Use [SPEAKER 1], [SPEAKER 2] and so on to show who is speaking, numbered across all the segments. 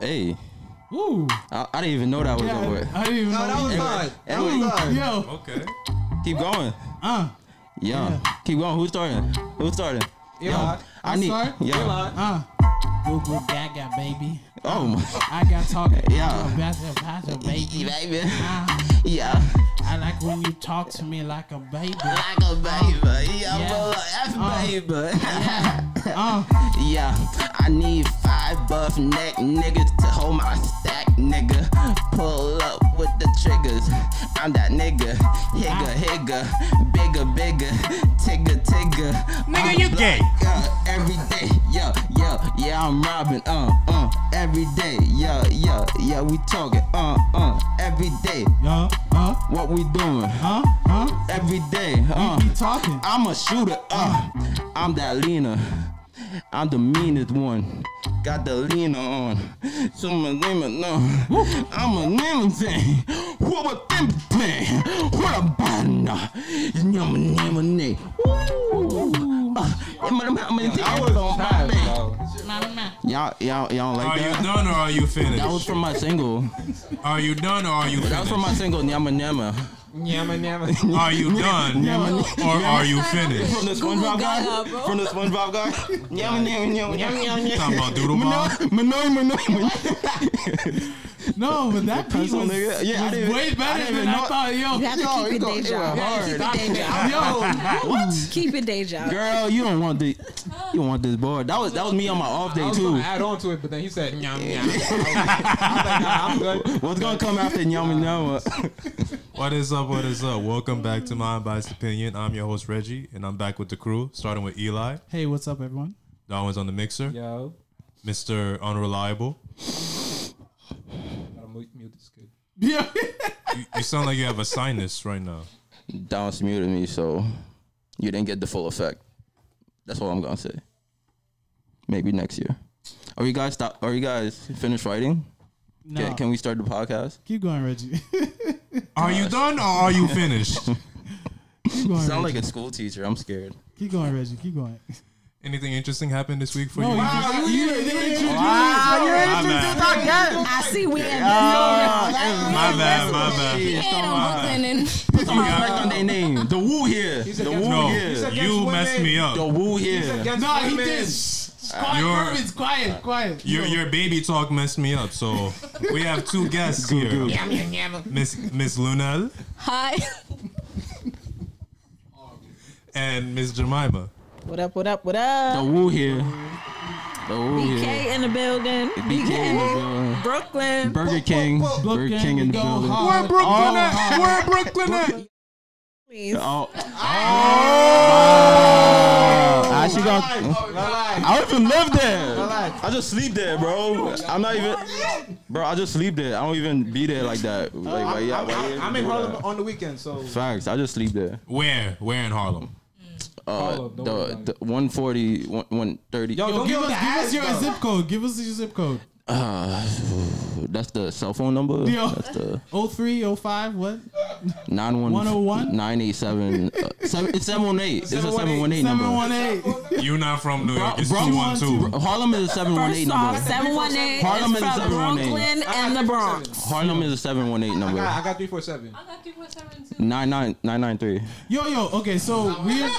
[SPEAKER 1] Hey,
[SPEAKER 2] Ooh.
[SPEAKER 1] I, I didn't even know that was
[SPEAKER 2] Yeah,
[SPEAKER 1] over.
[SPEAKER 2] I, I didn't even
[SPEAKER 3] No,
[SPEAKER 2] know.
[SPEAKER 3] that was
[SPEAKER 2] either.
[SPEAKER 3] hard. That was
[SPEAKER 1] Anyway.
[SPEAKER 3] hard.
[SPEAKER 2] Yo.
[SPEAKER 4] Okay.
[SPEAKER 1] Keep going.
[SPEAKER 2] Uh.
[SPEAKER 1] Yeah. Keep going. Who's starting? Who's starting?
[SPEAKER 3] You're
[SPEAKER 1] Yo,
[SPEAKER 3] live.
[SPEAKER 1] I
[SPEAKER 2] I'm
[SPEAKER 1] need.
[SPEAKER 2] sorry?
[SPEAKER 3] You're
[SPEAKER 1] Yeah.
[SPEAKER 3] live.
[SPEAKER 2] Uh. Whoop whoop gaga baby.
[SPEAKER 1] Oh my.
[SPEAKER 2] I got talking.
[SPEAKER 1] Yeah.
[SPEAKER 2] About the about the baby.
[SPEAKER 1] Baby.
[SPEAKER 2] Uh,
[SPEAKER 1] Yeah.
[SPEAKER 2] I like when you talk to me like a baby.
[SPEAKER 1] Like a baby. Yeah,
[SPEAKER 2] Yeah.
[SPEAKER 1] well, F
[SPEAKER 2] Uh,
[SPEAKER 1] baby.
[SPEAKER 2] Uh.
[SPEAKER 1] Yeah, I need five buff neck niggas to hold my stack, nigga. Pull up with the triggers. I'm that nigga. Higga, higga, bigger, bigger, tigger, tigger.
[SPEAKER 4] Nigga,
[SPEAKER 1] I'm
[SPEAKER 4] you gay.
[SPEAKER 1] black, uh, every day, yo, yo, yeah, I'm robbing, uh, uh, every day, yo, yo, yeah, we talking, uh, uh, every day.
[SPEAKER 2] Yo. Uh.
[SPEAKER 1] What we doing?
[SPEAKER 2] Uh. Uh.
[SPEAKER 1] Every day, uh.
[SPEAKER 2] Keep talking.
[SPEAKER 1] I'm a shooter. Uh, I'm that leaner. I'm the meanest one. Got the leaner on. So my name is no. I'm a name thing. What a thing thing. What a banner. You know my name a name. Woo. Uh, I'm a- I'm a-
[SPEAKER 3] That was tired, bro.
[SPEAKER 2] Mama.
[SPEAKER 1] Y'all, y'all, y'all
[SPEAKER 4] Are
[SPEAKER 1] like
[SPEAKER 4] you
[SPEAKER 1] that?
[SPEAKER 4] done or are you finished?
[SPEAKER 1] That was from my single.
[SPEAKER 4] Are you done or are you
[SPEAKER 1] That was
[SPEAKER 4] finished?
[SPEAKER 1] from my single Nyama Nyama.
[SPEAKER 3] Yama yama.
[SPEAKER 4] Are you done or are you finished?
[SPEAKER 1] From the SpongeBob guy?
[SPEAKER 5] Gaga, bro.
[SPEAKER 1] From the SpongeBob guy? Nyama Nyama Nyama Nyama Nyama.
[SPEAKER 4] Talking about doodle bomb.
[SPEAKER 1] Manoy, Manoy, Manoy.
[SPEAKER 2] No, but that piece
[SPEAKER 1] Pencil,
[SPEAKER 2] was,
[SPEAKER 1] nigga. Yeah, I
[SPEAKER 2] was
[SPEAKER 1] didn't- I
[SPEAKER 2] way better
[SPEAKER 1] didn't
[SPEAKER 2] than
[SPEAKER 1] even know-
[SPEAKER 2] I thought. Yo.
[SPEAKER 5] You have
[SPEAKER 1] Yo,
[SPEAKER 5] to
[SPEAKER 1] it
[SPEAKER 5] keep it
[SPEAKER 1] go- it
[SPEAKER 5] deja.
[SPEAKER 1] went
[SPEAKER 5] You have to Keep it deja.
[SPEAKER 2] Yo.
[SPEAKER 5] Keep it deja.
[SPEAKER 1] Girl, you don't want this. You don't want this board. That was that was me on my off
[SPEAKER 3] I
[SPEAKER 1] day
[SPEAKER 3] was
[SPEAKER 1] too.
[SPEAKER 3] gonna add on to it, but then he said, "Yum yum." I was like, nah, I'm good.
[SPEAKER 1] What's gonna come after Nyama Nyama?
[SPEAKER 4] What is up? What is up? Welcome back to My Unbiased Opinion. I'm your host Reggie, and I'm back with the crew, starting with Eli.
[SPEAKER 2] Hey, what's up, everyone?
[SPEAKER 4] Darwin's on the mixer.
[SPEAKER 3] Yo,
[SPEAKER 4] Mr. Unreliable.
[SPEAKER 3] gotta mute, mute this kid.
[SPEAKER 2] Yeah.
[SPEAKER 4] You, you sound like you have a sinus right now.
[SPEAKER 1] Dallas muted me, so you didn't get the full effect. That's all I'm gonna say. Maybe next year. Are you guys stop? Are you guys finished writing?
[SPEAKER 2] No.
[SPEAKER 1] Can, can we start the podcast?
[SPEAKER 2] Keep going, Reggie.
[SPEAKER 4] Are you done or are you finished?
[SPEAKER 2] Keep going.
[SPEAKER 1] Sound
[SPEAKER 2] Reggie.
[SPEAKER 1] like a school teacher. I'm scared.
[SPEAKER 2] Keep going, Reggie. Keep going.
[SPEAKER 4] Anything interesting happened this week for you?
[SPEAKER 2] you, you, you, you-
[SPEAKER 4] my bad.
[SPEAKER 5] I see we ain't
[SPEAKER 4] My bad. My bad.
[SPEAKER 5] He ain't on Brooklyn and
[SPEAKER 1] Someone correct on their name. The Woo here.
[SPEAKER 3] said
[SPEAKER 1] The
[SPEAKER 3] guess
[SPEAKER 1] Woo
[SPEAKER 4] No,
[SPEAKER 3] what? He
[SPEAKER 1] here.
[SPEAKER 3] said-
[SPEAKER 4] you messed me
[SPEAKER 1] The
[SPEAKER 4] up.
[SPEAKER 1] Woo
[SPEAKER 3] Against
[SPEAKER 1] here.
[SPEAKER 2] No, he
[SPEAKER 3] women.
[SPEAKER 2] did. Shh. Quiet,
[SPEAKER 4] You're-
[SPEAKER 2] Purvis. Quiet, quiet.
[SPEAKER 4] Your your baby talk messed me up. So we have two guests here. Miss Miss Lunel
[SPEAKER 5] hi.
[SPEAKER 4] and Miss Jemima.
[SPEAKER 5] What up? What up? What up?
[SPEAKER 1] The Woo here. The Woo
[SPEAKER 5] BK
[SPEAKER 1] here.
[SPEAKER 5] in the building.
[SPEAKER 1] BK in the building.
[SPEAKER 5] Brooklyn.
[SPEAKER 1] Burger King. Burger
[SPEAKER 2] Brooklyn,
[SPEAKER 1] King in the
[SPEAKER 2] we go
[SPEAKER 1] building.
[SPEAKER 2] hard. Where Brooklyn Oh, at?
[SPEAKER 4] Where Brooklyn
[SPEAKER 2] eh?
[SPEAKER 4] at?
[SPEAKER 5] Please.
[SPEAKER 1] Oh,
[SPEAKER 4] Oh!
[SPEAKER 1] I actually got.
[SPEAKER 3] Relax,
[SPEAKER 1] I don't even live there.
[SPEAKER 3] relax.
[SPEAKER 1] I just sleep there, bro. I'm not even, bro. I just sleep there. I don't even be there like that. Like, why, yeah, why you
[SPEAKER 3] I'm in
[SPEAKER 1] do
[SPEAKER 3] Harlem
[SPEAKER 1] that?
[SPEAKER 3] on the weekend, so
[SPEAKER 1] Facts. I just sleep there.
[SPEAKER 4] Where? Where in Harlem?
[SPEAKER 1] Uh,
[SPEAKER 3] Harlem, don't worry about
[SPEAKER 1] the, the 140, one- 130.
[SPEAKER 3] Yo,
[SPEAKER 2] Yo,
[SPEAKER 3] don't
[SPEAKER 2] give us,
[SPEAKER 3] give the
[SPEAKER 2] give us
[SPEAKER 3] ass,
[SPEAKER 2] your
[SPEAKER 3] though.
[SPEAKER 2] zip code. Give us your zip code.
[SPEAKER 1] Uh, that's the cell phone number.
[SPEAKER 2] Yo.
[SPEAKER 1] That's the
[SPEAKER 2] 03, 05, what?
[SPEAKER 1] 911
[SPEAKER 2] 101?
[SPEAKER 1] 987. Uh, seven, it's 718. It's a 718 number.
[SPEAKER 2] 718.
[SPEAKER 4] You not from New York? It's
[SPEAKER 1] Bro-
[SPEAKER 4] two one two.
[SPEAKER 1] Harlem is a 718
[SPEAKER 5] First off,
[SPEAKER 1] number.
[SPEAKER 5] 718
[SPEAKER 1] Harlem
[SPEAKER 5] is
[SPEAKER 1] and
[SPEAKER 5] from
[SPEAKER 1] 718.
[SPEAKER 5] Brooklyn and the Bronx.
[SPEAKER 1] Harlem is a 718
[SPEAKER 3] I
[SPEAKER 1] number.
[SPEAKER 3] got, I got three four seven.
[SPEAKER 6] I got 3.7 too.
[SPEAKER 1] 99993.
[SPEAKER 2] Yo, yo, okay, so we're,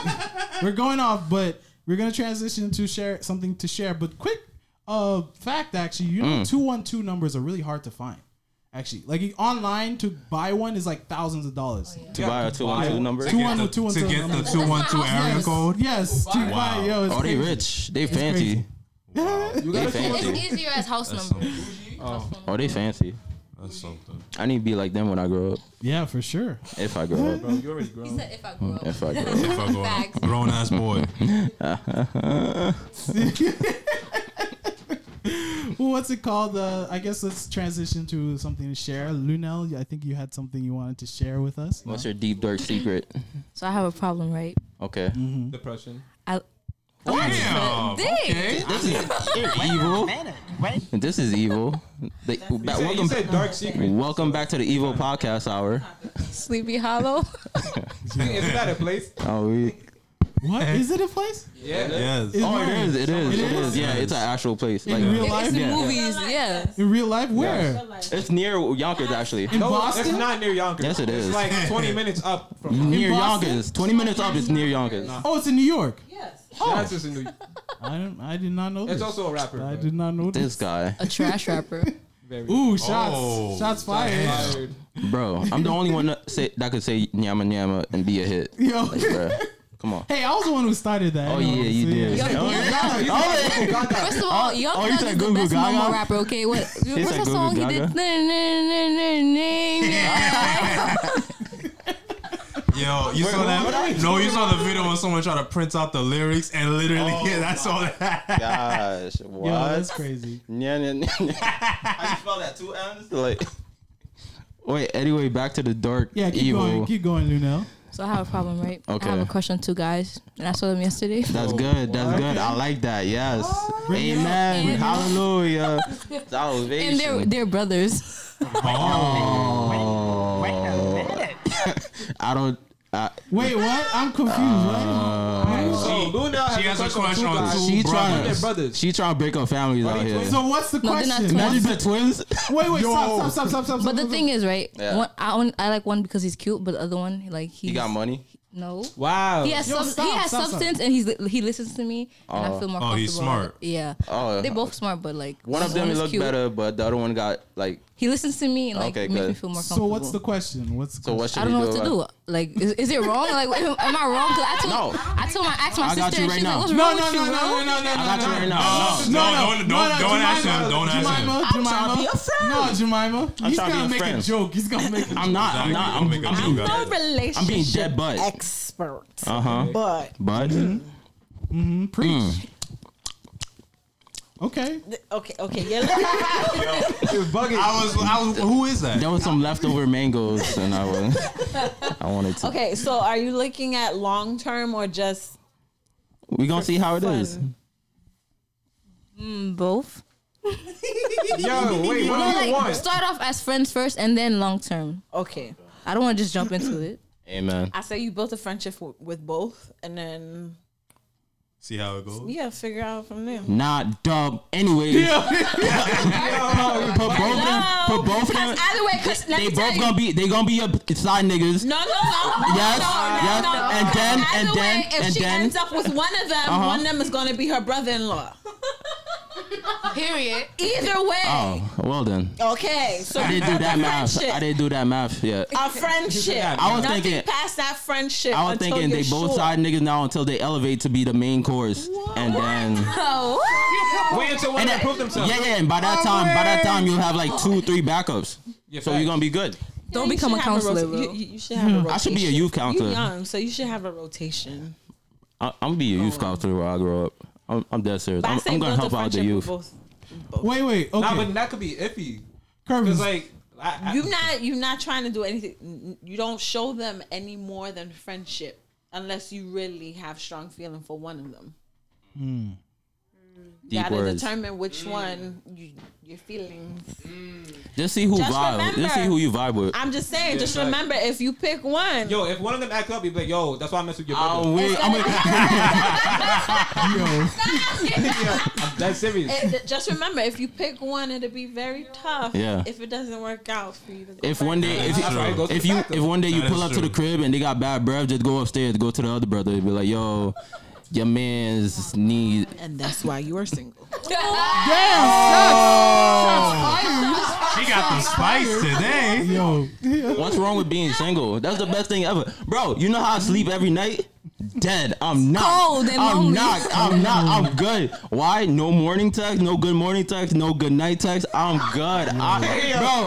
[SPEAKER 2] we're going off, but we're going to transition to share something to share. But quick uh, fact, actually, you
[SPEAKER 1] Mm.
[SPEAKER 2] know, 212 numbers are really hard to find. Actually, like you- online to buy one is like thousands of dollars.
[SPEAKER 1] To buy a 212 number.
[SPEAKER 2] Two one two one
[SPEAKER 4] To
[SPEAKER 2] two.
[SPEAKER 4] get the
[SPEAKER 2] Yes.
[SPEAKER 4] two one two area code.
[SPEAKER 2] Yes. to buy, yo, it's
[SPEAKER 1] Oh, they
[SPEAKER 2] crazy.
[SPEAKER 1] rich. They fancy.
[SPEAKER 2] crazy.
[SPEAKER 3] You
[SPEAKER 1] They
[SPEAKER 3] got a
[SPEAKER 6] It's
[SPEAKER 1] fancy.
[SPEAKER 6] easier as house
[SPEAKER 4] That's
[SPEAKER 6] number.
[SPEAKER 4] something.
[SPEAKER 1] Oh, they fancy.
[SPEAKER 4] That's something.
[SPEAKER 1] I need to be like them when I grow up.
[SPEAKER 2] Yeah, for sure.
[SPEAKER 1] If I grow up.
[SPEAKER 3] Bro, you already
[SPEAKER 6] He
[SPEAKER 3] grown.
[SPEAKER 6] said if I grow up.
[SPEAKER 1] If I grow up.
[SPEAKER 4] If I go
[SPEAKER 6] Facts.
[SPEAKER 4] grown ass boy.
[SPEAKER 2] Well, what's it called? Uh, I guess let's transition to something to share. Lunel, I think you had something you wanted to share with us.
[SPEAKER 1] What's your deep dark secret?
[SPEAKER 6] So I have a problem, right?
[SPEAKER 1] Okay.
[SPEAKER 3] Depression.
[SPEAKER 6] I,
[SPEAKER 4] Damn.
[SPEAKER 6] Dang.
[SPEAKER 4] Okay.
[SPEAKER 1] This is evil. This is evil. The- ba-
[SPEAKER 3] Hey, you
[SPEAKER 1] welcome,
[SPEAKER 3] said dark secret.
[SPEAKER 1] welcome back to the evil podcast hour.
[SPEAKER 6] Sleepy Hollow.
[SPEAKER 3] Isn't that a place?
[SPEAKER 1] Oh, we
[SPEAKER 2] What is it a place?
[SPEAKER 3] Yeah.
[SPEAKER 4] Yes.
[SPEAKER 2] Is
[SPEAKER 4] Oh,
[SPEAKER 1] Oh, it is. It is. It
[SPEAKER 2] It
[SPEAKER 1] is.
[SPEAKER 2] is?
[SPEAKER 1] Yeah, it's an actual place.
[SPEAKER 2] In
[SPEAKER 1] Like,
[SPEAKER 2] real life?
[SPEAKER 6] It's in
[SPEAKER 1] Yeah.
[SPEAKER 6] movies, yeah.
[SPEAKER 2] In real life, where?
[SPEAKER 1] it's near Yonkers actually.
[SPEAKER 2] In
[SPEAKER 3] No, it's
[SPEAKER 2] Boston?
[SPEAKER 3] not near Yonkers.
[SPEAKER 1] Yes, it is.
[SPEAKER 3] It's like 20 minutes up from.
[SPEAKER 1] Near
[SPEAKER 2] Boston?
[SPEAKER 1] Yonkers. Twenty minutes up is near Yonkers.
[SPEAKER 2] Oh, it's in New York.
[SPEAKER 6] Yes.
[SPEAKER 3] That's just in New
[SPEAKER 2] I didn't. I did not know this.
[SPEAKER 3] It's also a rapper.
[SPEAKER 2] I
[SPEAKER 3] but
[SPEAKER 2] did not know this.
[SPEAKER 1] This guy,
[SPEAKER 6] A trash rapper.
[SPEAKER 3] Very
[SPEAKER 2] Ooh, shots!
[SPEAKER 4] Oh.
[SPEAKER 2] shots fired!
[SPEAKER 3] Tired.
[SPEAKER 1] bro. I'm the only one that, say, that could say nyama nyama and be a hit.
[SPEAKER 2] Yo,
[SPEAKER 1] Bro, come on.
[SPEAKER 2] hey, I was the one who started that.
[SPEAKER 1] Oh
[SPEAKER 2] You know
[SPEAKER 1] yeah,
[SPEAKER 2] what I'm
[SPEAKER 1] you
[SPEAKER 2] saying?
[SPEAKER 1] did.
[SPEAKER 6] Yo,
[SPEAKER 1] Oh,
[SPEAKER 6] Young Thug- First of all, Young
[SPEAKER 1] oh, you
[SPEAKER 6] Thug
[SPEAKER 1] said
[SPEAKER 6] is the
[SPEAKER 1] Goo Goo
[SPEAKER 6] best Momo
[SPEAKER 1] Gaga?
[SPEAKER 6] rapper. Okay, what?
[SPEAKER 1] said
[SPEAKER 6] What's
[SPEAKER 1] Goo
[SPEAKER 6] that
[SPEAKER 1] Goo
[SPEAKER 6] song he
[SPEAKER 1] Gaga?
[SPEAKER 6] did?
[SPEAKER 4] Yo, you saw that? No, you saw the video when someone tried to print out the lyrics and literally,
[SPEAKER 2] Oh
[SPEAKER 4] yeah, that's all that happened.
[SPEAKER 1] Gosh, what?
[SPEAKER 2] Yo, that's crazy.
[SPEAKER 1] Yeah, yeah, yeah. How you spell that? Two M's? Like. Wait. Anyway, back to the dark
[SPEAKER 2] Yeah, keep
[SPEAKER 1] evil.
[SPEAKER 2] going, keep going, Lunel.
[SPEAKER 6] So I have a problem, right?
[SPEAKER 1] Okay.
[SPEAKER 6] I have a crush on two guys, and I saw them yesterday.
[SPEAKER 1] that's good. That's good. I like that. Yes. Amen.
[SPEAKER 6] And-
[SPEAKER 1] Hallelujah.
[SPEAKER 6] And
[SPEAKER 1] Salvation.
[SPEAKER 6] they're they're brothers.
[SPEAKER 1] Oh. I don't. I,
[SPEAKER 2] Wait, what? I'm confused. Uh, what?
[SPEAKER 3] So Luna
[SPEAKER 4] She
[SPEAKER 3] has a question on two. guys.
[SPEAKER 1] she
[SPEAKER 4] brothers.
[SPEAKER 1] trying.
[SPEAKER 3] They're brothers.
[SPEAKER 1] She trying to break up families out here.
[SPEAKER 2] So what's the
[SPEAKER 6] No, they're not
[SPEAKER 2] question?
[SPEAKER 6] twins.
[SPEAKER 1] Now you said twins.
[SPEAKER 2] Wait, wait, stop, stop, stop, stop, stop.
[SPEAKER 6] But the
[SPEAKER 2] stop,
[SPEAKER 6] thing is, right?
[SPEAKER 1] Yeah.
[SPEAKER 6] One, I only, I like one because he's cute, but the other one, like he
[SPEAKER 1] You got money.
[SPEAKER 6] No.
[SPEAKER 3] Wow.
[SPEAKER 6] He has,
[SPEAKER 2] Yo,
[SPEAKER 6] sub- he
[SPEAKER 2] stop,
[SPEAKER 6] has
[SPEAKER 2] stop, stop.
[SPEAKER 6] substance and he's li- he listens to me and I feel more comfortable.
[SPEAKER 4] Oh, he's smart.
[SPEAKER 6] Yeah.
[SPEAKER 1] Oh,
[SPEAKER 6] They both smart, but like
[SPEAKER 1] One of them
[SPEAKER 6] is
[SPEAKER 1] looked
[SPEAKER 6] cute.
[SPEAKER 1] better, but the other one got like.
[SPEAKER 6] He listens to me and like
[SPEAKER 1] Okay,
[SPEAKER 6] makes me
[SPEAKER 1] good.
[SPEAKER 6] feel more
[SPEAKER 2] stop.
[SPEAKER 6] comfortable.
[SPEAKER 2] So what's the question? What's the
[SPEAKER 1] So what should
[SPEAKER 6] I don't
[SPEAKER 1] we
[SPEAKER 6] know what to do. Like, is, is it wrong? Like, am am I wrong? 'Cause I told
[SPEAKER 1] No.
[SPEAKER 6] I told my I asked my
[SPEAKER 1] I
[SPEAKER 6] sister,
[SPEAKER 1] got you
[SPEAKER 6] and
[SPEAKER 1] right
[SPEAKER 6] she's
[SPEAKER 1] now.
[SPEAKER 6] like, "What's
[SPEAKER 2] No,
[SPEAKER 6] wrong
[SPEAKER 2] no,
[SPEAKER 6] with you,
[SPEAKER 2] no, no,
[SPEAKER 6] bro?"
[SPEAKER 2] no, no, no,
[SPEAKER 1] I got
[SPEAKER 2] no,
[SPEAKER 1] you right now.
[SPEAKER 2] no,
[SPEAKER 1] No.
[SPEAKER 2] no,
[SPEAKER 4] Don't- don't-
[SPEAKER 2] no, no,
[SPEAKER 4] don't ask him. Don't ask him.
[SPEAKER 2] Jemima, Jemima, Jemima. No, Jemima.
[SPEAKER 1] trying to
[SPEAKER 2] He's
[SPEAKER 1] be
[SPEAKER 2] gonna
[SPEAKER 1] a
[SPEAKER 2] make a
[SPEAKER 1] friend.
[SPEAKER 2] joke. He's gonna make a joke.
[SPEAKER 1] I'm not. I'm not. I'm,
[SPEAKER 4] Don't make a
[SPEAKER 1] I'm
[SPEAKER 4] joke
[SPEAKER 1] being,
[SPEAKER 4] out of it.
[SPEAKER 7] relationship
[SPEAKER 1] I'm being dead butt.
[SPEAKER 7] expert.
[SPEAKER 1] Uh huh.
[SPEAKER 7] But
[SPEAKER 1] But Mm.
[SPEAKER 2] Preach. Okay.
[SPEAKER 7] okay, okay, yeah. Let,
[SPEAKER 4] I was, I was, who is that?
[SPEAKER 1] there was some leftover mangoes, and I was. I wanted to.
[SPEAKER 7] okay, so are you looking at long term or just
[SPEAKER 1] We gonna see how it
[SPEAKER 7] fun?
[SPEAKER 1] is.
[SPEAKER 6] Mm, Both.
[SPEAKER 3] Yo, wait, what do you
[SPEAKER 6] Like,
[SPEAKER 3] want?
[SPEAKER 6] start off as friends first and then long term.
[SPEAKER 7] Okay,
[SPEAKER 6] I don't want to just jump into it.
[SPEAKER 1] Amen.
[SPEAKER 7] I say you built a friendship w- with both, and then
[SPEAKER 4] See how it goes.
[SPEAKER 7] yeah, figure out from there.
[SPEAKER 1] Not dub. Anyways, put both of them. Put both of them.
[SPEAKER 7] Either way, cause let
[SPEAKER 1] They
[SPEAKER 7] me tell
[SPEAKER 1] both
[SPEAKER 7] you-
[SPEAKER 1] gonna be. They gonna be a side niggas.
[SPEAKER 7] No, no, no, no,
[SPEAKER 1] Yes,
[SPEAKER 7] no, no,
[SPEAKER 1] yes,
[SPEAKER 7] no.
[SPEAKER 1] and then-
[SPEAKER 7] Either
[SPEAKER 1] and then-
[SPEAKER 7] way, if
[SPEAKER 1] and
[SPEAKER 7] she
[SPEAKER 1] then-
[SPEAKER 7] ends up with one of them,
[SPEAKER 1] Uh-huh.
[SPEAKER 7] one of them is going to be her brother-in-law.
[SPEAKER 6] Period.
[SPEAKER 7] Either way,
[SPEAKER 1] Oh, well then.
[SPEAKER 7] okay. So
[SPEAKER 1] I
[SPEAKER 7] we
[SPEAKER 1] didn't do
[SPEAKER 7] built a
[SPEAKER 1] that math.
[SPEAKER 7] friendship.
[SPEAKER 1] I didn't do that math yet.
[SPEAKER 7] a friendship.
[SPEAKER 1] I was
[SPEAKER 7] Nothing
[SPEAKER 1] thinking-
[SPEAKER 7] past that friendship.
[SPEAKER 1] I was
[SPEAKER 7] until
[SPEAKER 1] thinking they
[SPEAKER 7] you're
[SPEAKER 1] both
[SPEAKER 7] sure.
[SPEAKER 1] side niggas now until they elevate to be the main course, and then.
[SPEAKER 3] Wait until one
[SPEAKER 1] And
[SPEAKER 3] they
[SPEAKER 1] that-
[SPEAKER 3] prove themselves.
[SPEAKER 1] Yeah, yeah. And by that time, by that time, you'll have like two, three backups. So you're
[SPEAKER 3] facts.
[SPEAKER 1] gonna be good.
[SPEAKER 6] Don't
[SPEAKER 7] You
[SPEAKER 6] become a
[SPEAKER 7] should have
[SPEAKER 6] counselor,
[SPEAKER 7] rota-
[SPEAKER 6] bro.
[SPEAKER 7] you, you should have a rotation.
[SPEAKER 1] Hmm. I should be a youth counselor.
[SPEAKER 7] You young, so you should have a rotation.
[SPEAKER 1] I, I'm gonna be a youth counselor where I grow up. I'm, I'm dead serious.
[SPEAKER 7] But I
[SPEAKER 1] I'm,
[SPEAKER 7] say
[SPEAKER 1] I'm gonna
[SPEAKER 7] build
[SPEAKER 1] help
[SPEAKER 7] a
[SPEAKER 1] out the
[SPEAKER 7] friendship with
[SPEAKER 1] youth.
[SPEAKER 7] both.
[SPEAKER 2] Wait, wait.
[SPEAKER 3] Nah, but
[SPEAKER 2] Okay.
[SPEAKER 3] that could be iffy.
[SPEAKER 2] Curvis.
[SPEAKER 3] Cause like, I, I,
[SPEAKER 7] You're not. You're not trying to do anything. You don't show them any more than friendship, unless you really have strong feeling for one of them. You
[SPEAKER 1] Deep
[SPEAKER 7] gotta
[SPEAKER 1] words.
[SPEAKER 7] determine which one you, your feelings.
[SPEAKER 1] Just see who
[SPEAKER 7] Just
[SPEAKER 1] vibe. Just see
[SPEAKER 7] remember-
[SPEAKER 1] who you vibe with.
[SPEAKER 7] I'm just saying. just
[SPEAKER 3] like-
[SPEAKER 7] remember, if you pick one,
[SPEAKER 3] yo, if one of them act up, you be like, yo, that's why I mess with your brother.
[SPEAKER 1] Oh wait, I'm gonna,
[SPEAKER 2] Yo.
[SPEAKER 3] I'm dead serious.
[SPEAKER 7] it- Eh, just remember, if you pick one, it'll be very tough.
[SPEAKER 1] Yeah.
[SPEAKER 7] If it doesn't work out for you, to go
[SPEAKER 1] if
[SPEAKER 7] back.
[SPEAKER 1] one day if
[SPEAKER 4] That's true.
[SPEAKER 1] you,
[SPEAKER 3] Go to
[SPEAKER 1] if
[SPEAKER 3] the
[SPEAKER 1] you
[SPEAKER 3] backup.
[SPEAKER 1] if one day you
[SPEAKER 4] That
[SPEAKER 1] pull
[SPEAKER 4] is
[SPEAKER 1] up to the
[SPEAKER 4] true.
[SPEAKER 1] crib and they got bad breath, just go upstairs, go to the other brother, and be like, yo, your man's need.
[SPEAKER 7] and that's why you are single.
[SPEAKER 4] Oh. She got the spice today.
[SPEAKER 2] Yo.
[SPEAKER 1] What's wrong with being single? That's the best thing ever, bro. You know how I sleep every night? Dead. I'm not.
[SPEAKER 6] Cold and
[SPEAKER 1] I'm
[SPEAKER 6] lonely.
[SPEAKER 1] not. I'm not. I'm good. Why? No morning text. No good morning text. No good night text. I'm good. I,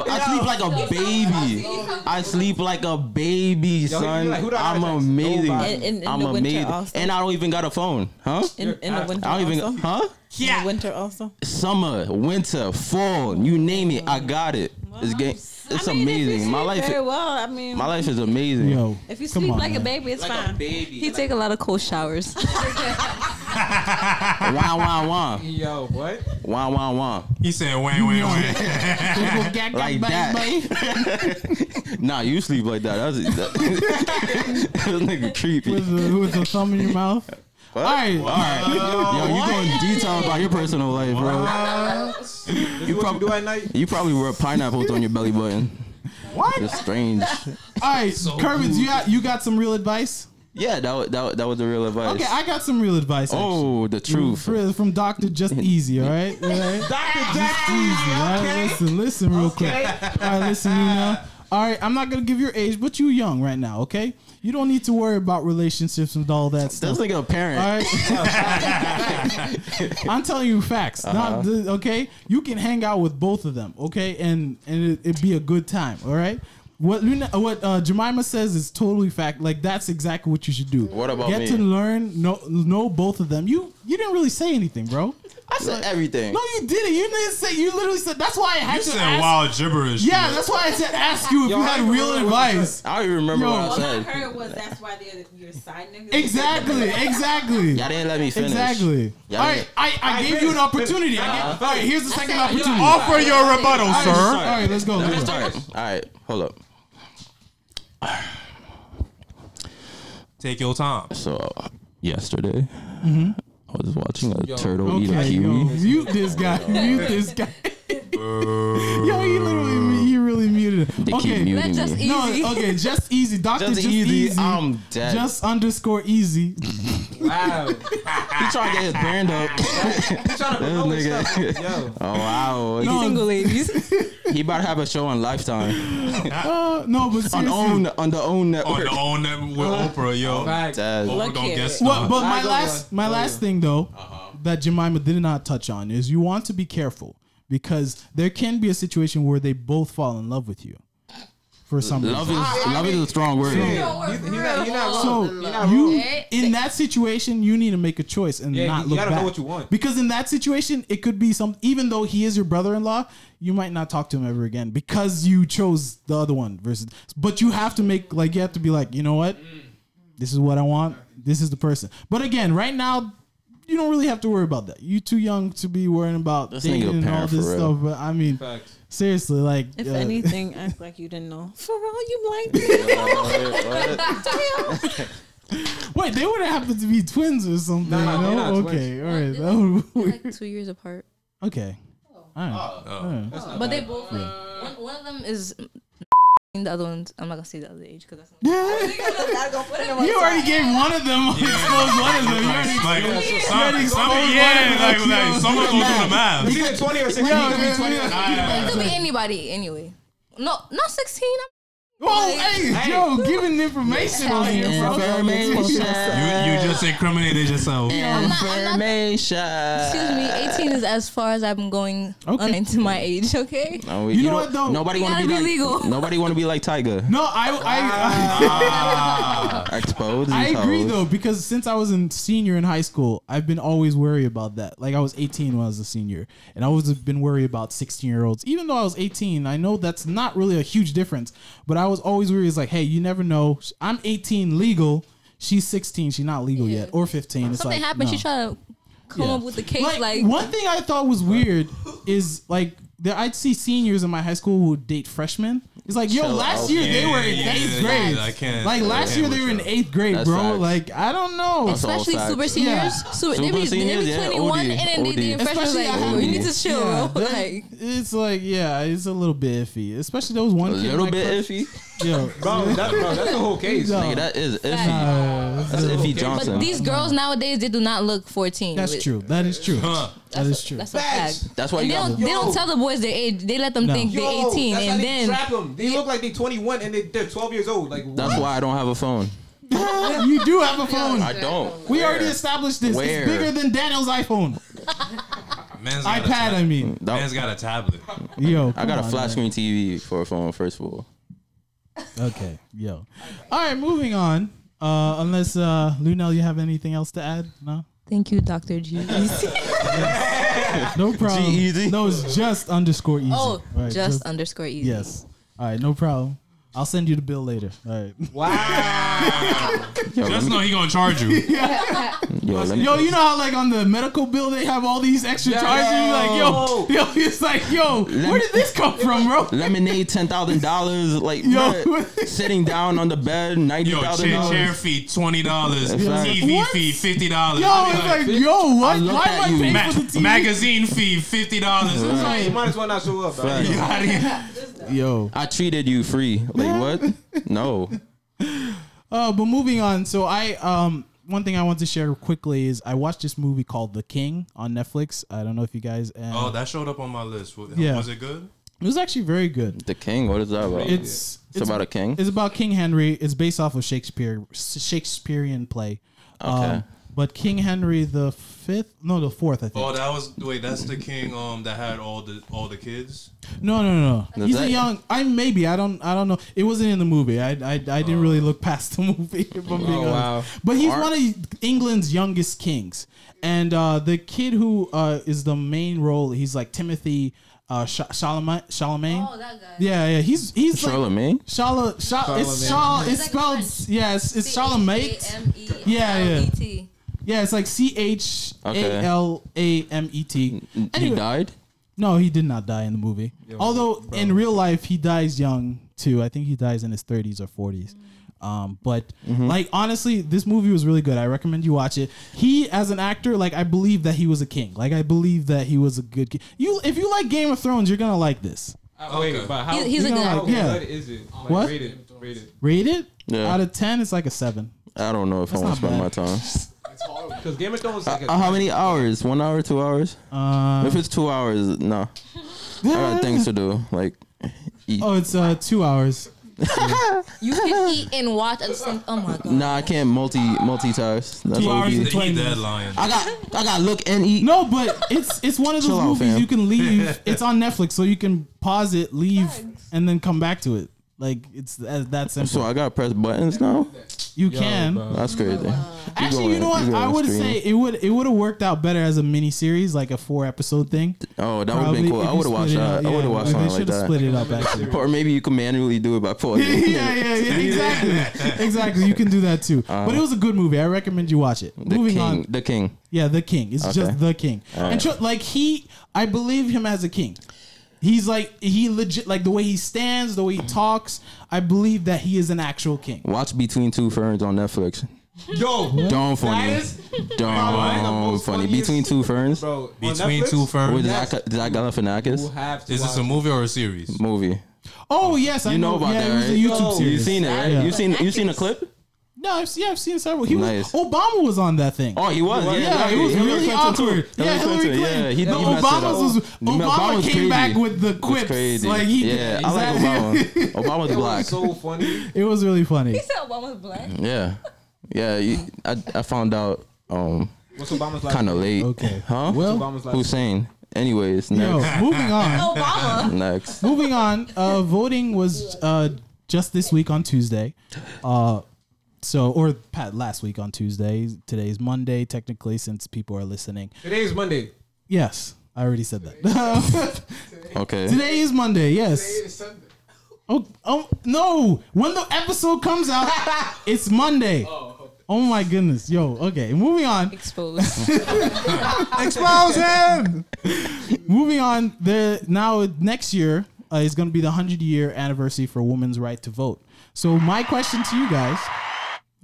[SPEAKER 1] bro, I sleep like a baby. I sleep like a baby,
[SPEAKER 3] he be
[SPEAKER 1] son.
[SPEAKER 3] like, who do I
[SPEAKER 1] I'm
[SPEAKER 3] gotta text?
[SPEAKER 1] amazing.
[SPEAKER 3] Nobody.
[SPEAKER 7] In- in- in
[SPEAKER 1] I'm
[SPEAKER 7] the winter
[SPEAKER 1] amazing.
[SPEAKER 7] also.
[SPEAKER 1] And I don't even got a phone, huh?
[SPEAKER 7] In, in the winter,
[SPEAKER 1] I don't even.
[SPEAKER 7] also?
[SPEAKER 1] Huh?
[SPEAKER 7] In the winter also.
[SPEAKER 1] Summer, winter, fall, you name it, I got it. It's game. It's
[SPEAKER 7] I mean, if you
[SPEAKER 1] amazing. My
[SPEAKER 7] sleep
[SPEAKER 1] life.
[SPEAKER 7] Very well. I mean,
[SPEAKER 1] My life is amazing.
[SPEAKER 2] Yo.
[SPEAKER 7] if you
[SPEAKER 2] Come
[SPEAKER 7] sleep
[SPEAKER 2] on,
[SPEAKER 7] like a
[SPEAKER 2] man.
[SPEAKER 7] baby, it's fine.
[SPEAKER 1] baby.
[SPEAKER 6] He take a lot of cold showers.
[SPEAKER 1] Wah wah wah.
[SPEAKER 3] Yo, what?
[SPEAKER 1] Wah wah wah.
[SPEAKER 4] He said, "Wayne, Wayne, Wayne."
[SPEAKER 1] Like that. nah, you sleep like that. That's that, that nigga creepy.
[SPEAKER 2] with, the, with the thumb in your mouth. All right, all right.
[SPEAKER 1] Yo, you going detail about your personal life, bro.
[SPEAKER 3] You what you do at night?
[SPEAKER 1] You probably wear pineapples on your belly button. What? It's strange.
[SPEAKER 2] All right, Kermit, you got you got some real advice?
[SPEAKER 1] Yeah, that was, that, wa- that was the real advice.
[SPEAKER 2] Okay, I got some real advice. actually.
[SPEAKER 1] oh, the truth.
[SPEAKER 2] Real- from Doctor Just Easy. All right, all right? Doctor Just Easy. All right, listen, listen real quick. All right, listen, you know. All right, I'm not gonna give your age, but you young right now. Okay, you don't need to worry about relationships and all that stuff.
[SPEAKER 1] That's like a parent.
[SPEAKER 2] All right. I'm telling you facts. Not the- okay. You can hang out with both of them. Okay, and and it, it'd be a good time. All right. What Luna, what uh, Jemima says is totally fact. Like that's exactly what you should do.
[SPEAKER 1] What about
[SPEAKER 2] get
[SPEAKER 1] me?
[SPEAKER 2] to learn know know both of them? You you didn't really say anything, bro.
[SPEAKER 1] I said everything.
[SPEAKER 2] No, you didn't. You didn't say. You literally said. That's why I had
[SPEAKER 4] You
[SPEAKER 2] to
[SPEAKER 4] said
[SPEAKER 2] ask.
[SPEAKER 4] wild gibberish.
[SPEAKER 2] Yeah, that's why I had to ask you if
[SPEAKER 3] Yo,
[SPEAKER 2] you
[SPEAKER 3] I
[SPEAKER 2] had
[SPEAKER 3] ain't
[SPEAKER 2] real
[SPEAKER 3] really-
[SPEAKER 2] advice.
[SPEAKER 1] I don't even remember
[SPEAKER 2] Yo.
[SPEAKER 1] what I
[SPEAKER 7] All I
[SPEAKER 1] said.
[SPEAKER 7] heard was that's why they're your side niggas.
[SPEAKER 2] Exactly. Exactly.
[SPEAKER 1] Y'all didn't let me finish.
[SPEAKER 2] Exactly.
[SPEAKER 1] Yeah,
[SPEAKER 2] all
[SPEAKER 1] yeah.
[SPEAKER 2] right, I, I,
[SPEAKER 3] I
[SPEAKER 2] gave
[SPEAKER 3] finished.
[SPEAKER 2] you an opportunity. I gave, all right, here's the second opportunity. All
[SPEAKER 4] Offer your rebuttal,
[SPEAKER 2] right, all
[SPEAKER 4] sir.
[SPEAKER 2] right, let's go. Let's
[SPEAKER 1] All
[SPEAKER 2] go.
[SPEAKER 1] right, all right, hold up.
[SPEAKER 4] Take your time.
[SPEAKER 1] So uh, yesterday, I was watching a turtle eat a
[SPEAKER 2] Okay, yo,
[SPEAKER 1] kiwi.
[SPEAKER 2] mute this guy. Mute this guy. yo, he literally, he really muted. it.
[SPEAKER 1] They keep
[SPEAKER 2] Okay,
[SPEAKER 6] Let
[SPEAKER 1] muting
[SPEAKER 6] just
[SPEAKER 1] me.
[SPEAKER 6] eat.
[SPEAKER 2] no,
[SPEAKER 6] Easy.
[SPEAKER 2] okay, just easy, Doctor,
[SPEAKER 1] Just
[SPEAKER 2] just,
[SPEAKER 1] easy,
[SPEAKER 2] easy,
[SPEAKER 1] I'm dead.
[SPEAKER 2] Just underscore easy.
[SPEAKER 3] Wow. You
[SPEAKER 1] He trying to get his band up.
[SPEAKER 3] trying to promote stuff? Yo.
[SPEAKER 1] oh wow,
[SPEAKER 6] Single ladies.
[SPEAKER 1] he about to have a show on Lifetime
[SPEAKER 2] Uh, no, but seriously,
[SPEAKER 1] on own on the own network.
[SPEAKER 4] On the own network with Oprah, yo.
[SPEAKER 3] Facts.
[SPEAKER 1] Dad.
[SPEAKER 4] Oprah
[SPEAKER 7] Look
[SPEAKER 4] don't
[SPEAKER 7] at
[SPEAKER 4] get
[SPEAKER 7] it.
[SPEAKER 2] Well,
[SPEAKER 4] stuck.
[SPEAKER 2] but my
[SPEAKER 3] go,
[SPEAKER 2] last
[SPEAKER 3] go.
[SPEAKER 2] my
[SPEAKER 3] Go, Uh-huh.
[SPEAKER 2] last
[SPEAKER 3] go.
[SPEAKER 2] thing though that Jemima did not touch on is you want to be careful because there can be a situation where they both fall in love with you for some
[SPEAKER 1] Love is
[SPEAKER 2] reason.
[SPEAKER 1] love is a strong word. though.
[SPEAKER 3] Yeah. He- he not- he not
[SPEAKER 2] So
[SPEAKER 3] wrong. He Oh, not
[SPEAKER 2] you
[SPEAKER 3] wrong.
[SPEAKER 7] Eh,
[SPEAKER 2] in that situation you need to make a choice and
[SPEAKER 3] Yeah,
[SPEAKER 2] not
[SPEAKER 3] you
[SPEAKER 2] look
[SPEAKER 3] gotta know
[SPEAKER 2] back.
[SPEAKER 3] what you want.
[SPEAKER 2] Because in that situation it could be some even though he is your brother-in-law, you might not talk to him ever again because you chose the other one versus but you have to make like you have to be like, you know what? This is what I want. This is the person. But again, right now you don't really have to worry about that. You too young to be worrying about
[SPEAKER 1] This
[SPEAKER 2] dating
[SPEAKER 1] nigga a
[SPEAKER 2] and all
[SPEAKER 1] parent for
[SPEAKER 2] this
[SPEAKER 1] real.
[SPEAKER 2] stuff. But I mean,
[SPEAKER 3] Facts.
[SPEAKER 2] seriously, like
[SPEAKER 7] If
[SPEAKER 2] uh,
[SPEAKER 7] anything, act like you didn't know. For all you like me.
[SPEAKER 2] wait, they would have happened to be twins or something.
[SPEAKER 3] No, no,
[SPEAKER 2] you
[SPEAKER 3] they're
[SPEAKER 2] know?
[SPEAKER 3] not
[SPEAKER 2] okay, all right,
[SPEAKER 6] They're
[SPEAKER 2] that would be weird.
[SPEAKER 6] like two years apart.
[SPEAKER 2] Okay. All right.
[SPEAKER 6] But they both like one, one of them is the other one's I'm not gonna say the other age because that's not
[SPEAKER 2] Oh. You already gave one of them exposed one of them. You already-
[SPEAKER 4] Like,
[SPEAKER 6] Yeah.
[SPEAKER 4] some, some, yeah, like, like, someone goes through the math.
[SPEAKER 3] He's either 20 or 16.
[SPEAKER 2] Yeah,
[SPEAKER 3] He could
[SPEAKER 2] yeah,
[SPEAKER 3] be 20 or
[SPEAKER 2] yeah.
[SPEAKER 6] it could be anybody anyway. No, not sixteen.
[SPEAKER 2] Whoa, hey,
[SPEAKER 3] Hey.
[SPEAKER 2] yo, giving information on here, bro.
[SPEAKER 4] You, you just incriminated yourself.
[SPEAKER 6] I'm not, I'm not,
[SPEAKER 1] Information.
[SPEAKER 6] excuse me, eighteen is as far as I've been going
[SPEAKER 2] Okay.
[SPEAKER 6] on into my age. Okay.
[SPEAKER 1] No, we-
[SPEAKER 2] You
[SPEAKER 1] you
[SPEAKER 2] know
[SPEAKER 1] don't-
[SPEAKER 2] what, though?
[SPEAKER 1] Nobody
[SPEAKER 6] You
[SPEAKER 1] want to
[SPEAKER 6] gotta
[SPEAKER 1] be
[SPEAKER 6] be
[SPEAKER 1] like,
[SPEAKER 6] legal.
[SPEAKER 1] Nobody want to be like Tiger.
[SPEAKER 2] No, I I
[SPEAKER 4] Ah,
[SPEAKER 1] Exposed.
[SPEAKER 2] I, I
[SPEAKER 1] these
[SPEAKER 2] agree
[SPEAKER 1] hoes.
[SPEAKER 2] though because since I was a senior in high school, I've been always worried about that. Like I was 18 when I was a senior, and I always have been worried about 16 year olds. Even though I was 18, I know that's not really a huge difference, but I was always worried. It's like, hey, you never know. I'm 18 legal. She's 16. She's not legal yet, or 15. It's
[SPEAKER 6] Something
[SPEAKER 2] like,
[SPEAKER 6] happened.
[SPEAKER 2] no.
[SPEAKER 6] She tried to come
[SPEAKER 2] Yeah.
[SPEAKER 6] up with the case.
[SPEAKER 2] like,
[SPEAKER 6] Like,
[SPEAKER 2] one thing I thought was weird is like there I'd see seniors in my high school who would date freshmen. It's like, yo,
[SPEAKER 1] Chill
[SPEAKER 2] last
[SPEAKER 1] out.
[SPEAKER 2] year they
[SPEAKER 4] Yeah,
[SPEAKER 2] were in
[SPEAKER 4] yeah,
[SPEAKER 2] eighth
[SPEAKER 4] yeah,
[SPEAKER 2] grade.
[SPEAKER 4] I can't-
[SPEAKER 2] like
[SPEAKER 4] I
[SPEAKER 2] last
[SPEAKER 4] can't
[SPEAKER 2] year they
[SPEAKER 4] with
[SPEAKER 2] were in
[SPEAKER 4] you.
[SPEAKER 2] eighth grade,
[SPEAKER 1] That's
[SPEAKER 2] bro.
[SPEAKER 1] facts.
[SPEAKER 2] Like I don't know.
[SPEAKER 1] That's all
[SPEAKER 6] especially
[SPEAKER 1] facts.
[SPEAKER 6] super
[SPEAKER 2] Yeah.
[SPEAKER 6] seniors. Super, they
[SPEAKER 1] Super
[SPEAKER 6] be,
[SPEAKER 1] seniors,
[SPEAKER 6] they be
[SPEAKER 1] yeah,
[SPEAKER 6] 21
[SPEAKER 1] OD,
[SPEAKER 6] and then they
[SPEAKER 1] OD.
[SPEAKER 6] dating freshmen.
[SPEAKER 2] Especially
[SPEAKER 6] Like,
[SPEAKER 2] at
[SPEAKER 6] yo,
[SPEAKER 2] home.
[SPEAKER 6] you need to chill,
[SPEAKER 2] Yeah,
[SPEAKER 6] bro.
[SPEAKER 2] that-
[SPEAKER 6] Like,
[SPEAKER 2] it's like yeah, it's a little bit iffy. Especially there was one
[SPEAKER 1] A
[SPEAKER 2] kid in
[SPEAKER 1] little
[SPEAKER 2] my
[SPEAKER 1] bit iffy.
[SPEAKER 2] cl- Yo,
[SPEAKER 3] Bro, that, bro, that's the whole case.
[SPEAKER 2] No.
[SPEAKER 1] Nigga, that is iffy.
[SPEAKER 2] uh,
[SPEAKER 1] That's iffy
[SPEAKER 6] but
[SPEAKER 1] Johnson.
[SPEAKER 6] these girls nowadays they do not look 14.
[SPEAKER 2] that's
[SPEAKER 6] It-
[SPEAKER 2] true. That is true.
[SPEAKER 4] Huh.
[SPEAKER 2] That is true.
[SPEAKER 6] That's a fact.
[SPEAKER 1] That's why
[SPEAKER 6] And
[SPEAKER 1] you
[SPEAKER 6] they
[SPEAKER 1] got
[SPEAKER 6] don't, they don't tell the boys their age. They let them
[SPEAKER 2] No.
[SPEAKER 6] think they're 18,
[SPEAKER 3] that's how
[SPEAKER 6] and
[SPEAKER 3] they
[SPEAKER 6] then
[SPEAKER 3] trap them. They look like they're 21 and they, they're 12 years old. Like,
[SPEAKER 1] That's why I don't have a phone.
[SPEAKER 2] you do have a phone.
[SPEAKER 1] I don't.
[SPEAKER 2] We already established this.
[SPEAKER 1] Where?
[SPEAKER 2] It's bigger than Daniel's iPhone,
[SPEAKER 4] Man's got a
[SPEAKER 2] iPad. I
[SPEAKER 4] tab-
[SPEAKER 2] mean,
[SPEAKER 1] That-
[SPEAKER 4] Man's got a tablet.
[SPEAKER 2] yo,
[SPEAKER 1] I got
[SPEAKER 2] come
[SPEAKER 1] a
[SPEAKER 2] on,
[SPEAKER 1] flat
[SPEAKER 2] man.
[SPEAKER 1] screen TV for a phone. First of all,
[SPEAKER 2] Okay, yo. All right, moving on. Uh, unless uh, Lunel, you have anything else to add? No,
[SPEAKER 6] thank you, Doctor G.
[SPEAKER 2] no
[SPEAKER 4] E
[SPEAKER 2] problem.
[SPEAKER 1] G-Eazy?
[SPEAKER 2] No, it's just underscore easy.
[SPEAKER 6] oh,
[SPEAKER 2] All right,
[SPEAKER 6] just underscore easy.
[SPEAKER 2] yes. All right, no problem. I'll send you the bill later. All right.
[SPEAKER 3] wow.
[SPEAKER 1] Yo, let
[SPEAKER 4] Just
[SPEAKER 1] me-
[SPEAKER 4] know he gonna charge you.
[SPEAKER 1] Yo, let me.
[SPEAKER 2] Yo, you know how like on the medical bill they have all these extra charges?
[SPEAKER 3] Yo.
[SPEAKER 2] You're like, yo, yo, it's like, yo, where did this come from, bro?
[SPEAKER 1] Lemonade, ten thousand dollars. Like,
[SPEAKER 2] Yo.
[SPEAKER 1] bruh, sitting down on the bed, ninety
[SPEAKER 4] Yo,
[SPEAKER 1] thousand
[SPEAKER 4] chair, chair
[SPEAKER 1] dollars.
[SPEAKER 4] fee twenty dollars,
[SPEAKER 1] right.
[SPEAKER 4] TV
[SPEAKER 2] What?
[SPEAKER 4] fee fifty dollars,
[SPEAKER 2] Yo, it's like, yo, what?
[SPEAKER 1] looked
[SPEAKER 2] Why
[SPEAKER 1] at
[SPEAKER 2] am I
[SPEAKER 1] you.
[SPEAKER 2] paying
[SPEAKER 4] Ma-
[SPEAKER 2] for the TV?
[SPEAKER 4] magazine fee fifty dollars.
[SPEAKER 3] You might as well not show up. Right.
[SPEAKER 1] Right.
[SPEAKER 2] Yo.
[SPEAKER 1] I treated you free. Like what? No.
[SPEAKER 2] Uh, but moving on. So I um one thing I want to share quickly is I watched this movie called The King on Netflix. I don't know if you guys. Uh,
[SPEAKER 4] Oh, that showed up on my list. Was
[SPEAKER 2] Yeah.
[SPEAKER 4] was it good?
[SPEAKER 2] it was actually very good.
[SPEAKER 1] The king. What is that about?
[SPEAKER 2] It's
[SPEAKER 1] It's about a king?
[SPEAKER 2] It's about King Henry. It's based off of Shakespeare Shakespearean play.
[SPEAKER 1] Okay.
[SPEAKER 2] Um, but King Henry the fifth, no, the fourth, I think.
[SPEAKER 4] Oh, that was wait. That's the king um that had all the all the kids.
[SPEAKER 2] No, no, no.
[SPEAKER 1] Is
[SPEAKER 2] He's a
[SPEAKER 1] that-
[SPEAKER 2] young. I maybe I don't. I don't know. It wasn't in the movie. I I, I didn't really look past the movie. If I'm being honest.
[SPEAKER 3] wow.
[SPEAKER 2] But he's one of England's youngest kings, and uh, the kid who uh, is the main role, he's like Timothy uh, Sh- Charlemagne. Charlemagne.
[SPEAKER 6] Oh, that guy.
[SPEAKER 2] Yeah, yeah. He's he's like
[SPEAKER 1] Charlemagne.
[SPEAKER 2] Charla, Char- It's
[SPEAKER 3] Charlemagne.
[SPEAKER 2] Charl.
[SPEAKER 6] It's
[SPEAKER 2] It's
[SPEAKER 6] like
[SPEAKER 2] spelled
[SPEAKER 6] French.
[SPEAKER 2] yes. It's
[SPEAKER 6] E
[SPEAKER 2] Charlemagne. Yeah, yeah.
[SPEAKER 6] L-E-T.
[SPEAKER 2] Yeah, it's like C H A
[SPEAKER 1] Okay.
[SPEAKER 2] L A M E T.
[SPEAKER 1] He
[SPEAKER 2] Anyway,
[SPEAKER 1] died.
[SPEAKER 2] no, he did not die in the movie. Although in real life he dies young too. I think he dies in his 30s or 40s. Um, but
[SPEAKER 1] Mm-hmm.
[SPEAKER 2] like honestly, this movie was really good. I recommend you watch it. He as an actor, like I believe that he was a king. Like I believe that he was a good king. You if you like Game of Thrones, you're gonna like this.
[SPEAKER 3] Uh, Wait, but how?
[SPEAKER 6] He- He's
[SPEAKER 2] You
[SPEAKER 6] a
[SPEAKER 2] know,
[SPEAKER 6] good
[SPEAKER 2] like,
[SPEAKER 6] actor.
[SPEAKER 2] yeah.
[SPEAKER 3] What is it? Like,
[SPEAKER 2] What?
[SPEAKER 3] Rate it. Rate it.
[SPEAKER 2] Rate it
[SPEAKER 1] Yeah.
[SPEAKER 2] out of ten, it's like a seven.
[SPEAKER 1] I don't know if I want to
[SPEAKER 2] not
[SPEAKER 1] spend my time.
[SPEAKER 3] Because Game of Thrones is like a.
[SPEAKER 1] Uh, how many hours? One hour? Two hours?
[SPEAKER 2] Uh,
[SPEAKER 1] if it's two hours, no. I got things to do. Like, eat.
[SPEAKER 2] oh, it's uh two hours.
[SPEAKER 6] You can eat and watch at the same. Oh my god.
[SPEAKER 1] Nah, I can't multi multitask. That's
[SPEAKER 2] Two
[SPEAKER 1] what
[SPEAKER 2] hours
[SPEAKER 1] we
[SPEAKER 2] and
[SPEAKER 1] be.
[SPEAKER 2] twenty
[SPEAKER 4] He
[SPEAKER 2] minutes.
[SPEAKER 4] dead lion.
[SPEAKER 1] I got I got look and eat.
[SPEAKER 2] No, but it's it's one of those
[SPEAKER 1] Chill out,
[SPEAKER 2] movies
[SPEAKER 1] fam.
[SPEAKER 2] you can leave. It's on Netflix, so you can pause it, leave, and then come back to it. Like it's that, that simple.
[SPEAKER 1] So I gotta press buttons now.
[SPEAKER 2] you can.
[SPEAKER 3] bro.
[SPEAKER 1] That's crazy.
[SPEAKER 2] Actually, you
[SPEAKER 1] going-
[SPEAKER 2] know what?
[SPEAKER 1] you going
[SPEAKER 2] I would
[SPEAKER 1] extreme.
[SPEAKER 2] say it would it would have worked out better as a mini series, like a four episode thing.
[SPEAKER 1] Oh, that would have been cool.
[SPEAKER 2] if
[SPEAKER 1] I
[SPEAKER 2] you
[SPEAKER 1] would have watched
[SPEAKER 2] split it
[SPEAKER 1] that.
[SPEAKER 2] up,
[SPEAKER 1] I
[SPEAKER 2] yeah,
[SPEAKER 1] would have watched
[SPEAKER 2] They
[SPEAKER 1] something like
[SPEAKER 2] should have
[SPEAKER 1] that.
[SPEAKER 2] split it up actually.
[SPEAKER 1] Or maybe you can manually do it by pausing.
[SPEAKER 2] yeah, yeah, yeah, exactly, exactly. You can do that too. but it was a good movie. I recommend you watch it.
[SPEAKER 1] Um, The
[SPEAKER 2] Moving
[SPEAKER 1] king.
[SPEAKER 2] on,
[SPEAKER 1] The king.
[SPEAKER 2] Yeah, the king. It's
[SPEAKER 1] Okay.
[SPEAKER 2] just the king. And tr- like he, I believe him as a king. He's like he legit like the way he stands, the way he talks. I believe that he is an actual king.
[SPEAKER 1] Watch Between Two Ferns on Netflix.
[SPEAKER 3] Yo,
[SPEAKER 1] Don't funny.
[SPEAKER 3] is- the
[SPEAKER 1] Don't
[SPEAKER 3] most
[SPEAKER 1] funny.
[SPEAKER 3] funniest-
[SPEAKER 1] Between Two Ferns. With
[SPEAKER 3] bro.
[SPEAKER 4] Between two
[SPEAKER 1] Zach
[SPEAKER 4] firms.
[SPEAKER 1] Zach
[SPEAKER 3] We'll
[SPEAKER 1] Galifianakis
[SPEAKER 3] have to
[SPEAKER 4] Is this
[SPEAKER 3] watch
[SPEAKER 4] a
[SPEAKER 3] it.
[SPEAKER 4] movie or a series?
[SPEAKER 1] movie.
[SPEAKER 2] Oh yes, I
[SPEAKER 1] You know
[SPEAKER 2] know
[SPEAKER 1] about
[SPEAKER 2] yeah,
[SPEAKER 1] that,
[SPEAKER 2] it was
[SPEAKER 1] right?
[SPEAKER 2] a YouTube
[SPEAKER 1] You
[SPEAKER 3] Yo.
[SPEAKER 2] series.
[SPEAKER 1] seen it, right?
[SPEAKER 2] Yeah.
[SPEAKER 1] You seen you seen a clip?
[SPEAKER 2] No, I've, yeah, I've seen several. He
[SPEAKER 1] Nice.
[SPEAKER 2] was, Obama was on that thing.
[SPEAKER 1] Oh, he was. Yeah,
[SPEAKER 2] yeah,
[SPEAKER 1] exactly.
[SPEAKER 2] it was
[SPEAKER 1] Hillary
[SPEAKER 2] really
[SPEAKER 1] Clinton, too.
[SPEAKER 2] awkward. Yeah, Hillary Clinton.
[SPEAKER 1] Yeah, he,
[SPEAKER 2] the
[SPEAKER 1] he messed it up.
[SPEAKER 2] Obamas was
[SPEAKER 1] The
[SPEAKER 2] Obama
[SPEAKER 1] Obamas
[SPEAKER 2] came
[SPEAKER 1] crazy.
[SPEAKER 2] back with the
[SPEAKER 1] It was
[SPEAKER 2] quips.
[SPEAKER 1] crazy.
[SPEAKER 2] Like he
[SPEAKER 1] yeah,
[SPEAKER 2] did.
[SPEAKER 1] I like Obama. Obama's
[SPEAKER 3] It
[SPEAKER 1] black.
[SPEAKER 3] was so funny.
[SPEAKER 2] It was really funny.
[SPEAKER 6] He said Obama's black.
[SPEAKER 1] Yeah, yeah. You, I I found out um
[SPEAKER 3] What's Obama's like?
[SPEAKER 1] kind of late.
[SPEAKER 2] Okay.
[SPEAKER 1] Huh?
[SPEAKER 2] Well,
[SPEAKER 3] Obama's like.
[SPEAKER 1] Hussein. Anyways,
[SPEAKER 2] yo,
[SPEAKER 1] next.
[SPEAKER 2] moving on.
[SPEAKER 6] Obama.
[SPEAKER 1] Next.
[SPEAKER 2] Moving on, uh, voting was uh, just this week on Tuesday. Uh, so, or Pat, last week on Tuesday. Today's Monday, technically, since people are listening.
[SPEAKER 3] Today's Monday.
[SPEAKER 2] Yes, I already said that.
[SPEAKER 1] Okay.
[SPEAKER 2] Today is Monday, yes. Oh, oh, no. When the episode comes out, it's Monday. Oh, my goodness. Yo, okay, moving on.
[SPEAKER 6] Exposed.
[SPEAKER 2] Explosion. Moving on, the now next year uh, is going to be the hundred year anniversary for women's right to vote. So my question to you guys: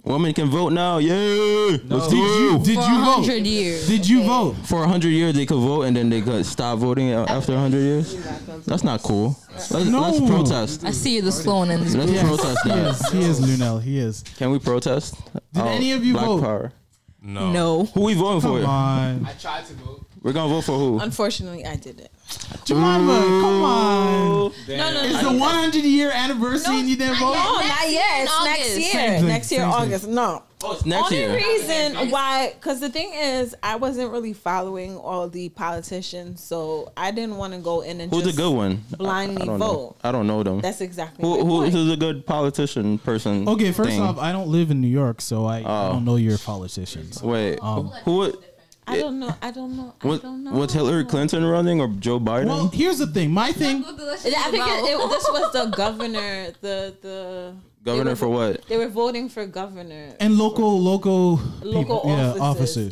[SPEAKER 1] Women can vote now. Yeah. Let's
[SPEAKER 2] Did you
[SPEAKER 1] do.
[SPEAKER 2] did
[SPEAKER 6] For
[SPEAKER 2] you vote?
[SPEAKER 6] 100 years.
[SPEAKER 2] Did you vote?
[SPEAKER 1] For hundred years, they could vote, and then they could stop voting after hundred years. That's not cool. Let's,
[SPEAKER 2] No.
[SPEAKER 1] let's protest.
[SPEAKER 6] I see you the slowing in this.
[SPEAKER 1] Let's
[SPEAKER 2] Yes.
[SPEAKER 1] protest
[SPEAKER 2] He
[SPEAKER 1] that.
[SPEAKER 2] is. He is Lunel. He is.
[SPEAKER 1] Can we protest? Oh,
[SPEAKER 2] Did any of you
[SPEAKER 1] Black
[SPEAKER 2] vote?
[SPEAKER 1] Power.
[SPEAKER 4] No.
[SPEAKER 6] No.
[SPEAKER 1] Who we voting
[SPEAKER 2] Come
[SPEAKER 1] for?
[SPEAKER 2] on,
[SPEAKER 1] We're gonna vote for who?
[SPEAKER 7] Unfortunately, I did it.
[SPEAKER 2] Jemima. Come on.
[SPEAKER 7] No, no, no.
[SPEAKER 2] It's the one hundred year anniversary, and you didn't vote.
[SPEAKER 7] No, Oh, not yet. It's
[SPEAKER 6] August.
[SPEAKER 7] next year.
[SPEAKER 2] Same thing,
[SPEAKER 7] Next year,
[SPEAKER 2] same thing.
[SPEAKER 7] August. No.
[SPEAKER 1] Oh, it's next
[SPEAKER 7] Only
[SPEAKER 1] year.
[SPEAKER 7] reason why, because the thing is, I wasn't really following all the politicians, so I didn't want to go in and
[SPEAKER 1] Who's a
[SPEAKER 7] just
[SPEAKER 1] good one?
[SPEAKER 7] blindly
[SPEAKER 1] I don't know.
[SPEAKER 7] vote.
[SPEAKER 1] I don't know them.
[SPEAKER 7] That's exactly
[SPEAKER 1] Who, who
[SPEAKER 7] my point.
[SPEAKER 1] who's a good politician person?
[SPEAKER 2] Okay, first
[SPEAKER 1] thing?
[SPEAKER 2] off, I don't live in New York, so I, I don't know your politicians.
[SPEAKER 1] wait, who? would-
[SPEAKER 7] I don't know. I don't know. I
[SPEAKER 1] Was,
[SPEAKER 7] don't know.
[SPEAKER 1] was Hillary Clinton running or Joe Biden?
[SPEAKER 2] Well, here's the thing. My thing.
[SPEAKER 7] Yeah, I think it, it- this was the governor. The the
[SPEAKER 1] Governor
[SPEAKER 7] they were-
[SPEAKER 1] for what?
[SPEAKER 7] They were voting for governor.
[SPEAKER 2] and local local
[SPEAKER 7] Local
[SPEAKER 2] people, yeah,
[SPEAKER 7] offices,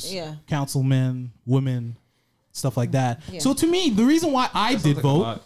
[SPEAKER 2] officers,
[SPEAKER 7] yeah.
[SPEAKER 2] councilmen, women, stuff like that.
[SPEAKER 7] Yeah.
[SPEAKER 2] So to me, the reason why I did vote,
[SPEAKER 4] lot.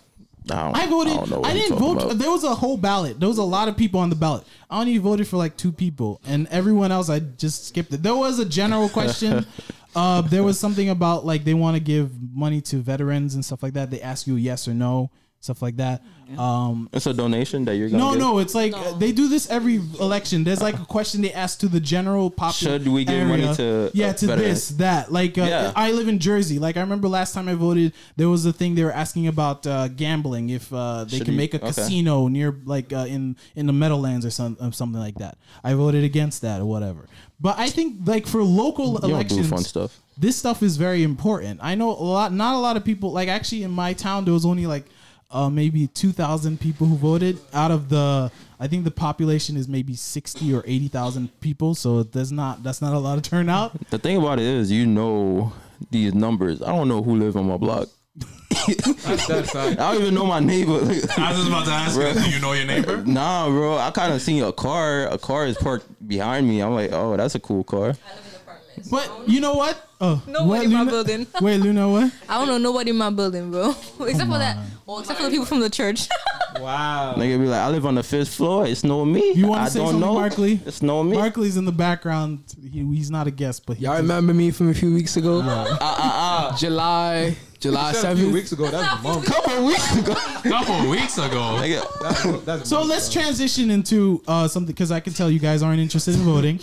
[SPEAKER 1] don't-
[SPEAKER 2] I voted.
[SPEAKER 1] don't know
[SPEAKER 2] I,
[SPEAKER 1] what you're
[SPEAKER 2] didn't
[SPEAKER 1] talking
[SPEAKER 2] vote.
[SPEAKER 1] about.
[SPEAKER 2] There was a whole ballot. There was a lot of people on the ballot. I only voted for like two people, and everyone else I just skipped it. There was a general question. uh, there was something about like they want to give money to veterans and stuff like that. They ask you yes or no, stuff like that. Um,
[SPEAKER 1] It's a donation that you're gonna.
[SPEAKER 2] no,
[SPEAKER 1] give?
[SPEAKER 2] no, it's like uh, they do this every election. There's like a question they ask to the general population.
[SPEAKER 1] Should we give money to,
[SPEAKER 2] yeah
[SPEAKER 1] uh,
[SPEAKER 2] to
[SPEAKER 1] veterans?
[SPEAKER 2] this that like uh,
[SPEAKER 1] Yeah.
[SPEAKER 2] I live in Jersey. Like I remember last time I voted, there was a thing they were asking about uh, gambling if uh, they
[SPEAKER 1] Should
[SPEAKER 2] can
[SPEAKER 1] we-
[SPEAKER 2] make a
[SPEAKER 1] okay.
[SPEAKER 2] casino near like uh, in in the Meadowlands or, some, or something like that. I voted against that or whatever. But I think like for local
[SPEAKER 1] You don't do
[SPEAKER 2] elections,
[SPEAKER 1] fun stuff.
[SPEAKER 2] this stuff is very important. I know a lot, not a lot of people. Like actually, in my town, there was only like uh, maybe two thousand people who voted out of the. I think the population is maybe sixty or eighty thousand people, so there's not that's not a lot of turnout.
[SPEAKER 1] The thing about it is, you know these numbers. I don't know who live on my block.
[SPEAKER 3] That's that side.
[SPEAKER 1] I don't even know my neighbor.
[SPEAKER 4] I was just about to ask you, do you know your neighbor?
[SPEAKER 1] nah, bro. I kind of seen a car. A car is parked behind me. I'm like, oh, that's a cool car.
[SPEAKER 2] But you know what? Oh,
[SPEAKER 6] Nobody
[SPEAKER 2] what,
[SPEAKER 6] in my
[SPEAKER 2] Luna?
[SPEAKER 6] building.
[SPEAKER 2] Wait, Luna, what?
[SPEAKER 6] I don't know nobody in my building, bro. except for that. Well, except for the people from the church.
[SPEAKER 3] Wow.
[SPEAKER 1] Nigga be like, I live on the fifth floor. It's no me.
[SPEAKER 2] You wanna
[SPEAKER 1] I
[SPEAKER 2] say
[SPEAKER 1] don't
[SPEAKER 2] something,
[SPEAKER 1] know.
[SPEAKER 2] Barkley?
[SPEAKER 1] It's no me.
[SPEAKER 2] Barkley's in the background. He, he's not a guest, but he
[SPEAKER 8] Y'all remember me from a few weeks ago? July, July
[SPEAKER 3] That was a few
[SPEAKER 8] seventh.
[SPEAKER 3] weeks ago. That was months.
[SPEAKER 1] Couple weeks ago.
[SPEAKER 4] couple weeks ago.
[SPEAKER 1] Nigga,
[SPEAKER 3] That's
[SPEAKER 2] So let's transition into uh, something because I can tell you guys aren't interested in voting.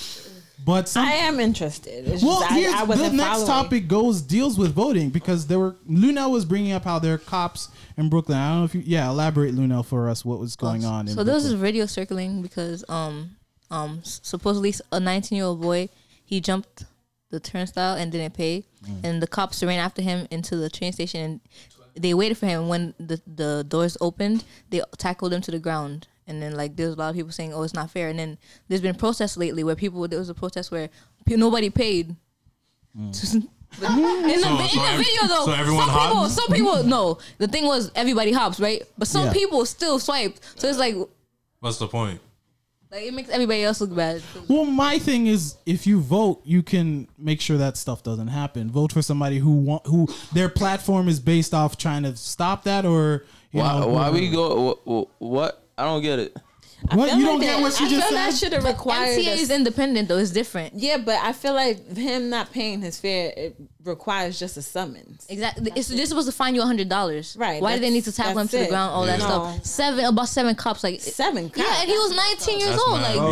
[SPEAKER 2] But some,
[SPEAKER 7] I am interested. It's
[SPEAKER 2] well,
[SPEAKER 7] just,
[SPEAKER 2] here's
[SPEAKER 7] I, I
[SPEAKER 2] the
[SPEAKER 7] wasn't
[SPEAKER 2] next
[SPEAKER 7] following.
[SPEAKER 2] topic goes deals with voting because there were Lunel was bringing up how there are cops in Brooklyn. I don't know if you yeah elaborate Lunel for us what was going on. In
[SPEAKER 6] So there was
[SPEAKER 2] Brooklyn.
[SPEAKER 6] this video circling because um um s- supposedly s- a 19 year old boy he jumped the turnstile and didn't pay,
[SPEAKER 2] Mm.
[SPEAKER 6] and the cops ran after him into the train station and they waited for him. When the the doors opened, they tackled him to the ground. And then like there's a lot of people saying, "Oh, it's not fair." And then there's been protests lately where people there was a protest where pe- nobody paid.
[SPEAKER 2] Mm.
[SPEAKER 6] But in the, in the
[SPEAKER 4] so every-
[SPEAKER 6] video though,
[SPEAKER 4] so everyone
[SPEAKER 6] some people,
[SPEAKER 4] hops?
[SPEAKER 6] some people no. The thing was everybody hops, right? But some
[SPEAKER 2] Yeah.
[SPEAKER 6] people still swiped. So it's like
[SPEAKER 4] What's the point?
[SPEAKER 6] like it makes everybody else look bad.
[SPEAKER 2] Well, my thing is, if you vote, you can make sure that stuff doesn't happen. Vote for somebody who want who their platform is based off trying to stop that, or you
[SPEAKER 1] why,
[SPEAKER 2] know,
[SPEAKER 1] why we go? What, what? I don't get it.
[SPEAKER 2] What
[SPEAKER 7] feel
[SPEAKER 2] you
[SPEAKER 7] like
[SPEAKER 2] don't get
[SPEAKER 7] that-
[SPEAKER 2] what she
[SPEAKER 7] I
[SPEAKER 2] just
[SPEAKER 7] feel that
[SPEAKER 2] said?
[SPEAKER 7] should have required.
[SPEAKER 6] MTA is
[SPEAKER 7] us-
[SPEAKER 6] independent though; it's different.
[SPEAKER 7] yeah, but I feel like him not paying his fare it requires just a summons.
[SPEAKER 6] Exactly. It's, they're supposed to fine you hundred dollars.
[SPEAKER 7] Right,
[SPEAKER 6] Why do they
[SPEAKER 7] that's-
[SPEAKER 6] need to tackle him
[SPEAKER 7] that's
[SPEAKER 6] to the
[SPEAKER 7] it.
[SPEAKER 6] ground? All that
[SPEAKER 7] Yeah. No.
[SPEAKER 6] stuff. Seven about seven cops. Like
[SPEAKER 7] Seven cops.
[SPEAKER 6] Yeah, and he was nineteen years
[SPEAKER 4] That's
[SPEAKER 6] old.
[SPEAKER 4] mad.
[SPEAKER 6] Like
[SPEAKER 4] Oh,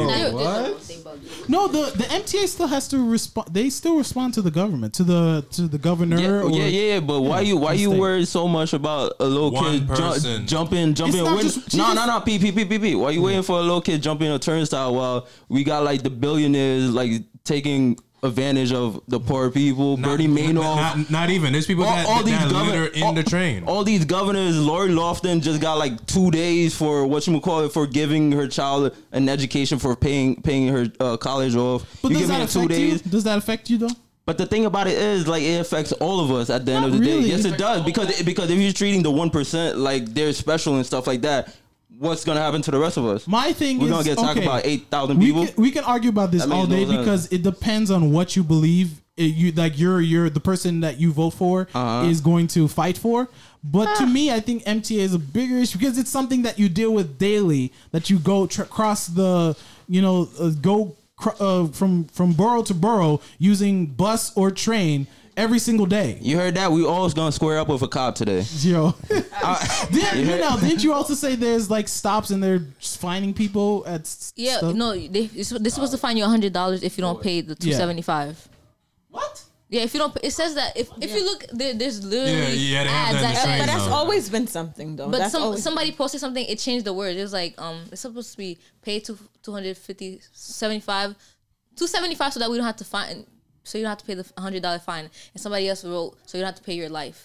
[SPEAKER 6] they're-
[SPEAKER 3] what?
[SPEAKER 2] No, the the MTA still has to respond. They still respond to the government, to the to the governor.
[SPEAKER 1] Yeah, oh,
[SPEAKER 2] or,
[SPEAKER 1] yeah, yeah, but why you why you
[SPEAKER 2] mistake.
[SPEAKER 1] worried so much about a little
[SPEAKER 4] One
[SPEAKER 1] kid ju-
[SPEAKER 4] person.
[SPEAKER 1] jumping jumping?
[SPEAKER 2] not
[SPEAKER 1] win-
[SPEAKER 2] just- she
[SPEAKER 1] no,
[SPEAKER 2] just-
[SPEAKER 1] no, no, p p p p p. Why you waiting for a little kid jumping a turnstile while we got like the billionaires like taking advantage of the poor people?
[SPEAKER 4] Not-
[SPEAKER 1] Bernie Madoff,
[SPEAKER 4] Not, not, not even. There's people
[SPEAKER 1] all,
[SPEAKER 4] that,
[SPEAKER 1] all these
[SPEAKER 4] that
[SPEAKER 1] governors
[SPEAKER 4] litter in the train.
[SPEAKER 1] All these governors, Lori Lofton just got like two days for what you call it for giving her child an education for paying paying her uh, college off.
[SPEAKER 2] But
[SPEAKER 1] you
[SPEAKER 2] does
[SPEAKER 1] give
[SPEAKER 2] that
[SPEAKER 1] me two
[SPEAKER 2] affect you?
[SPEAKER 1] days.
[SPEAKER 2] Does that affect you though?
[SPEAKER 1] But the thing about it is, like, it affects all of us at the end of the
[SPEAKER 2] really. oh.
[SPEAKER 1] day. Yes, it does because because if you're treating the one percent like they're special and stuff like that, what's gonna happen to the rest of us?
[SPEAKER 2] My thing
[SPEAKER 1] We're
[SPEAKER 2] is
[SPEAKER 1] gonna get talked
[SPEAKER 2] okay,
[SPEAKER 1] about 8,000
[SPEAKER 2] we
[SPEAKER 1] people.
[SPEAKER 2] Can, we can argue about this
[SPEAKER 1] That
[SPEAKER 2] all
[SPEAKER 1] makes
[SPEAKER 2] day
[SPEAKER 1] no sense.
[SPEAKER 2] because it depends on what you believe. It- you like you're you're the person that you vote for
[SPEAKER 1] Uh-huh.
[SPEAKER 2] is going to fight for. But to me, I think MTA is a bigger issue because it's something that you deal with daily. That you go tr- cross the you know uh, go cr- uh, from from borough to borough using bus or train every single day.
[SPEAKER 1] You heard that? We all gonna square up with a cop today.
[SPEAKER 2] Yo,
[SPEAKER 1] I- You
[SPEAKER 2] did, you
[SPEAKER 1] heard-
[SPEAKER 2] know, didn't you also say there's like stops and they're just finding people at s-
[SPEAKER 6] yeah,
[SPEAKER 2] stuff?
[SPEAKER 6] no, they this was supposed to fine you hundred dollars if you don't pay the two seventy five.
[SPEAKER 2] What?
[SPEAKER 6] Yeah, if you don't, pay, it says that if if you look, there, there's
[SPEAKER 4] Yeah,
[SPEAKER 6] literally
[SPEAKER 4] yeah, they have that
[SPEAKER 6] ads
[SPEAKER 4] in the
[SPEAKER 6] that
[SPEAKER 4] train,
[SPEAKER 7] But
[SPEAKER 6] say-
[SPEAKER 7] that's
[SPEAKER 4] though.
[SPEAKER 7] always been something though.
[SPEAKER 6] But
[SPEAKER 7] that's
[SPEAKER 6] some
[SPEAKER 7] always-
[SPEAKER 6] somebody posted something. It changed the word. It was like um, it's supposed to be pay to 250 75 275 so that we don't have to find so you don't have to pay the hundred dollar fine. And somebody else wrote so you don't have to pay your life.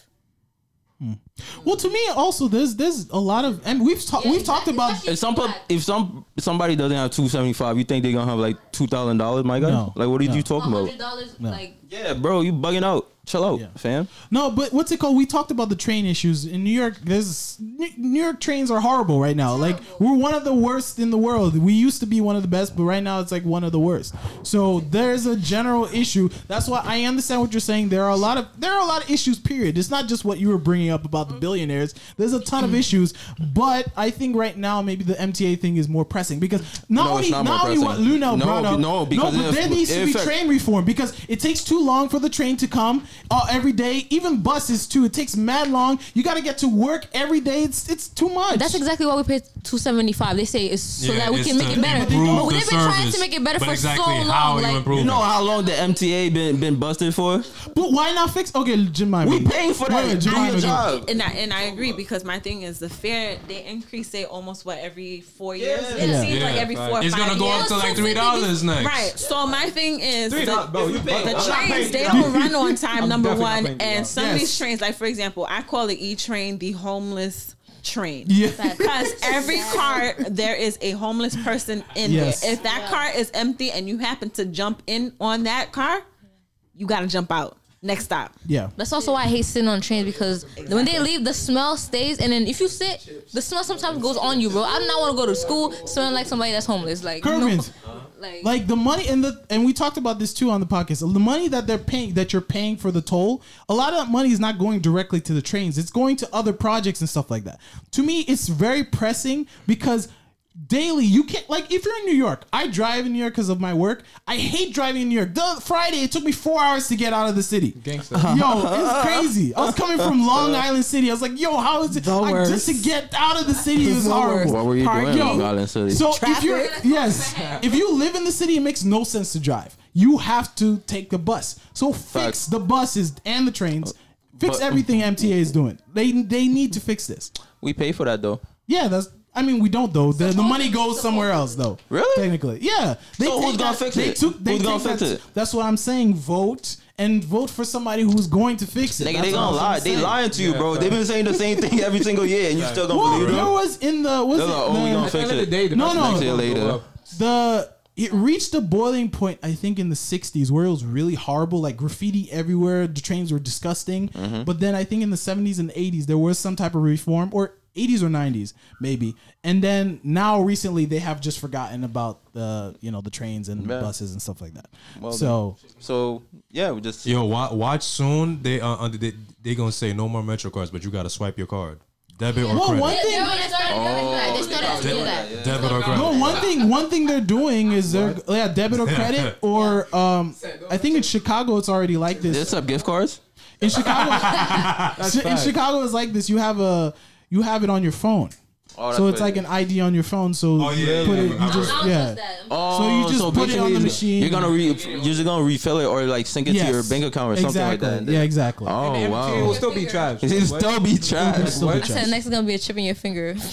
[SPEAKER 2] Well, to me, also there's there's a lot of and we've talked we've talked about
[SPEAKER 1] If some pub- if some somebody doesn't have two seventy five, you think they're gonna have like two thousand dollars, my guy?
[SPEAKER 2] No.
[SPEAKER 1] Like, what are
[SPEAKER 2] No.
[SPEAKER 1] you talking about?
[SPEAKER 6] hundred dollars
[SPEAKER 2] No.
[SPEAKER 6] like
[SPEAKER 1] Yeah, bro, you bugging out. Chill out,
[SPEAKER 2] Yeah.
[SPEAKER 1] fam.
[SPEAKER 2] No, but what's it called? We talked about the train issues in New York. There's New New York trains are horrible right now. Like we're one of the worst in the world. We used to be one of the best, but right now it's like one of the worst. So there's a general issue. That's why I understand what you're saying. There are a lot of there are a lot of issues. Period. It's not just what you were bringing up about the billionaires. There's a ton of issues, but I think right now maybe the MTA thing is more pressing because not
[SPEAKER 1] No,
[SPEAKER 2] only
[SPEAKER 1] it's
[SPEAKER 2] not,
[SPEAKER 1] not more
[SPEAKER 2] only what
[SPEAKER 1] pressing.
[SPEAKER 2] Luna
[SPEAKER 1] No,
[SPEAKER 2] brought up.
[SPEAKER 1] no, because
[SPEAKER 2] but
[SPEAKER 1] if-
[SPEAKER 2] there needs to
[SPEAKER 1] if
[SPEAKER 2] be
[SPEAKER 1] it-
[SPEAKER 2] train train reform because it takes too long for the train to come uh, every day. Even buses too. It takes mad long. You got to get to work every day. It's it's too much.
[SPEAKER 6] That's exactly why we pay two seventy five. They say it's so
[SPEAKER 4] Yeah,
[SPEAKER 6] that we
[SPEAKER 4] it's
[SPEAKER 6] can
[SPEAKER 4] to
[SPEAKER 6] make it better.
[SPEAKER 4] improve
[SPEAKER 6] But
[SPEAKER 4] the
[SPEAKER 6] we've been trying to
[SPEAKER 4] service.
[SPEAKER 6] make it better
[SPEAKER 4] But
[SPEAKER 6] for
[SPEAKER 4] exactly
[SPEAKER 6] so
[SPEAKER 4] how
[SPEAKER 6] long.
[SPEAKER 4] you
[SPEAKER 6] Like,
[SPEAKER 4] improve
[SPEAKER 1] You know how long the MTA been been busted for?
[SPEAKER 2] But why not fix? Okay, Jim. Mime.
[SPEAKER 1] We paying for that.
[SPEAKER 2] Wait,
[SPEAKER 1] Do
[SPEAKER 2] Jemima,
[SPEAKER 1] your job.
[SPEAKER 7] And I, and I agree because my thing is the fare they increase it almost what every four years. It
[SPEAKER 2] Yeah.
[SPEAKER 7] seems like
[SPEAKER 4] Yeah,
[SPEAKER 7] every
[SPEAKER 4] right.
[SPEAKER 7] four. Or
[SPEAKER 4] It's
[SPEAKER 7] five
[SPEAKER 4] gonna go
[SPEAKER 7] years.
[SPEAKER 4] up to like three dollars next.
[SPEAKER 7] Right. So my thing is the,
[SPEAKER 1] Bro, you paying.
[SPEAKER 7] the
[SPEAKER 1] I'm not
[SPEAKER 7] trains
[SPEAKER 1] paying.
[SPEAKER 7] they don't run on time. number
[SPEAKER 3] definitely not
[SPEAKER 7] one,
[SPEAKER 3] paying you
[SPEAKER 7] and
[SPEAKER 3] dollars.
[SPEAKER 7] some of
[SPEAKER 2] Yes.
[SPEAKER 7] these trains, like for example, I call the E train the homeless train.
[SPEAKER 2] Yeah.
[SPEAKER 7] Because every car there is a homeless person in
[SPEAKER 2] Yes.
[SPEAKER 7] there. If that car is empty and you happen to jump in on that car, you gotta jump out. Next stop.
[SPEAKER 2] Yeah.
[SPEAKER 6] That's also why I hate sitting on trains because when they leave, the smell stays, and then if you sit, the smell sometimes goes on you, bro. I do not want to go to school smelling like somebody that's homeless. Like, no.
[SPEAKER 2] Kermit.
[SPEAKER 6] like,
[SPEAKER 2] Like the money and the and we talked about this too on the podcast. The money that they're paying that you're paying for the toll, a lot of that money is not going directly to the trains. It's going to other projects and stuff like that. To me, it's very pressing because daily you can't like if you're in New York. I drive in New York because of my work. I hate driving in New York. The Friday it took me four hours to get out of the city.
[SPEAKER 3] Gangsta.
[SPEAKER 2] Yo, it's crazy. I was coming from Long Island City. I was like, yo, how is it?
[SPEAKER 8] The
[SPEAKER 2] I, just
[SPEAKER 8] worst.
[SPEAKER 2] to get out of the city is
[SPEAKER 8] The
[SPEAKER 2] horrible.
[SPEAKER 8] worst.
[SPEAKER 1] What were you doing in
[SPEAKER 2] Yo,
[SPEAKER 1] Long Island City?
[SPEAKER 2] So if you're yes, if you live in the city, it makes no sense to drive. You have to take the bus. So fix
[SPEAKER 1] Facts. Uh,
[SPEAKER 2] the buses and the trains. Fix
[SPEAKER 1] But- um,
[SPEAKER 2] everything MTA is doing. They they need to fix this.
[SPEAKER 1] we pay for that though.
[SPEAKER 2] Yeah, that's. I mean, we don't though. The, the money goes somewhere else though.
[SPEAKER 1] Really?
[SPEAKER 2] Technically, yeah. They
[SPEAKER 1] So who's
[SPEAKER 2] take
[SPEAKER 1] gonna
[SPEAKER 2] that-
[SPEAKER 1] fix
[SPEAKER 2] they
[SPEAKER 1] it?
[SPEAKER 2] Took, they
[SPEAKER 1] Who's gonna
[SPEAKER 2] take
[SPEAKER 1] fix
[SPEAKER 2] that-
[SPEAKER 1] it?
[SPEAKER 2] That's what I'm saying. Vote and vote for somebody who's going to fix it.
[SPEAKER 1] Nigga,
[SPEAKER 2] That's
[SPEAKER 1] they
[SPEAKER 2] what
[SPEAKER 1] gonna
[SPEAKER 2] I'm
[SPEAKER 1] lie. They
[SPEAKER 2] saying.
[SPEAKER 1] lying to you, bro. They've been saying the same thing every single year, and you still don't
[SPEAKER 2] Well,
[SPEAKER 1] believe
[SPEAKER 2] there
[SPEAKER 1] them.
[SPEAKER 2] was in the was
[SPEAKER 1] They're like, oh, we
[SPEAKER 2] it
[SPEAKER 1] gonna
[SPEAKER 2] the,
[SPEAKER 1] fix
[SPEAKER 3] End of the day, the
[SPEAKER 2] No,
[SPEAKER 3] bus
[SPEAKER 2] no.
[SPEAKER 3] next
[SPEAKER 2] Next
[SPEAKER 1] year
[SPEAKER 3] to
[SPEAKER 1] later.
[SPEAKER 3] go up.
[SPEAKER 2] the it reached a boiling point i think in the 60s where it was really horrible like graffiti everywhere the trains were disgusting
[SPEAKER 1] Mm-hmm.
[SPEAKER 2] but then i think in the 70s and 80s there was some type of reform or 80s or 90s maybe and then now recently they have just forgotten about the you know the trains and the
[SPEAKER 1] Yeah.
[SPEAKER 2] buses and stuff like that
[SPEAKER 1] Well
[SPEAKER 2] so
[SPEAKER 1] So yeah, we just
[SPEAKER 4] Yo, wa- watch soon. They uh, uh, they they gonna say no more Metro cards, but you gotta swipe your card, debit or
[SPEAKER 2] Well,
[SPEAKER 4] credit.
[SPEAKER 2] one
[SPEAKER 6] They- they
[SPEAKER 2] thing
[SPEAKER 6] already started
[SPEAKER 3] Oh.
[SPEAKER 6] doing that. They started to do that.
[SPEAKER 4] Debit or credit.
[SPEAKER 2] No, one thing one thing they're doing is they're yeah debit or credit or um I think in Chicago it's already like this.
[SPEAKER 1] This up gift cards?
[SPEAKER 2] In Chicago, Chi- in Chicago it's like this. You have a you have it on your phone,
[SPEAKER 1] Oh, that's
[SPEAKER 2] so it's
[SPEAKER 1] what
[SPEAKER 2] like
[SPEAKER 1] it
[SPEAKER 2] an
[SPEAKER 1] is.
[SPEAKER 2] ID on your phone. So
[SPEAKER 4] Oh, yeah,
[SPEAKER 2] you put
[SPEAKER 4] yeah,
[SPEAKER 2] it.
[SPEAKER 4] yeah.
[SPEAKER 2] You just
[SPEAKER 6] I don't
[SPEAKER 2] yeah.
[SPEAKER 6] trust that.
[SPEAKER 1] Oh,
[SPEAKER 2] So you just put it on the
[SPEAKER 1] basically,
[SPEAKER 2] machine.
[SPEAKER 1] You're gonna re, you're just gonna refill it or like sync it
[SPEAKER 2] Yes.
[SPEAKER 1] to your bank account or something like
[SPEAKER 2] exactly.
[SPEAKER 1] that.
[SPEAKER 2] Yeah, exactly.
[SPEAKER 1] Oh
[SPEAKER 3] It will
[SPEAKER 1] wow.
[SPEAKER 3] still be trash.
[SPEAKER 1] He's still be
[SPEAKER 2] It'll
[SPEAKER 1] trash.
[SPEAKER 2] still be
[SPEAKER 3] What?
[SPEAKER 6] I
[SPEAKER 2] trash.
[SPEAKER 6] said next is gonna be a chip in your finger.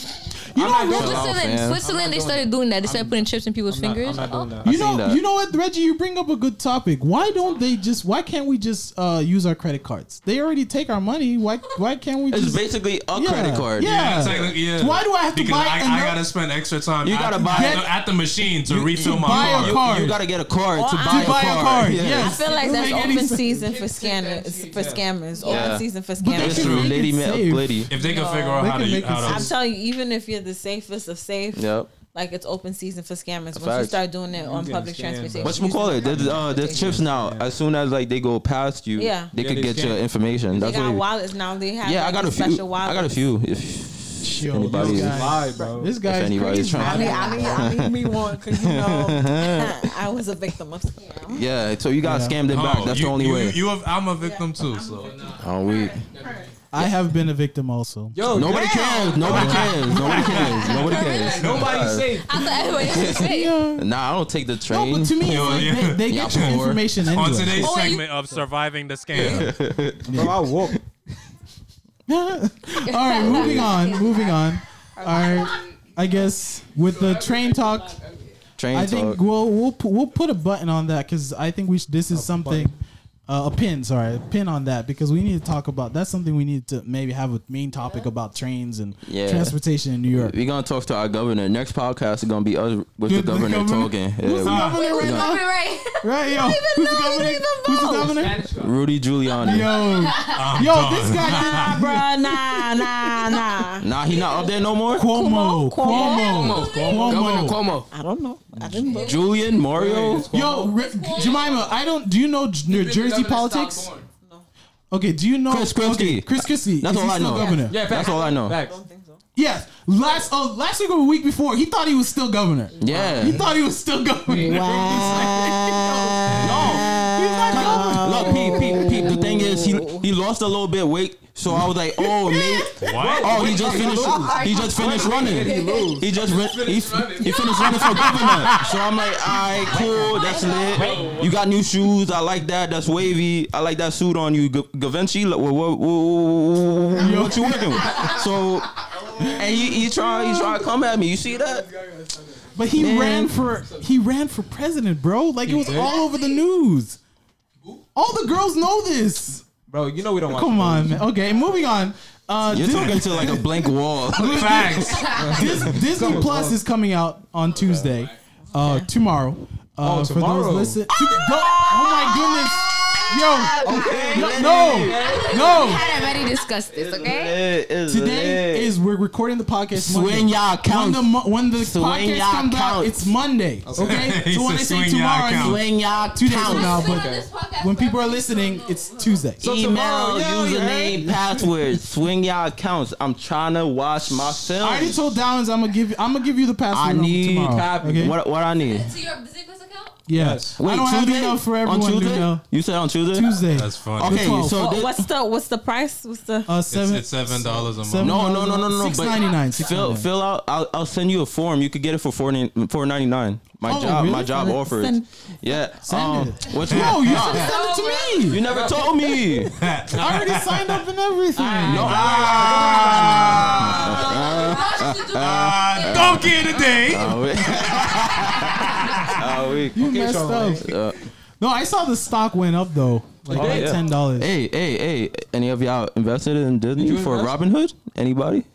[SPEAKER 2] You know,
[SPEAKER 1] that.
[SPEAKER 3] doing
[SPEAKER 1] man.
[SPEAKER 2] what-
[SPEAKER 6] Switzerland,
[SPEAKER 1] I'm
[SPEAKER 6] Switzerland, they started doing that. They started putting chips in people's
[SPEAKER 3] I'm not-
[SPEAKER 6] fingers.
[SPEAKER 3] I'm not doing
[SPEAKER 6] Oh.
[SPEAKER 3] that.
[SPEAKER 2] you
[SPEAKER 1] seen
[SPEAKER 2] know,
[SPEAKER 1] that.
[SPEAKER 2] you know what, Reggie? You bring up a good topic. Why don't they just? Why can't we just uh, use our credit cards? They already take our money. Why? Why can't we
[SPEAKER 1] It's
[SPEAKER 2] just?
[SPEAKER 1] basically a
[SPEAKER 2] Yeah,
[SPEAKER 1] credit card.
[SPEAKER 2] Yeah.
[SPEAKER 4] Technically, yeah.
[SPEAKER 2] Why do I have to
[SPEAKER 4] because
[SPEAKER 2] buy
[SPEAKER 4] I, I
[SPEAKER 2] another-
[SPEAKER 4] gotta spend extra time.
[SPEAKER 1] You
[SPEAKER 4] at-
[SPEAKER 1] gotta buy-
[SPEAKER 4] at, the- at the machine to refill my
[SPEAKER 2] buy a
[SPEAKER 4] card.
[SPEAKER 1] You,
[SPEAKER 2] Card.
[SPEAKER 1] you gotta get a card to
[SPEAKER 7] Or
[SPEAKER 1] buy,
[SPEAKER 7] to
[SPEAKER 2] buy a card,
[SPEAKER 1] Yeah.
[SPEAKER 2] yes.
[SPEAKER 7] I feel like
[SPEAKER 2] It
[SPEAKER 7] that's
[SPEAKER 2] doesn't make
[SPEAKER 7] open
[SPEAKER 2] any sense.
[SPEAKER 7] season for scammers. For scammers,
[SPEAKER 1] Yeah.
[SPEAKER 7] open season for
[SPEAKER 1] That's
[SPEAKER 7] scammers.
[SPEAKER 2] can
[SPEAKER 4] true.
[SPEAKER 2] make it
[SPEAKER 1] Lady, ma-
[SPEAKER 2] safe.
[SPEAKER 1] lady.
[SPEAKER 4] If they can figure out
[SPEAKER 2] They
[SPEAKER 4] how
[SPEAKER 2] can
[SPEAKER 4] to,
[SPEAKER 2] make
[SPEAKER 4] how
[SPEAKER 2] it
[SPEAKER 4] to
[SPEAKER 7] I'm telling you, even if you're the safest of safe,
[SPEAKER 1] Yep.
[SPEAKER 7] like it's open season for scammers. Once you
[SPEAKER 1] Facts.
[SPEAKER 7] start doing it on
[SPEAKER 3] getting
[SPEAKER 7] public
[SPEAKER 3] scammed, bro.
[SPEAKER 7] transportation,
[SPEAKER 1] What you call it? There's, uh, there's chips now. As soon as like they go past you,
[SPEAKER 7] Yeah.
[SPEAKER 1] they
[SPEAKER 3] Yeah,
[SPEAKER 1] could
[SPEAKER 3] they
[SPEAKER 1] get your
[SPEAKER 3] scan.
[SPEAKER 1] information.
[SPEAKER 7] they
[SPEAKER 1] That's
[SPEAKER 7] got
[SPEAKER 1] what.
[SPEAKER 7] wallets now. They have
[SPEAKER 1] Yeah,
[SPEAKER 7] like
[SPEAKER 1] I got a few.
[SPEAKER 7] special wallet.
[SPEAKER 1] I got a few. If
[SPEAKER 2] Yo,
[SPEAKER 1] Anybody-
[SPEAKER 2] this guy,
[SPEAKER 3] Lie, bro.
[SPEAKER 2] this
[SPEAKER 1] if
[SPEAKER 2] guy is
[SPEAKER 1] anybody's
[SPEAKER 2] crazy.
[SPEAKER 1] trying.
[SPEAKER 7] I need, I need, I need me one because you know I was a victim of scam.
[SPEAKER 1] Yeah, so you got
[SPEAKER 2] Yeah.
[SPEAKER 1] to scam them back.
[SPEAKER 4] Oh,
[SPEAKER 1] That's
[SPEAKER 4] you,
[SPEAKER 1] the only
[SPEAKER 4] you,
[SPEAKER 1] way.
[SPEAKER 4] You have, I'm a victim too. So
[SPEAKER 1] oh, we.
[SPEAKER 2] I have been a victim also.
[SPEAKER 3] Yo,
[SPEAKER 1] Nobody
[SPEAKER 3] damn,
[SPEAKER 1] cares. Nobody cares. Nobody cares. Nobody cares.
[SPEAKER 3] Nobody's safe.
[SPEAKER 6] I thought everybody else was fake.
[SPEAKER 2] Yeah.
[SPEAKER 1] Nah, I don't take the train.
[SPEAKER 2] No, but to me,
[SPEAKER 4] Yo,
[SPEAKER 2] it's like
[SPEAKER 4] yeah.
[SPEAKER 2] they, they
[SPEAKER 1] Yeah,
[SPEAKER 2] get your
[SPEAKER 1] poor.
[SPEAKER 2] information anyway.
[SPEAKER 4] on today's
[SPEAKER 6] Oh, wait, you-
[SPEAKER 4] segment of surviving the scam,
[SPEAKER 3] Bro, I walk.
[SPEAKER 2] All right, moving on. Moving on. All right. I guess with the train talk,
[SPEAKER 1] train
[SPEAKER 2] I
[SPEAKER 1] talk.
[SPEAKER 2] think we'll we'll pu- we'll put a button on that because I think we should, this is something. uh, a pin, sorry, a pin on that because we need to talk about that's something we need to maybe have a main topic about trains and
[SPEAKER 1] Yeah.
[SPEAKER 2] transportation in New York.
[SPEAKER 1] We're gonna talk to our governor. Next podcast is gonna be us with the
[SPEAKER 2] Good, the
[SPEAKER 1] governor
[SPEAKER 2] governor?
[SPEAKER 1] talking. Yeah,
[SPEAKER 2] Who's the
[SPEAKER 1] we-
[SPEAKER 2] governor right now? Right, yo. Who's the governor? Who's the governor?
[SPEAKER 1] Rudy Giuliani.
[SPEAKER 2] Yo,
[SPEAKER 4] I'm
[SPEAKER 2] yo,
[SPEAKER 4] done.
[SPEAKER 2] this guy did
[SPEAKER 7] Bruh, nah, nah, nah.
[SPEAKER 1] Nah, he not up there no more.
[SPEAKER 2] Cuomo, Cuomo,
[SPEAKER 8] Governor
[SPEAKER 2] Cuomo.
[SPEAKER 8] Cuomo.
[SPEAKER 7] I don't know. I didn't vote.
[SPEAKER 1] Julian Mario.
[SPEAKER 2] Yo, Rick, Jemima, I don't. Do you know J- New Jersey politics? Okay, do you know
[SPEAKER 1] Chris Christie.
[SPEAKER 2] okay, Chris Christie.
[SPEAKER 1] That's
[SPEAKER 2] is
[SPEAKER 1] all
[SPEAKER 2] he
[SPEAKER 1] I
[SPEAKER 2] still
[SPEAKER 1] know.
[SPEAKER 2] Governor.
[SPEAKER 3] Yeah,
[SPEAKER 1] That's all I know.
[SPEAKER 3] Facts.
[SPEAKER 7] Oh,
[SPEAKER 2] Yes. Last uh, last week or the week before, he thought he was still governor. He
[SPEAKER 1] Yeah.
[SPEAKER 2] thought he was still governor.
[SPEAKER 1] No.
[SPEAKER 2] He's not governor.
[SPEAKER 1] Look, Pete, Pete, Pete. The thing is, he he lost a little bit weight, so I was like, oh, maybe.
[SPEAKER 4] What?
[SPEAKER 1] Oh, he just finished. He just finished running. He just re- he, he finished running for governor. So I'm like, all right, cool, that's lit. You got new shoes. I like that. That's wavy. I like that suit on you, G- Gavinci. What, what, what, what, what you working with? So, and he, he try he try to come at me. You see that?
[SPEAKER 2] But he
[SPEAKER 1] Man.
[SPEAKER 2] ran for he ran for president, bro. Like it was all over the news. All the girls know this.
[SPEAKER 3] Bro, you know we don't want
[SPEAKER 2] Come on, man. Okay, moving on. Uh,
[SPEAKER 1] You're
[SPEAKER 2] Dis-
[SPEAKER 1] talking to like a blank wall.
[SPEAKER 4] Facts.
[SPEAKER 2] Dis- Disney Plus is coming out on Tuesday, uh, tomorrow. Uh,
[SPEAKER 3] Oh,
[SPEAKER 2] for
[SPEAKER 3] tomorrow.
[SPEAKER 2] those listen, to- don't- oh my goodness, yo, no, no.
[SPEAKER 9] had already discussed this, okay?
[SPEAKER 2] Today is we're recording the podcast.
[SPEAKER 1] Swing
[SPEAKER 2] Monday.
[SPEAKER 1] y'all
[SPEAKER 2] When
[SPEAKER 1] counts.
[SPEAKER 2] the, mo- when the
[SPEAKER 1] Swing
[SPEAKER 2] podcast
[SPEAKER 1] y'all
[SPEAKER 2] comes out,
[SPEAKER 1] counts.
[SPEAKER 2] it's Monday. Okay,
[SPEAKER 4] He
[SPEAKER 2] so when I
[SPEAKER 4] said
[SPEAKER 2] say
[SPEAKER 4] swing y'all
[SPEAKER 2] tomorrow, it's
[SPEAKER 4] counts.
[SPEAKER 1] swing y'all
[SPEAKER 2] two days from
[SPEAKER 1] counts.
[SPEAKER 2] now, but when people are listening, it's Tuesday. So
[SPEAKER 1] Email,
[SPEAKER 3] tomorrow, yeah, you
[SPEAKER 1] username, password, swing y'all accounts. I'm trying to wash my film.
[SPEAKER 2] I already told Downs I'm gonna give you, I'm gonna give you the password
[SPEAKER 1] I
[SPEAKER 2] number
[SPEAKER 1] need
[SPEAKER 2] tomorrow.
[SPEAKER 3] copy.
[SPEAKER 2] Okay?
[SPEAKER 1] What what I need?
[SPEAKER 9] To your Disney Plus account?
[SPEAKER 2] Yes.
[SPEAKER 1] Wait,
[SPEAKER 2] I don't have
[SPEAKER 1] Tuesday?
[SPEAKER 2] enough for
[SPEAKER 1] on
[SPEAKER 2] everyone.
[SPEAKER 1] Tuesday?
[SPEAKER 2] Tuesday.
[SPEAKER 1] You said on Tuesday?
[SPEAKER 2] Tuesday.
[SPEAKER 4] That's funny.
[SPEAKER 1] Okay,
[SPEAKER 2] The 12th.
[SPEAKER 1] so
[SPEAKER 7] What,
[SPEAKER 1] thi-
[SPEAKER 7] what's the what's the price? What's the
[SPEAKER 2] Uh,
[SPEAKER 4] It's,
[SPEAKER 2] seven.
[SPEAKER 4] it's seven dollars a month.
[SPEAKER 2] seven
[SPEAKER 1] no, no, no, no, no.
[SPEAKER 2] Six ninety nine.
[SPEAKER 1] But fill fill out. I'll, I'll send you a form. You could get it for four four ninety nine. My
[SPEAKER 2] Oh,
[SPEAKER 1] job, my
[SPEAKER 2] really?
[SPEAKER 1] job offers.
[SPEAKER 7] Send-
[SPEAKER 1] yeah.
[SPEAKER 2] Send
[SPEAKER 1] um,
[SPEAKER 2] it.
[SPEAKER 1] Which
[SPEAKER 2] No,
[SPEAKER 1] one?
[SPEAKER 2] you should send it to me.
[SPEAKER 1] You never told me.
[SPEAKER 2] I already signed up and everything.
[SPEAKER 1] uh,
[SPEAKER 7] Ah!
[SPEAKER 4] Don't get it today.
[SPEAKER 1] Oh, wait. Oh, wait.
[SPEAKER 2] You messed up.
[SPEAKER 1] Uh,
[SPEAKER 2] No, I saw the stock went up though, like
[SPEAKER 1] Oh,
[SPEAKER 2] by
[SPEAKER 1] yeah.
[SPEAKER 2] ten dollars.
[SPEAKER 1] Hey, hey, hey! Any of y'all invested in Disney for
[SPEAKER 3] invest?
[SPEAKER 1] Robin Hood? Anybody?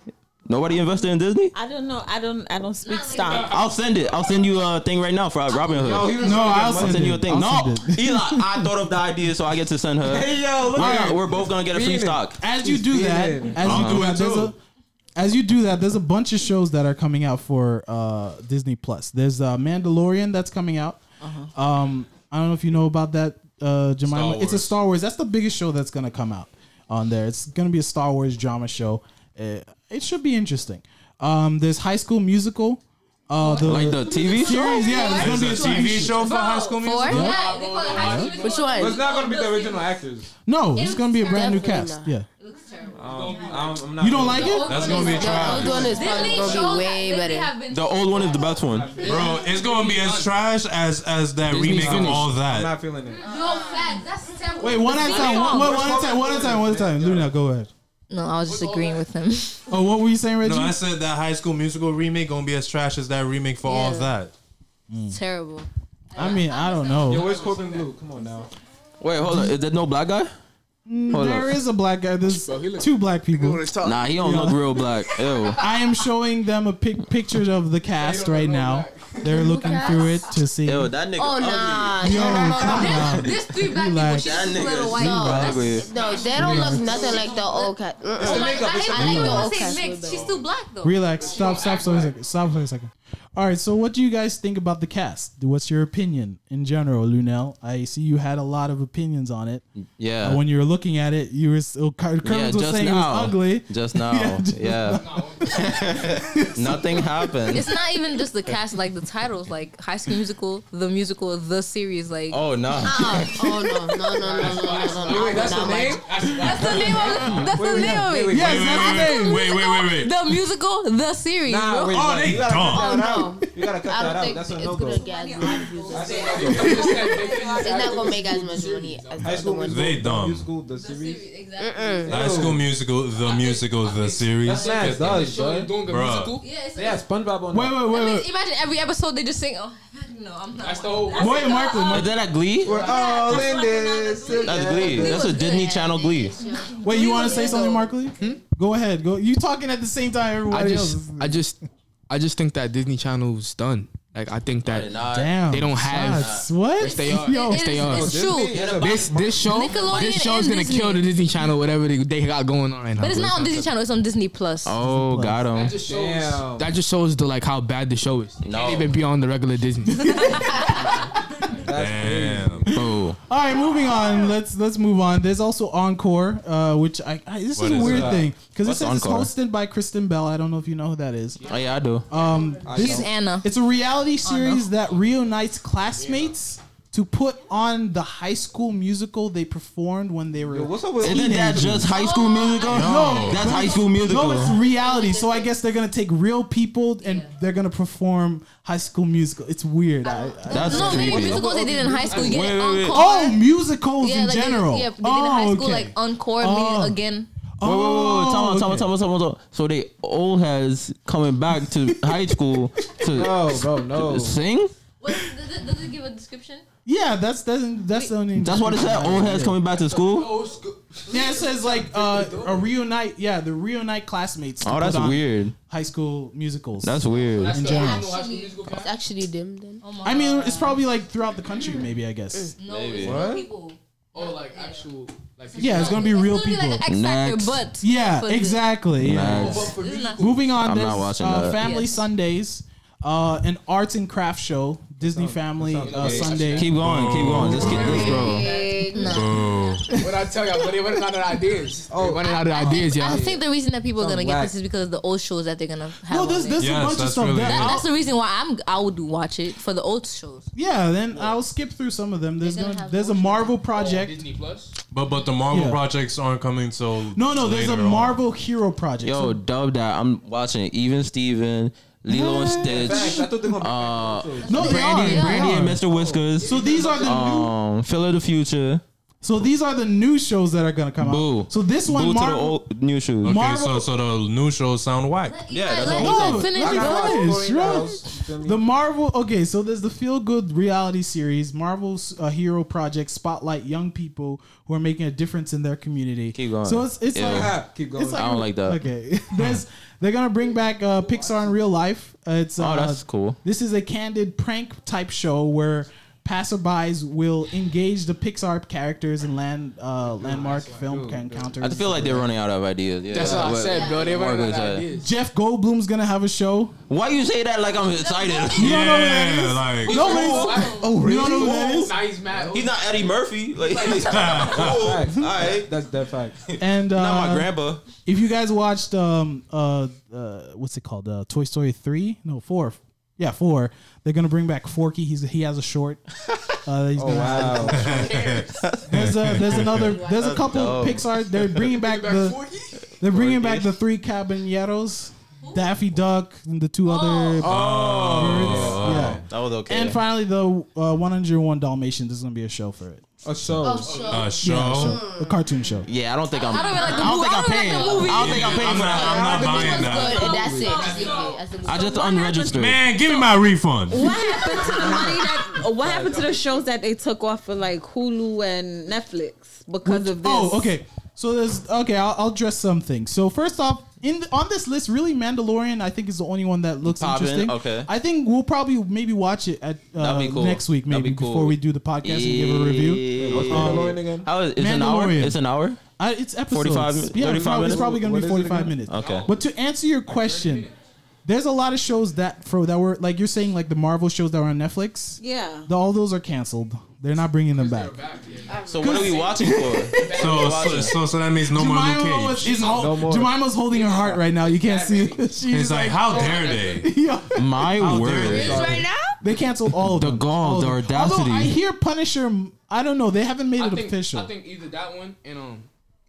[SPEAKER 1] Nobody invested in Disney?
[SPEAKER 7] I don't know. I don't. I don't speak stock.
[SPEAKER 1] I'll send it. I'll send you a thing right now for Robin Hood.
[SPEAKER 3] Yo, he was
[SPEAKER 2] No, I'll
[SPEAKER 1] I'll
[SPEAKER 2] send
[SPEAKER 1] send you a
[SPEAKER 2] it.
[SPEAKER 1] thing.
[SPEAKER 2] I'll
[SPEAKER 1] no,
[SPEAKER 2] send it.
[SPEAKER 1] Eli, I thought of the idea, so I get to send her.
[SPEAKER 3] Hey, yo, look
[SPEAKER 1] we're,
[SPEAKER 3] at
[SPEAKER 1] gonna- we're both gonna get a free
[SPEAKER 3] Beaming.
[SPEAKER 1] stock.
[SPEAKER 2] As you do
[SPEAKER 3] He's
[SPEAKER 2] that,
[SPEAKER 3] feeding.
[SPEAKER 2] as you
[SPEAKER 4] I'm
[SPEAKER 2] do
[SPEAKER 4] doing
[SPEAKER 2] that, there's a,
[SPEAKER 4] too.
[SPEAKER 2] as you do that, there's a bunch of shows that are coming out for uh, Disney Plus. There's uh, Mandalorian that's coming out.
[SPEAKER 6] Uh-huh.
[SPEAKER 2] Um, I don't know if you know about that, uh, Jemima.
[SPEAKER 4] Star
[SPEAKER 2] It's a
[SPEAKER 4] Wars.
[SPEAKER 2] Star Wars. That's the biggest show that's gonna come out on there. It's gonna be a Star Wars drama show. Uh, it should be interesting. Um, there's High School Musical. Uh, the,
[SPEAKER 1] Like the TV show?
[SPEAKER 2] series, yeah. There's gonna
[SPEAKER 4] It's
[SPEAKER 2] be
[SPEAKER 4] a TV show for High School
[SPEAKER 9] Four?
[SPEAKER 4] Musical.
[SPEAKER 9] Yeah, they call it High School Musical.
[SPEAKER 6] Which one?
[SPEAKER 3] It's not gonna be the original actors.
[SPEAKER 2] No, it's gonna be a brand new
[SPEAKER 6] Definitely
[SPEAKER 2] cast.
[SPEAKER 6] not.
[SPEAKER 2] Yeah.
[SPEAKER 9] It looks terrible.
[SPEAKER 3] Um, I'm, I'm not
[SPEAKER 2] You don't like it?
[SPEAKER 4] That's gonna be a
[SPEAKER 6] The old
[SPEAKER 4] trial,
[SPEAKER 6] one is probably
[SPEAKER 9] Disney
[SPEAKER 6] gonna
[SPEAKER 9] shows
[SPEAKER 6] be way
[SPEAKER 9] that Disney
[SPEAKER 6] better.
[SPEAKER 9] have been-
[SPEAKER 1] The old one is the best one.
[SPEAKER 4] bro. It's gonna be as trash as as that
[SPEAKER 8] Disney
[SPEAKER 4] remake of
[SPEAKER 8] finished.
[SPEAKER 4] all
[SPEAKER 3] I'm
[SPEAKER 4] that.
[SPEAKER 3] not feeling it.
[SPEAKER 9] No, fact, that's terrible.
[SPEAKER 2] Wait, one at a time. One, one, one at a time. One at a time. One at a time. Luna, go ahead.
[SPEAKER 6] No, I was just agreeing with him.
[SPEAKER 3] Hmm.
[SPEAKER 2] Oh, what were you saying, Reggie?
[SPEAKER 4] No, I said that High School Musical remake gonna be as trash as that remake for all
[SPEAKER 6] Yeah.
[SPEAKER 4] that.
[SPEAKER 6] Terrible.
[SPEAKER 2] I mean, I don't
[SPEAKER 3] Yo,
[SPEAKER 2] know.
[SPEAKER 3] where's Corbin Blue? Come on now.
[SPEAKER 1] Wait, hold on. Is there no black guy? Hold
[SPEAKER 2] There
[SPEAKER 1] on.
[SPEAKER 2] is a black guy. There's
[SPEAKER 8] Bro, he look-
[SPEAKER 2] two black people.
[SPEAKER 1] Nah, he don't look real black. Ew.
[SPEAKER 2] I am showing them a pic- picture of the cast right now. They're looking through it to see.
[SPEAKER 1] Ew,
[SPEAKER 2] Yo,
[SPEAKER 1] that nigga.
[SPEAKER 6] Oh nah.
[SPEAKER 2] come on.
[SPEAKER 9] There's three black
[SPEAKER 2] Relax.
[SPEAKER 9] people.
[SPEAKER 1] That
[SPEAKER 9] She's just a
[SPEAKER 1] nigga
[SPEAKER 9] little
[SPEAKER 1] is
[SPEAKER 9] white.
[SPEAKER 6] No, that's-
[SPEAKER 1] ugly.
[SPEAKER 6] no, they don't look nothing like the old cat. Mm-mm.
[SPEAKER 9] I hate
[SPEAKER 6] I like
[SPEAKER 9] when
[SPEAKER 6] the
[SPEAKER 9] people
[SPEAKER 6] old cast
[SPEAKER 9] say
[SPEAKER 6] with
[SPEAKER 9] mixed.
[SPEAKER 6] the
[SPEAKER 9] She's still black though.
[SPEAKER 2] Relax. Stop. Stop for a second. Stop for a second. All right. So, what do you guys think about the cast? What's your opinion in general, Lunel? I see you had a lot of opinions on it. Uh,
[SPEAKER 1] Yeah.
[SPEAKER 2] When you were looking at it, you were still. Cur-
[SPEAKER 1] Yeah,
[SPEAKER 2] was
[SPEAKER 1] just
[SPEAKER 2] saying
[SPEAKER 1] now.
[SPEAKER 2] it was ugly.
[SPEAKER 1] Just now. Yeah. Nothing happened.
[SPEAKER 6] It's not even just the cast, like the titles, like High School Musical, the musical, the series, like. Oh,
[SPEAKER 1] Oh no.
[SPEAKER 6] oh no, no, no, no, no, no, no,
[SPEAKER 3] Wait,
[SPEAKER 6] no.
[SPEAKER 3] that's the name?
[SPEAKER 6] That's the name of it. That's the name of it.
[SPEAKER 2] Yes, that's the name.
[SPEAKER 4] wait, wait, wait, wait.
[SPEAKER 6] The musical, the series.
[SPEAKER 3] Nah,
[SPEAKER 6] bro.
[SPEAKER 3] wait.
[SPEAKER 4] Oh, they dumb.
[SPEAKER 3] out. You gotta cut that out. That's a no go.
[SPEAKER 10] get as much views. as- It's
[SPEAKER 3] It's
[SPEAKER 10] not gonna make as much money as
[SPEAKER 3] High
[SPEAKER 10] the
[SPEAKER 3] school
[SPEAKER 10] other one.
[SPEAKER 4] They dumb.
[SPEAKER 3] High school, the series.
[SPEAKER 10] Mm-mm.
[SPEAKER 4] High School Musical, the musical, the
[SPEAKER 3] That's
[SPEAKER 4] series.
[SPEAKER 3] mad, does,
[SPEAKER 8] Show you
[SPEAKER 3] bro.
[SPEAKER 8] doing a
[SPEAKER 4] Bruh.
[SPEAKER 8] musical.
[SPEAKER 9] Yeah, it's.
[SPEAKER 3] They had SpongeBob on
[SPEAKER 2] Wait,
[SPEAKER 3] that.
[SPEAKER 2] wait, wait,
[SPEAKER 9] I mean,
[SPEAKER 2] wait.
[SPEAKER 9] imagine every episode they just sing. Oh, no, I'm not.
[SPEAKER 8] That's the whole.
[SPEAKER 2] Moy and Markley. Moy-
[SPEAKER 1] Is that a Glee?
[SPEAKER 3] We're all in this.
[SPEAKER 1] That's Glee. That's a Disney Channel Glee.
[SPEAKER 2] Wait, you want to say something, Markley? Go ahead. Go. You talking at the same time
[SPEAKER 8] I
[SPEAKER 2] everybody else?
[SPEAKER 8] just, I just, I just think that Disney Channel's done. Like I think that
[SPEAKER 2] Damn.
[SPEAKER 8] they don't have-
[SPEAKER 2] shots. what?
[SPEAKER 8] Yes, they are.
[SPEAKER 2] Yo,
[SPEAKER 8] Yes, they are.
[SPEAKER 9] It's, it's true.
[SPEAKER 8] this this show,
[SPEAKER 6] Nickelodeon
[SPEAKER 8] this show is
[SPEAKER 6] and
[SPEAKER 8] gonna
[SPEAKER 6] Disney.
[SPEAKER 8] kill the Disney Channel, whatever they, they got going on right now.
[SPEAKER 6] But it's
[SPEAKER 8] bro.
[SPEAKER 6] not on Disney Channel. It's on Disney Plus.
[SPEAKER 1] Oh, got him.
[SPEAKER 8] That just shows-
[SPEAKER 3] Damn.
[SPEAKER 8] That just shows the like how bad the show is.
[SPEAKER 1] No.
[SPEAKER 8] Can't even be on the regular Disney.
[SPEAKER 3] That's crazy.
[SPEAKER 4] Damn.
[SPEAKER 1] Oh,
[SPEAKER 2] All right, moving on. Let's let's move on. There's also Encore, uh, which I, I this
[SPEAKER 4] What
[SPEAKER 2] is a
[SPEAKER 4] is
[SPEAKER 2] weird
[SPEAKER 4] that?
[SPEAKER 2] thing because it
[SPEAKER 1] What's
[SPEAKER 2] says
[SPEAKER 1] Encore?
[SPEAKER 2] it's hosted by Kristen Bell. I don't know if you know who that is.
[SPEAKER 1] oh yeah, I do.
[SPEAKER 2] Um,
[SPEAKER 6] She's Anna.
[SPEAKER 2] it's a reality series that reunites classmates to put on the high school musical they performed when they were.
[SPEAKER 3] Yo, What's up with
[SPEAKER 1] Isn't that just High School Musical?
[SPEAKER 2] No.
[SPEAKER 1] that's High School Musical.
[SPEAKER 2] no, it's reality. So I guess they're gonna take real people and they're gonna perform High School Musical. It's weird. I, I,
[SPEAKER 1] that's
[SPEAKER 6] no, maybe
[SPEAKER 1] creepy.
[SPEAKER 6] musicals they did in high school. You get
[SPEAKER 1] Wait, wait, wait.
[SPEAKER 6] encore.
[SPEAKER 2] oh, musicals
[SPEAKER 6] yeah,
[SPEAKER 2] in
[SPEAKER 6] like
[SPEAKER 2] general.
[SPEAKER 6] They, yeah, they did in
[SPEAKER 2] oh,
[SPEAKER 6] high school
[SPEAKER 2] okay.
[SPEAKER 6] like encore,
[SPEAKER 2] Oh.
[SPEAKER 6] meaning again.
[SPEAKER 1] Wait, wait, wait, wait. Time out, time
[SPEAKER 2] okay.
[SPEAKER 1] out, time out, time out, time out. So they all has coming back to high school to
[SPEAKER 3] No, bro, no.
[SPEAKER 1] sing.
[SPEAKER 9] What, does, it, does it give a description?
[SPEAKER 2] Yeah, that's that's that's the only.
[SPEAKER 1] That's what it said. All heads coming back to school.
[SPEAKER 2] Yeah, it says like uh, a reunite. Yeah, the reunite classmates. to
[SPEAKER 1] Oh, that's
[SPEAKER 2] put on
[SPEAKER 1] weird.
[SPEAKER 2] High school musicals.
[SPEAKER 1] That's weird.
[SPEAKER 8] That's the
[SPEAKER 2] general.
[SPEAKER 8] original High School Musical cast.
[SPEAKER 10] It's actually them then.
[SPEAKER 9] Oh my
[SPEAKER 2] I mean, it's probably like throughout the country, maybe. I guess.
[SPEAKER 6] Mm.
[SPEAKER 9] no, it's
[SPEAKER 3] What?
[SPEAKER 9] real people.
[SPEAKER 8] Oh, like actual, like
[SPEAKER 2] Yeah, it's gonna be real
[SPEAKER 6] It's gonna
[SPEAKER 2] people.
[SPEAKER 6] be like an X Factor,
[SPEAKER 1] Next.
[SPEAKER 6] but
[SPEAKER 2] Yeah,
[SPEAKER 6] for the-
[SPEAKER 2] exactly. Yeah.
[SPEAKER 1] Next.
[SPEAKER 8] for
[SPEAKER 6] This is not-
[SPEAKER 2] Moving on.
[SPEAKER 1] I'm
[SPEAKER 2] there's,
[SPEAKER 1] not watching
[SPEAKER 2] uh,
[SPEAKER 1] that.
[SPEAKER 2] Family
[SPEAKER 6] Yes.
[SPEAKER 2] Sundays, uh, an arts and craft show. Disney Family
[SPEAKER 3] sounds
[SPEAKER 2] uh,
[SPEAKER 3] okay.
[SPEAKER 2] Sunday.
[SPEAKER 1] Keep going, keep going. Just keep this, bro.
[SPEAKER 4] Boo.
[SPEAKER 8] What I tell y'all, but they running out of ideas.
[SPEAKER 3] Oh.
[SPEAKER 8] Oh, running out of ideas,
[SPEAKER 6] I
[SPEAKER 8] y'all.
[SPEAKER 6] think the reason that people are
[SPEAKER 3] Sounds
[SPEAKER 6] gonna get
[SPEAKER 3] whack.
[SPEAKER 6] this is because of the old shows that they're gonna have.
[SPEAKER 2] no,
[SPEAKER 6] on
[SPEAKER 2] there's
[SPEAKER 6] there.
[SPEAKER 2] there's
[SPEAKER 4] Yes,
[SPEAKER 2] a bunch of
[SPEAKER 4] that's
[SPEAKER 2] stuff.
[SPEAKER 4] really
[SPEAKER 2] that-
[SPEAKER 4] good.
[SPEAKER 2] I'll-
[SPEAKER 6] That's the reason why I'm I would watch it for the old shows.
[SPEAKER 2] yeah, then I'll skip through some of them. There's
[SPEAKER 6] They're gonna
[SPEAKER 2] gonna,
[SPEAKER 6] have
[SPEAKER 2] there's a
[SPEAKER 6] motion.
[SPEAKER 2] Marvel project.
[SPEAKER 8] Disney Plus.
[SPEAKER 4] But but the Marvel
[SPEAKER 2] Yeah.
[SPEAKER 4] projects aren't coming so
[SPEAKER 2] No, no, there's a
[SPEAKER 4] later on.
[SPEAKER 2] Marvel Hero project.
[SPEAKER 1] Yo,
[SPEAKER 2] So
[SPEAKER 1] dub that. I'm watching Even Steven, Lilo and
[SPEAKER 3] Facts, I
[SPEAKER 1] Stitch,
[SPEAKER 3] thought they were gonna
[SPEAKER 1] uh,
[SPEAKER 2] no, they are.
[SPEAKER 1] Brandy,
[SPEAKER 2] they
[SPEAKER 1] Brandy and
[SPEAKER 2] are.
[SPEAKER 1] Mr. Whiskers,
[SPEAKER 2] So these are the new
[SPEAKER 1] um, Phil of the Future.
[SPEAKER 2] So these are the new shows that are gonna come
[SPEAKER 1] Boo.
[SPEAKER 2] out. So this one,
[SPEAKER 1] Boo to the
[SPEAKER 2] Marvel.
[SPEAKER 1] old new shoes.
[SPEAKER 4] Okay,
[SPEAKER 2] Marvel-
[SPEAKER 4] so so the new shows sound whack.
[SPEAKER 1] Yeah, that's
[SPEAKER 6] let,
[SPEAKER 1] what
[SPEAKER 2] I'm
[SPEAKER 6] let
[SPEAKER 2] saying.
[SPEAKER 6] finish
[SPEAKER 2] No,
[SPEAKER 3] I got
[SPEAKER 6] bro.
[SPEAKER 3] my
[SPEAKER 2] Yes,
[SPEAKER 3] story in the
[SPEAKER 2] Oh, right.
[SPEAKER 3] house, you feel me?
[SPEAKER 2] the Marvel. Okay, so there's the feel good reality series, Marvel's uh, Hero Project, spotlight young people who are making a difference in their community.
[SPEAKER 1] Keep going.
[SPEAKER 2] So it's it's
[SPEAKER 1] Yeah.
[SPEAKER 2] like.
[SPEAKER 3] Ah, Keep going.
[SPEAKER 2] It's like
[SPEAKER 1] I don't like that.
[SPEAKER 2] Okay, there's they're gonna bring back uh, Pixar in real life. Uh, it's uh,
[SPEAKER 1] Oh, that's cool.
[SPEAKER 2] This is a candid prank type show where passerbys will engage the Pixar characters in land uh, landmark film encounters.
[SPEAKER 1] I feel like they're running out of ideas. Yeah,
[SPEAKER 8] That's what I
[SPEAKER 1] But-
[SPEAKER 8] said, bro. They running out of ideas.
[SPEAKER 2] Jeff Goldblum's gonna have a show.
[SPEAKER 1] Why you say that like I'm excited?
[SPEAKER 2] You don't know who that is?
[SPEAKER 4] Yeah, like
[SPEAKER 2] No, but it's-
[SPEAKER 8] Oh,
[SPEAKER 2] really? You don't know who that is?
[SPEAKER 8] Now he's mad.
[SPEAKER 1] He's not Eddie Murphy. Like,
[SPEAKER 3] Facts.
[SPEAKER 1] right.
[SPEAKER 3] That's dead fact.
[SPEAKER 2] and uh,
[SPEAKER 1] not my grandpa.
[SPEAKER 2] if you guys watched um uh, uh what's it called uh Toy Story three no four yeah four they're gonna bring back Forky he's he has a short uh, he's
[SPEAKER 3] Oh
[SPEAKER 2] gonna
[SPEAKER 3] wow.
[SPEAKER 2] there's a there's another there's a couple
[SPEAKER 1] dope.
[SPEAKER 2] Pixar they're bringing back the they're bringing back the three Caballeros Daffy Duck and the two other
[SPEAKER 4] oh,
[SPEAKER 2] birds yeah.
[SPEAKER 1] That was okay.
[SPEAKER 2] And finally, the uh, 101 Dalmatians is going to be a show for it.
[SPEAKER 3] A show.
[SPEAKER 4] a show.
[SPEAKER 2] Yeah, a show. A cartoon show.
[SPEAKER 1] yeah, I don't think I'm.
[SPEAKER 6] I don't even like the
[SPEAKER 1] I don't
[SPEAKER 6] movie.
[SPEAKER 1] think
[SPEAKER 6] I
[SPEAKER 1] I'm
[SPEAKER 6] don't
[SPEAKER 1] paying.
[SPEAKER 6] like the movie.
[SPEAKER 1] I don't think I'm
[SPEAKER 4] I'm
[SPEAKER 1] paying.
[SPEAKER 4] not, I'm not buying that.
[SPEAKER 10] Good, and that's it. That's it. That's it.
[SPEAKER 1] I just unregistered.
[SPEAKER 4] Man, give me my refund.
[SPEAKER 7] What happened to the money that? oh, What happened to the shows that they took off for like Hulu and Netflix because of this?
[SPEAKER 2] Oh, okay. So there's okay. I'll, I'll address some things. So first off, in the, on this list, really, Mandalorian I think is the only one that looks
[SPEAKER 1] Poppin',
[SPEAKER 2] interesting.
[SPEAKER 1] okay.
[SPEAKER 2] I think we'll probably maybe watch it at uh,
[SPEAKER 1] That'd be cool.
[SPEAKER 2] next week,
[SPEAKER 1] That'd
[SPEAKER 2] maybe
[SPEAKER 1] be cool.
[SPEAKER 2] before we do the podcast and give a review.
[SPEAKER 3] Mandalorian again?
[SPEAKER 1] How is it's an hour?
[SPEAKER 2] Mandalorian.
[SPEAKER 1] It's an hour.
[SPEAKER 2] I, Uh, it's episodes.
[SPEAKER 1] 45
[SPEAKER 2] yeah,
[SPEAKER 1] 35
[SPEAKER 2] it's probably-
[SPEAKER 1] minutes?
[SPEAKER 2] it's probably gonna
[SPEAKER 3] What
[SPEAKER 2] be
[SPEAKER 3] is it
[SPEAKER 2] forty five
[SPEAKER 3] again?
[SPEAKER 2] minutes.
[SPEAKER 1] Okay.
[SPEAKER 2] But to answer your question, there's a lot of shows that for that were like you're saying like the Marvel shows that were on Netflix.
[SPEAKER 7] Yeah.
[SPEAKER 2] the- all those are canceled. They're not bringing them back.
[SPEAKER 1] So what are we watching for?
[SPEAKER 4] So so, so so that means no more
[SPEAKER 2] Jemima
[SPEAKER 4] Luke
[SPEAKER 2] was,
[SPEAKER 4] Cage.
[SPEAKER 2] is hol-
[SPEAKER 3] No more.
[SPEAKER 2] Jemima's holding her heart right now. You can't see. She's
[SPEAKER 4] It's like
[SPEAKER 2] oh
[SPEAKER 4] how dare they?
[SPEAKER 2] Yo,
[SPEAKER 1] My
[SPEAKER 4] word.
[SPEAKER 7] Right now,
[SPEAKER 2] they canceled all of
[SPEAKER 1] The
[SPEAKER 2] them.
[SPEAKER 1] gall,
[SPEAKER 2] All of
[SPEAKER 1] the
[SPEAKER 2] them.
[SPEAKER 1] audacity.
[SPEAKER 2] Although I hear Punisher. I don't know. They haven't made
[SPEAKER 8] I
[SPEAKER 2] it
[SPEAKER 8] think,
[SPEAKER 2] official.
[SPEAKER 8] I think either that one and um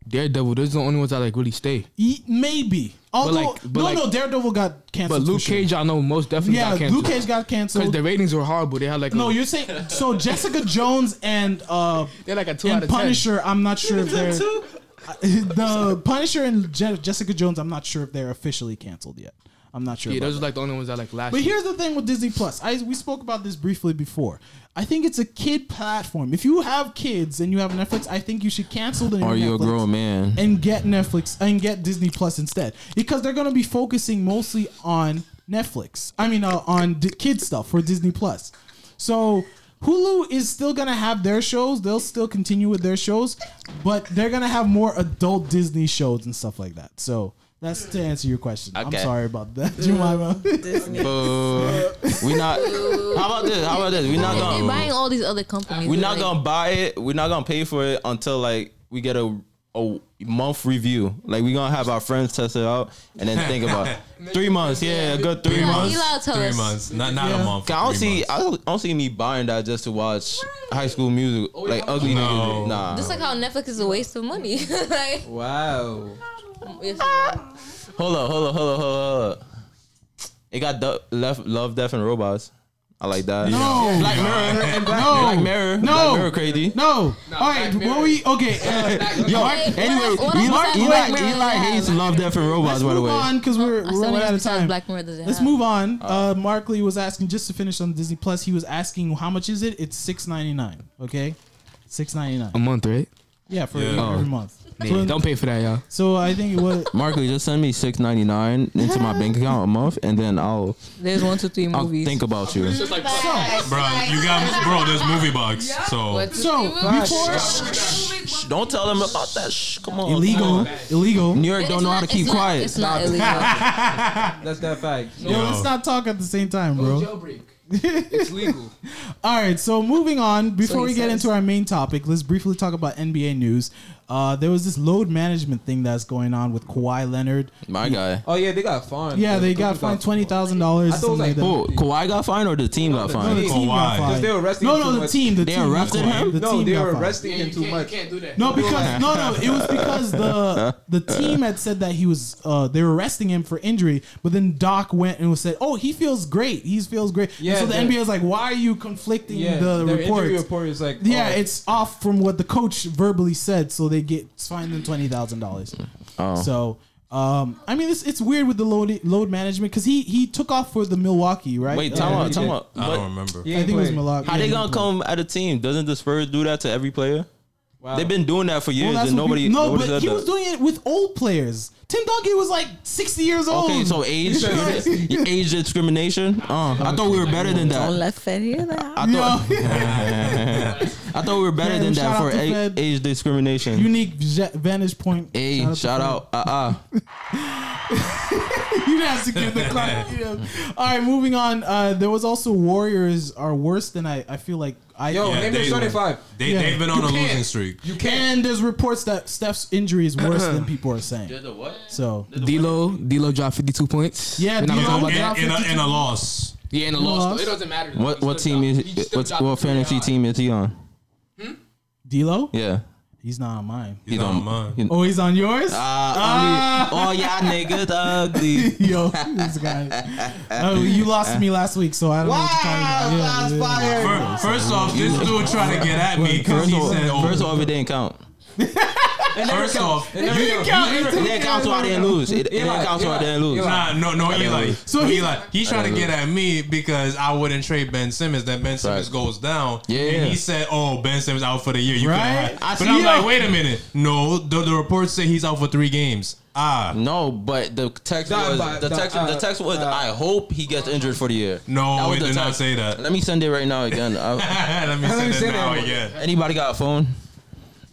[SPEAKER 8] Daredevil. Those are the only ones that like really stay.
[SPEAKER 2] E- maybe. Although,
[SPEAKER 8] like- but
[SPEAKER 2] no,
[SPEAKER 8] like-
[SPEAKER 2] no, Daredevil got
[SPEAKER 8] But
[SPEAKER 2] canceled.
[SPEAKER 8] Luke
[SPEAKER 2] for sure.
[SPEAKER 8] Cage, I know most definitely
[SPEAKER 2] yeah,
[SPEAKER 8] got canceled.
[SPEAKER 2] Luke Cage got
[SPEAKER 8] because
[SPEAKER 2] canceled.
[SPEAKER 8] the ratings were horrible. They had like
[SPEAKER 2] no,
[SPEAKER 8] a,
[SPEAKER 2] you're saying so Jessica Jones and uh
[SPEAKER 8] they're like a two out
[SPEAKER 2] and
[SPEAKER 8] of ten.
[SPEAKER 2] Punisher. I'm not sure if they're the Punisher and Je- Jessica Jones. I'm not sure if they're officially canceled yet. I'm not sure.
[SPEAKER 8] Yeah,
[SPEAKER 2] about
[SPEAKER 8] those are like the only ones that like last.
[SPEAKER 2] But here's the thing with Disney Plus. I we spoke about this briefly before. I think it's a kid platform. If you have kids and you have Netflix, I think you should cancel the.
[SPEAKER 1] Are you a
[SPEAKER 2] Netflix
[SPEAKER 1] grown man?
[SPEAKER 2] And get Netflix and get Disney Plus instead because they're going to be focusing mostly on Netflix. I mean, uh, on d- kid stuff for Disney Plus. So Hulu is still going to have their shows. They'll still continue with their shows, but they're going to have more adult Disney shows and stuff like that. So. That's to answer your question. I'm
[SPEAKER 1] Okay.
[SPEAKER 2] sorry about that, Jemima.
[SPEAKER 1] Boo. we not. How about this? How about this? We not
[SPEAKER 6] They're buying
[SPEAKER 1] gonna.
[SPEAKER 6] all these other companies.
[SPEAKER 1] We
[SPEAKER 6] They're
[SPEAKER 1] not
[SPEAKER 6] like-
[SPEAKER 1] gonna buy it. We're not gonna pay for it until like we get a a month review. Like we gonna have our friends test it out and then think about it. three months. Yeah, a good three
[SPEAKER 6] Eli-
[SPEAKER 1] months.
[SPEAKER 6] Eli, tell
[SPEAKER 4] Three
[SPEAKER 6] us.
[SPEAKER 4] months, not not a month.
[SPEAKER 1] 'Cause I don't
[SPEAKER 4] three
[SPEAKER 1] see.
[SPEAKER 4] months.
[SPEAKER 1] I don't, I don't see me buying that just to watch High School Music. Like ugly
[SPEAKER 4] No.
[SPEAKER 1] niggas. Nah.
[SPEAKER 6] Just like how Netflix is a waste of money. like,
[SPEAKER 3] Wow.
[SPEAKER 6] it's-
[SPEAKER 1] Hold up. Hold up. Hold up. Hold up. It got du- left. Love, Death, and Robots. I like that.
[SPEAKER 2] No.
[SPEAKER 1] Black Mirror.
[SPEAKER 2] no.
[SPEAKER 1] Black Mirror.
[SPEAKER 2] No.
[SPEAKER 1] Black Mirror crazy.
[SPEAKER 2] No. All right.
[SPEAKER 3] Black
[SPEAKER 2] What
[SPEAKER 3] Mirror.
[SPEAKER 2] we okay? Uh, yo,
[SPEAKER 6] Black- Wait,
[SPEAKER 1] Anyway,
[SPEAKER 6] what else- what
[SPEAKER 1] Eli,
[SPEAKER 6] else does
[SPEAKER 1] Eli,
[SPEAKER 6] Black Mirror
[SPEAKER 1] Eli
[SPEAKER 6] have?
[SPEAKER 1] hates Love, Death, and Robots.
[SPEAKER 2] let's
[SPEAKER 1] By the
[SPEAKER 2] move
[SPEAKER 1] way,
[SPEAKER 2] on because we're,
[SPEAKER 6] I
[SPEAKER 2] we're
[SPEAKER 6] said,
[SPEAKER 2] running
[SPEAKER 6] what
[SPEAKER 2] out of
[SPEAKER 6] else besides
[SPEAKER 2] time.
[SPEAKER 6] Black Mirror does it
[SPEAKER 2] Let's
[SPEAKER 6] have?
[SPEAKER 2] move on.
[SPEAKER 3] Oh.
[SPEAKER 2] Uh, Markley was asking just to finish on Disney Plus. He was asking how much is it? It's six ninety nine. Okay, six ninety
[SPEAKER 8] a
[SPEAKER 2] nine.
[SPEAKER 8] month, right?
[SPEAKER 2] Yeah, for
[SPEAKER 4] Yeah.
[SPEAKER 2] every month.
[SPEAKER 8] Um, Oh. Yeah, don't pay for that, y'all.
[SPEAKER 2] So I think it was.
[SPEAKER 1] Markley, just send me six ninety nine into my bank account a month, and then I'll
[SPEAKER 6] There's one, two, three
[SPEAKER 1] I'll
[SPEAKER 6] movies.
[SPEAKER 1] think about you.
[SPEAKER 4] bro, you got bro. There's movie box. So
[SPEAKER 2] So before
[SPEAKER 1] Don't tell them about that. Shh, come on.
[SPEAKER 2] illegal, illegal.
[SPEAKER 1] New York don't know how to
[SPEAKER 6] It's
[SPEAKER 1] keep
[SPEAKER 6] not-
[SPEAKER 1] quiet.
[SPEAKER 6] It's not illegal.
[SPEAKER 3] That's that fact.
[SPEAKER 2] Yo, let's not talk at the same time, bro.
[SPEAKER 8] Jailbreak. it's legal.
[SPEAKER 2] All right, so moving on, before
[SPEAKER 6] what
[SPEAKER 2] we
[SPEAKER 6] he
[SPEAKER 2] get
[SPEAKER 6] says.
[SPEAKER 2] into our main topic, let's briefly talk about NBA news. Uh, there was this load management thing that's going on with Kawhi Leonard.
[SPEAKER 1] My guy.
[SPEAKER 3] Oh yeah, they got fined.
[SPEAKER 2] Yeah, they
[SPEAKER 3] Clippers
[SPEAKER 2] got fined
[SPEAKER 3] fined.
[SPEAKER 2] twenty thousand dollars.
[SPEAKER 3] I thought it was like
[SPEAKER 1] Who? Kawhi got fined or the team got
[SPEAKER 2] No, the
[SPEAKER 1] fined?
[SPEAKER 2] team got fined.
[SPEAKER 4] Kawhi. Because
[SPEAKER 3] they were arresting
[SPEAKER 2] no,
[SPEAKER 3] him
[SPEAKER 2] no,
[SPEAKER 3] too
[SPEAKER 2] the
[SPEAKER 3] much.
[SPEAKER 2] team. The
[SPEAKER 1] They
[SPEAKER 2] team
[SPEAKER 1] arrested
[SPEAKER 2] got fined.
[SPEAKER 1] him?
[SPEAKER 2] The
[SPEAKER 3] No,
[SPEAKER 2] team
[SPEAKER 3] they
[SPEAKER 2] got
[SPEAKER 3] were
[SPEAKER 2] fined.
[SPEAKER 3] arresting him too much.
[SPEAKER 8] do that.
[SPEAKER 2] No, because no, no, it was because the the team had said that he was uh, they were arresting him for injury, but then Doc went and was said, "Oh, he feels great. He feels great." And
[SPEAKER 3] Yeah,
[SPEAKER 2] so the
[SPEAKER 3] the-
[SPEAKER 2] NBA is like, "Why are you conflicting
[SPEAKER 3] Yeah,
[SPEAKER 2] the
[SPEAKER 3] their
[SPEAKER 2] report?"
[SPEAKER 3] injury report is like
[SPEAKER 2] Yeah,
[SPEAKER 3] oh,
[SPEAKER 2] it's off from what the coach verbally said, so they get fined them twenty thousand dollars.
[SPEAKER 1] Oh.
[SPEAKER 2] So. Um, I mean, it's, it's weird with the load load management because he he took off for the Milwaukee, right?
[SPEAKER 1] Wait,
[SPEAKER 2] Uh,
[SPEAKER 1] time
[SPEAKER 3] he
[SPEAKER 1] out, time
[SPEAKER 3] did.
[SPEAKER 1] out.
[SPEAKER 4] I
[SPEAKER 1] But
[SPEAKER 4] don't remember.
[SPEAKER 3] He
[SPEAKER 2] I
[SPEAKER 3] ain't
[SPEAKER 2] think it was
[SPEAKER 3] played.
[SPEAKER 2] Milwaukee.
[SPEAKER 1] How they
[SPEAKER 2] Yeah,
[SPEAKER 1] gonna
[SPEAKER 2] he-
[SPEAKER 1] come at a team? Doesn't the Spurs do that to every player?
[SPEAKER 3] Wow.
[SPEAKER 1] They've been doing that for years,
[SPEAKER 2] Well, that's
[SPEAKER 1] and
[SPEAKER 2] what
[SPEAKER 1] nobody.
[SPEAKER 2] people- no,
[SPEAKER 1] nobody
[SPEAKER 2] but
[SPEAKER 1] said
[SPEAKER 2] he
[SPEAKER 1] that.
[SPEAKER 2] was doing it with old players. Tim Duncan was like sixty years old.
[SPEAKER 1] Okay, so age, age discrimination. Uh, I thought we were better than
[SPEAKER 7] Don't
[SPEAKER 1] that.
[SPEAKER 7] let Fed hear that.
[SPEAKER 1] I thought, I thought we were better
[SPEAKER 2] Fam,
[SPEAKER 1] than
[SPEAKER 2] shout
[SPEAKER 1] that
[SPEAKER 2] out
[SPEAKER 1] for
[SPEAKER 2] to
[SPEAKER 1] a-
[SPEAKER 2] Fed.
[SPEAKER 1] age discrimination.
[SPEAKER 2] unique v- vantage point.
[SPEAKER 1] Hey,
[SPEAKER 2] to
[SPEAKER 1] shout out.
[SPEAKER 2] Frank.
[SPEAKER 1] Uh uh.
[SPEAKER 2] you didn't have to give the clap. You know. All right, moving on. Uh, there was also Warriors are worse than I. I feel like I.
[SPEAKER 3] Yo,
[SPEAKER 4] Yeah,
[SPEAKER 3] name
[SPEAKER 4] they-
[SPEAKER 3] me 25.
[SPEAKER 4] They
[SPEAKER 2] Yeah.
[SPEAKER 4] they've been on
[SPEAKER 3] You
[SPEAKER 4] a
[SPEAKER 3] can't.
[SPEAKER 4] losing streak.
[SPEAKER 3] You
[SPEAKER 2] and there's reports that Steph's injury is worse than people are saying. So
[SPEAKER 8] D'Lo, D'Lo dropped 52 points.
[SPEAKER 2] Yeah,
[SPEAKER 8] We're not
[SPEAKER 2] D'Lo
[SPEAKER 8] talking about
[SPEAKER 4] In,
[SPEAKER 8] that.
[SPEAKER 4] in, a, in a loss.
[SPEAKER 8] Yeah, and a
[SPEAKER 2] loss.
[SPEAKER 8] loss. though. It doesn't matter. though.
[SPEAKER 1] What
[SPEAKER 8] He
[SPEAKER 1] what
[SPEAKER 8] still
[SPEAKER 1] team
[SPEAKER 8] dropped-
[SPEAKER 1] is
[SPEAKER 8] he still
[SPEAKER 1] what
[SPEAKER 8] dropped
[SPEAKER 1] what
[SPEAKER 8] three
[SPEAKER 1] fantasy
[SPEAKER 8] yards.
[SPEAKER 1] team is he on?
[SPEAKER 2] D'Lo,
[SPEAKER 1] Yeah,
[SPEAKER 2] he's not on mine.
[SPEAKER 1] he's
[SPEAKER 4] not
[SPEAKER 1] on
[SPEAKER 4] mine.
[SPEAKER 1] he-
[SPEAKER 2] Oh, he's on yours.
[SPEAKER 1] Ah.
[SPEAKER 8] Ah.
[SPEAKER 1] Uh, oh, yeah, niggas ugly.
[SPEAKER 2] Yo, this guy. Oh, you lost to me last week, so I don't know what you're talking about. Yeah, yeah, yeah.
[SPEAKER 4] First, first off, this dude trying to get at me because
[SPEAKER 1] First
[SPEAKER 4] he
[SPEAKER 1] off,
[SPEAKER 4] said, oh,
[SPEAKER 1] first off, it didn't count.
[SPEAKER 4] first off,
[SPEAKER 3] It never
[SPEAKER 4] you-
[SPEAKER 1] It
[SPEAKER 3] counts.
[SPEAKER 1] didn't count, so I didn't lose. It, it didn't
[SPEAKER 3] Eli,
[SPEAKER 1] count, so I
[SPEAKER 3] Eli,
[SPEAKER 1] didn't lose.
[SPEAKER 4] Nah, no, no, Eli.
[SPEAKER 2] So
[SPEAKER 4] So
[SPEAKER 2] he-
[SPEAKER 4] Eli, he's trying to get at me because I wouldn't trade Ben Simmons. That Ben Simmons
[SPEAKER 1] Right.
[SPEAKER 4] goes down.
[SPEAKER 1] Yeah.
[SPEAKER 4] And he said, "Oh, Ben Simmons out for the year. You
[SPEAKER 2] Right?
[SPEAKER 4] could
[SPEAKER 1] I
[SPEAKER 4] have."
[SPEAKER 1] see-
[SPEAKER 4] But I'm
[SPEAKER 1] Yeah.
[SPEAKER 4] like, wait a minute. No, the, the reports say he's out for three games. Ah,
[SPEAKER 1] No, but the text
[SPEAKER 3] Nah,
[SPEAKER 1] was
[SPEAKER 3] but
[SPEAKER 1] the
[SPEAKER 3] the-
[SPEAKER 1] text
[SPEAKER 3] uh,
[SPEAKER 1] the text was
[SPEAKER 3] uh,
[SPEAKER 1] I hope he gets injured for the year. That
[SPEAKER 4] no,
[SPEAKER 1] was
[SPEAKER 4] it
[SPEAKER 1] the
[SPEAKER 4] did not
[SPEAKER 1] text.
[SPEAKER 4] say that.
[SPEAKER 1] Let me send it right now again. I-
[SPEAKER 4] Let me
[SPEAKER 3] me
[SPEAKER 4] send
[SPEAKER 3] say
[SPEAKER 4] it now
[SPEAKER 3] that.
[SPEAKER 4] again.
[SPEAKER 1] anybody got a phone?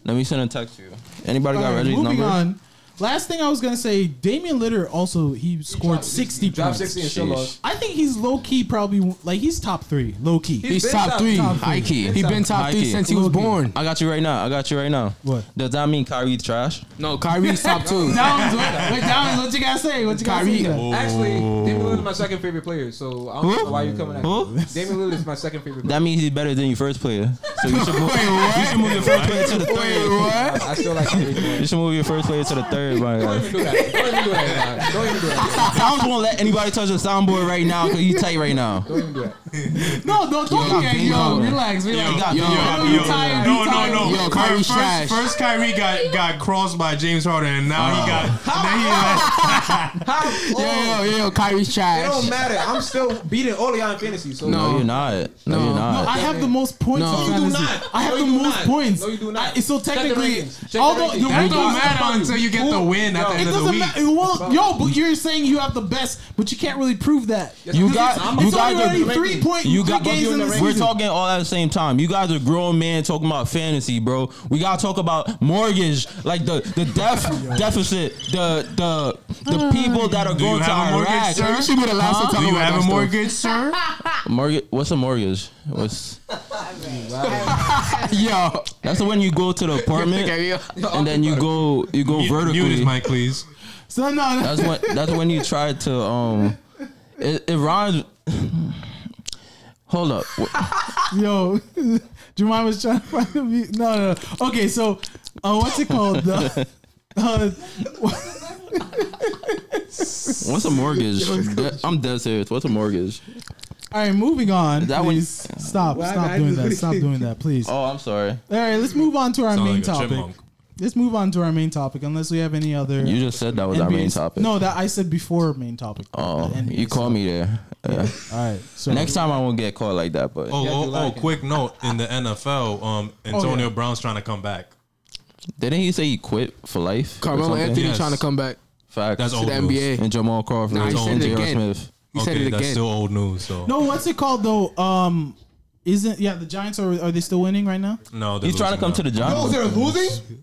[SPEAKER 1] Let me send a text to you. Anybody got
[SPEAKER 2] All right,
[SPEAKER 1] Reggie's
[SPEAKER 2] moving
[SPEAKER 1] number?
[SPEAKER 2] on. Last thing I was gonna say, Damian Litter also he scored sixty
[SPEAKER 3] Drop
[SPEAKER 2] points.
[SPEAKER 3] 60 and still
[SPEAKER 1] Sheesh.
[SPEAKER 3] lost.
[SPEAKER 2] I think he's low key probably like he's top three, low key.
[SPEAKER 8] He's
[SPEAKER 3] been
[SPEAKER 8] top
[SPEAKER 3] top-
[SPEAKER 8] three.
[SPEAKER 2] top three.
[SPEAKER 8] High key. He's been top
[SPEAKER 1] High
[SPEAKER 8] three
[SPEAKER 1] key.
[SPEAKER 8] since he was
[SPEAKER 2] Low-key.
[SPEAKER 8] born.
[SPEAKER 1] I got you right now. I got you right now.
[SPEAKER 2] What?
[SPEAKER 1] Does that mean Kyrie trash?
[SPEAKER 8] No, Kyrie's top two.
[SPEAKER 2] Downs, what, wait, Downs, what you gotta say? What you gotta say?
[SPEAKER 8] Kyrie.
[SPEAKER 2] to that?
[SPEAKER 3] Actually, Damian Lillard is my second favorite player, so I don't know why you're coming at
[SPEAKER 1] Who?
[SPEAKER 3] me. Damian Lillard is my second favorite player.
[SPEAKER 1] That means he's better than your first player. So you should move, you should move your first player to the third.
[SPEAKER 3] I still like him.
[SPEAKER 1] You should move your first player to the everybody.
[SPEAKER 3] Don't even do that. Don't even do that. now. Don't even do that.
[SPEAKER 1] I don't want to let anybody touch a soundboard right now because you tight right now.
[SPEAKER 3] Don't even do that.
[SPEAKER 2] No, don't don't be angry. Yo, relax,
[SPEAKER 1] You
[SPEAKER 2] relax.
[SPEAKER 1] got
[SPEAKER 8] Yo,
[SPEAKER 1] yo,
[SPEAKER 2] You
[SPEAKER 8] yo,
[SPEAKER 2] tired, you
[SPEAKER 4] No, no,
[SPEAKER 2] tired.
[SPEAKER 4] no.
[SPEAKER 8] Yo,
[SPEAKER 4] First-
[SPEAKER 8] Kyrie's
[SPEAKER 4] first,
[SPEAKER 8] trash.
[SPEAKER 4] first Kyrie got, got crossed by James Harden, and now
[SPEAKER 8] Uh.
[SPEAKER 4] he got. Now he like,
[SPEAKER 8] Yo, yo, yo, yo, Kyrie's
[SPEAKER 3] It don't
[SPEAKER 8] trash.
[SPEAKER 3] matter. I'm still beating all of y'all in fantasy. So
[SPEAKER 1] No,
[SPEAKER 8] No.
[SPEAKER 1] you're not. No,
[SPEAKER 8] No.
[SPEAKER 1] you're
[SPEAKER 2] No,
[SPEAKER 1] not.
[SPEAKER 2] I have the most points.
[SPEAKER 8] No.
[SPEAKER 2] in
[SPEAKER 8] No,
[SPEAKER 3] you do
[SPEAKER 2] fantasy.
[SPEAKER 3] not.
[SPEAKER 2] I have
[SPEAKER 3] No,
[SPEAKER 2] the
[SPEAKER 3] you do
[SPEAKER 2] most
[SPEAKER 3] not.
[SPEAKER 2] points.
[SPEAKER 3] No, you do not.
[SPEAKER 2] I- so
[SPEAKER 3] Check the
[SPEAKER 2] technically,
[SPEAKER 3] rankings. Check the
[SPEAKER 2] although
[SPEAKER 3] rankings.
[SPEAKER 2] the
[SPEAKER 3] That
[SPEAKER 2] rankings
[SPEAKER 3] don't matter
[SPEAKER 2] define
[SPEAKER 4] until you get the win at the
[SPEAKER 2] it
[SPEAKER 4] end of the
[SPEAKER 2] doesn't
[SPEAKER 4] week.
[SPEAKER 2] matter. Well, yo, but you're saying you have the best, but you can't really prove that.
[SPEAKER 1] You
[SPEAKER 2] Because
[SPEAKER 1] got-
[SPEAKER 2] it's-
[SPEAKER 1] you
[SPEAKER 2] it's
[SPEAKER 1] got
[SPEAKER 2] only
[SPEAKER 1] the
[SPEAKER 2] already
[SPEAKER 1] rankings.
[SPEAKER 2] three point
[SPEAKER 1] You
[SPEAKER 2] you
[SPEAKER 1] got.
[SPEAKER 2] games in the
[SPEAKER 1] We're
[SPEAKER 2] season.
[SPEAKER 1] talking all at the same time. You guys are grown men talking about fantasy, bro. We gotta talk about mortgage, like the the def deficit, the the the people that are
[SPEAKER 4] Do you
[SPEAKER 1] going to
[SPEAKER 4] have a mortgage,
[SPEAKER 1] Iraq.
[SPEAKER 8] Yo, you should be the last to
[SPEAKER 4] Do
[SPEAKER 8] talk
[SPEAKER 4] you
[SPEAKER 8] about
[SPEAKER 4] have
[SPEAKER 8] that
[SPEAKER 4] a
[SPEAKER 8] stuff.
[SPEAKER 4] mortgage, sir?
[SPEAKER 1] Mortgage. What's a mortgage? What's
[SPEAKER 8] Yo,
[SPEAKER 1] that's when you go to the apartment and then you go you go
[SPEAKER 4] Mute his
[SPEAKER 1] vertically.
[SPEAKER 4] mic, please.
[SPEAKER 2] So no, no.
[SPEAKER 1] That's when that's when you try to um. It, it rhymes. Hold up.
[SPEAKER 2] Yo, Jemima was trying to find the mu- No, no, no. Okay, so uh, what's it called? The, uh,
[SPEAKER 1] What's a mortgage? De- I'm dead serious. What's a mortgage?
[SPEAKER 2] all right, moving on.
[SPEAKER 1] That one-
[SPEAKER 2] please stop,
[SPEAKER 3] Why
[SPEAKER 2] stop
[SPEAKER 3] guys
[SPEAKER 2] doing
[SPEAKER 3] do
[SPEAKER 2] that.
[SPEAKER 3] this
[SPEAKER 2] Stop
[SPEAKER 3] thing?
[SPEAKER 2] doing that, please. All
[SPEAKER 1] Oh, I'm sorry.
[SPEAKER 2] right, let's move on to our
[SPEAKER 4] Sound
[SPEAKER 2] main
[SPEAKER 4] like a
[SPEAKER 2] topic.
[SPEAKER 4] chipmunk.
[SPEAKER 2] Let's move on to our main topic, unless we have any other.
[SPEAKER 1] You just said that was our
[SPEAKER 2] NBA
[SPEAKER 1] main topic.
[SPEAKER 2] No, that I said before main topic.
[SPEAKER 1] Oh,
[SPEAKER 2] The NBA
[SPEAKER 1] you caught me there. Yeah.
[SPEAKER 2] stuff. All right. So
[SPEAKER 1] Next time I won't get caught like that, but
[SPEAKER 4] Oh, oh, oh,
[SPEAKER 3] like it.
[SPEAKER 4] quick note in the NFL,
[SPEAKER 8] Oh,
[SPEAKER 4] um, Antonio
[SPEAKER 2] yeah.
[SPEAKER 4] Brown's trying to come back.
[SPEAKER 1] didn't he say he quit for life? or
[SPEAKER 8] Carmelo
[SPEAKER 1] something?
[SPEAKER 8] Anthony
[SPEAKER 4] Yes.
[SPEAKER 8] trying to come back
[SPEAKER 1] Facts.
[SPEAKER 4] That's
[SPEAKER 8] to
[SPEAKER 4] old
[SPEAKER 8] the
[SPEAKER 4] news.
[SPEAKER 8] NBA.
[SPEAKER 1] And Jamal Crawford
[SPEAKER 8] Nah, he
[SPEAKER 1] and
[SPEAKER 8] said
[SPEAKER 1] J.R.
[SPEAKER 8] it again.
[SPEAKER 1] Smith.
[SPEAKER 8] He said
[SPEAKER 4] Okay,
[SPEAKER 8] it
[SPEAKER 4] that's
[SPEAKER 8] again.
[SPEAKER 4] still old news. So
[SPEAKER 2] No, what's it called though? Um, isn't yeah the Giants are are they still winning right now?
[SPEAKER 4] no
[SPEAKER 1] He's trying to come to the
[SPEAKER 3] Oh,
[SPEAKER 1] Giants.
[SPEAKER 3] they're losing?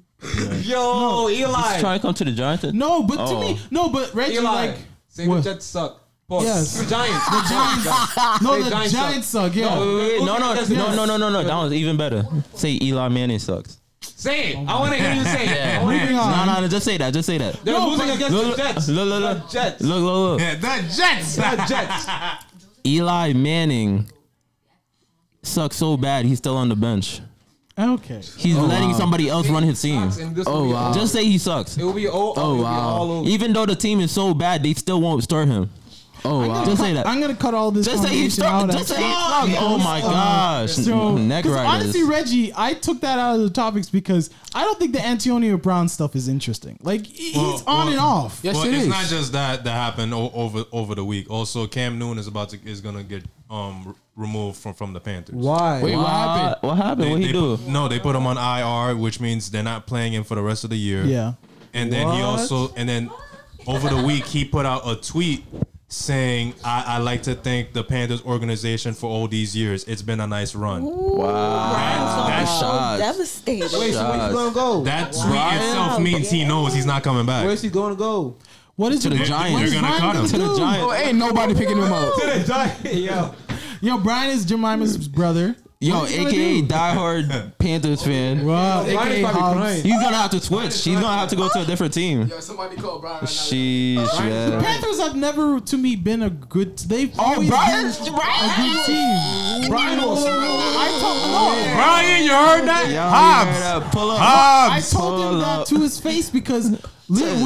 [SPEAKER 3] Yo, Eli.
[SPEAKER 1] He's trying to come to the Giants.
[SPEAKER 2] No, but
[SPEAKER 1] Oh.
[SPEAKER 2] to me, no, but Reggie
[SPEAKER 3] Eli.
[SPEAKER 2] like
[SPEAKER 3] Say the
[SPEAKER 2] What?
[SPEAKER 3] Jets suck. Pause.
[SPEAKER 2] Yes.
[SPEAKER 3] Giants. The Giants.
[SPEAKER 2] no
[SPEAKER 3] Hey,
[SPEAKER 2] the Giants,
[SPEAKER 3] Giants
[SPEAKER 2] suck. Yeah,
[SPEAKER 1] No, no, no, no, no, no, no. That was even better. Say Eli Manning sucks.
[SPEAKER 3] Say it. I want to hear you say it. I wanna
[SPEAKER 2] moving
[SPEAKER 3] hear-
[SPEAKER 2] on.
[SPEAKER 1] No, no, no. Just say that. Just say that.
[SPEAKER 3] They're losing against the
[SPEAKER 1] Look,
[SPEAKER 3] Jets.
[SPEAKER 1] look, look,
[SPEAKER 3] The
[SPEAKER 1] look.
[SPEAKER 3] Jets.
[SPEAKER 1] Look, look, look.
[SPEAKER 4] Yeah, the Jets.
[SPEAKER 3] The Jets.
[SPEAKER 1] Eli Manning sucks so bad he's still on the bench.
[SPEAKER 2] Okay.
[SPEAKER 1] He's letting somebody else run his team.
[SPEAKER 3] Sucks, and this
[SPEAKER 8] Oh,
[SPEAKER 3] will be
[SPEAKER 8] wow.
[SPEAKER 3] all-
[SPEAKER 1] Just say he sucks.
[SPEAKER 3] It will be all, oh,
[SPEAKER 8] wow.
[SPEAKER 3] all over.
[SPEAKER 1] Even though the team is so bad, they still won't start him.
[SPEAKER 8] Oh, wow.
[SPEAKER 1] Just say that.
[SPEAKER 2] I'm gonna cut all this.
[SPEAKER 1] Just say he
[SPEAKER 2] conversation out
[SPEAKER 1] sucks. Just say
[SPEAKER 2] actually.
[SPEAKER 1] he sucks. Oh my gosh,
[SPEAKER 2] So,
[SPEAKER 1] neck
[SPEAKER 2] 'cause
[SPEAKER 1] riders.
[SPEAKER 2] honestly, Reggie, I took that out of the topics because I don't think the Antonio Brown stuff is interesting. Like he- he's
[SPEAKER 4] Well,
[SPEAKER 2] on
[SPEAKER 4] well,
[SPEAKER 2] and off.
[SPEAKER 8] Yes,
[SPEAKER 4] well,
[SPEAKER 8] it
[SPEAKER 4] it's
[SPEAKER 8] is.
[SPEAKER 4] not just that that happened o- over over the week. Also, Cam Newton is about to is gonna get um re- removed from from the Panthers.
[SPEAKER 3] Why?
[SPEAKER 8] Wait, what
[SPEAKER 1] Uh,
[SPEAKER 8] happened?
[SPEAKER 1] what happened?
[SPEAKER 4] They,
[SPEAKER 1] what he
[SPEAKER 4] they
[SPEAKER 1] do?
[SPEAKER 4] Put, no, they put him on IR, which means they're not playing him for the rest of the year.
[SPEAKER 2] Yeah.
[SPEAKER 4] And then he also and then over the week he put out a tweet saying, I, "I like to thank the Panthers organization for all these years. It's been a nice run."
[SPEAKER 1] Wow,
[SPEAKER 4] That
[SPEAKER 1] shot.
[SPEAKER 7] Devastated.
[SPEAKER 3] Wait, so where's he going to go?
[SPEAKER 4] That tweet itself means he knows he's not coming back.
[SPEAKER 3] Where's he going to go?
[SPEAKER 2] What is
[SPEAKER 1] To the
[SPEAKER 2] what is
[SPEAKER 1] Giants.
[SPEAKER 4] They're gonna
[SPEAKER 2] Brian
[SPEAKER 4] cut him.
[SPEAKER 2] gonna
[SPEAKER 1] to the
[SPEAKER 2] do?
[SPEAKER 8] Oh,
[SPEAKER 1] Giants.
[SPEAKER 8] ain't nobody picking him up.
[SPEAKER 3] Yo.
[SPEAKER 2] Yo, Brian is Jemima's brother.
[SPEAKER 1] Yo,
[SPEAKER 2] What is he gonna
[SPEAKER 1] aka
[SPEAKER 2] do?
[SPEAKER 1] diehard Panthers fan.
[SPEAKER 2] Wow.
[SPEAKER 3] Brian is
[SPEAKER 2] AKA
[SPEAKER 3] probably
[SPEAKER 2] Hobbs.
[SPEAKER 3] crying.
[SPEAKER 1] He's gonna have to switch. He's gonna have to go to a different team.
[SPEAKER 8] somebody call Brian
[SPEAKER 1] Sheesh, man.
[SPEAKER 2] Panthers have never, to me, been a good. They've always
[SPEAKER 1] Oh, Brian-
[SPEAKER 2] been a good team. Brian was. I told no.
[SPEAKER 4] Brian, you heard that?
[SPEAKER 1] Yo, you heard
[SPEAKER 4] Hobbs.
[SPEAKER 1] that? Pull up.
[SPEAKER 2] I
[SPEAKER 4] Hobbs.
[SPEAKER 2] told him
[SPEAKER 1] Pull
[SPEAKER 2] that
[SPEAKER 1] up.
[SPEAKER 2] to his face because li- when they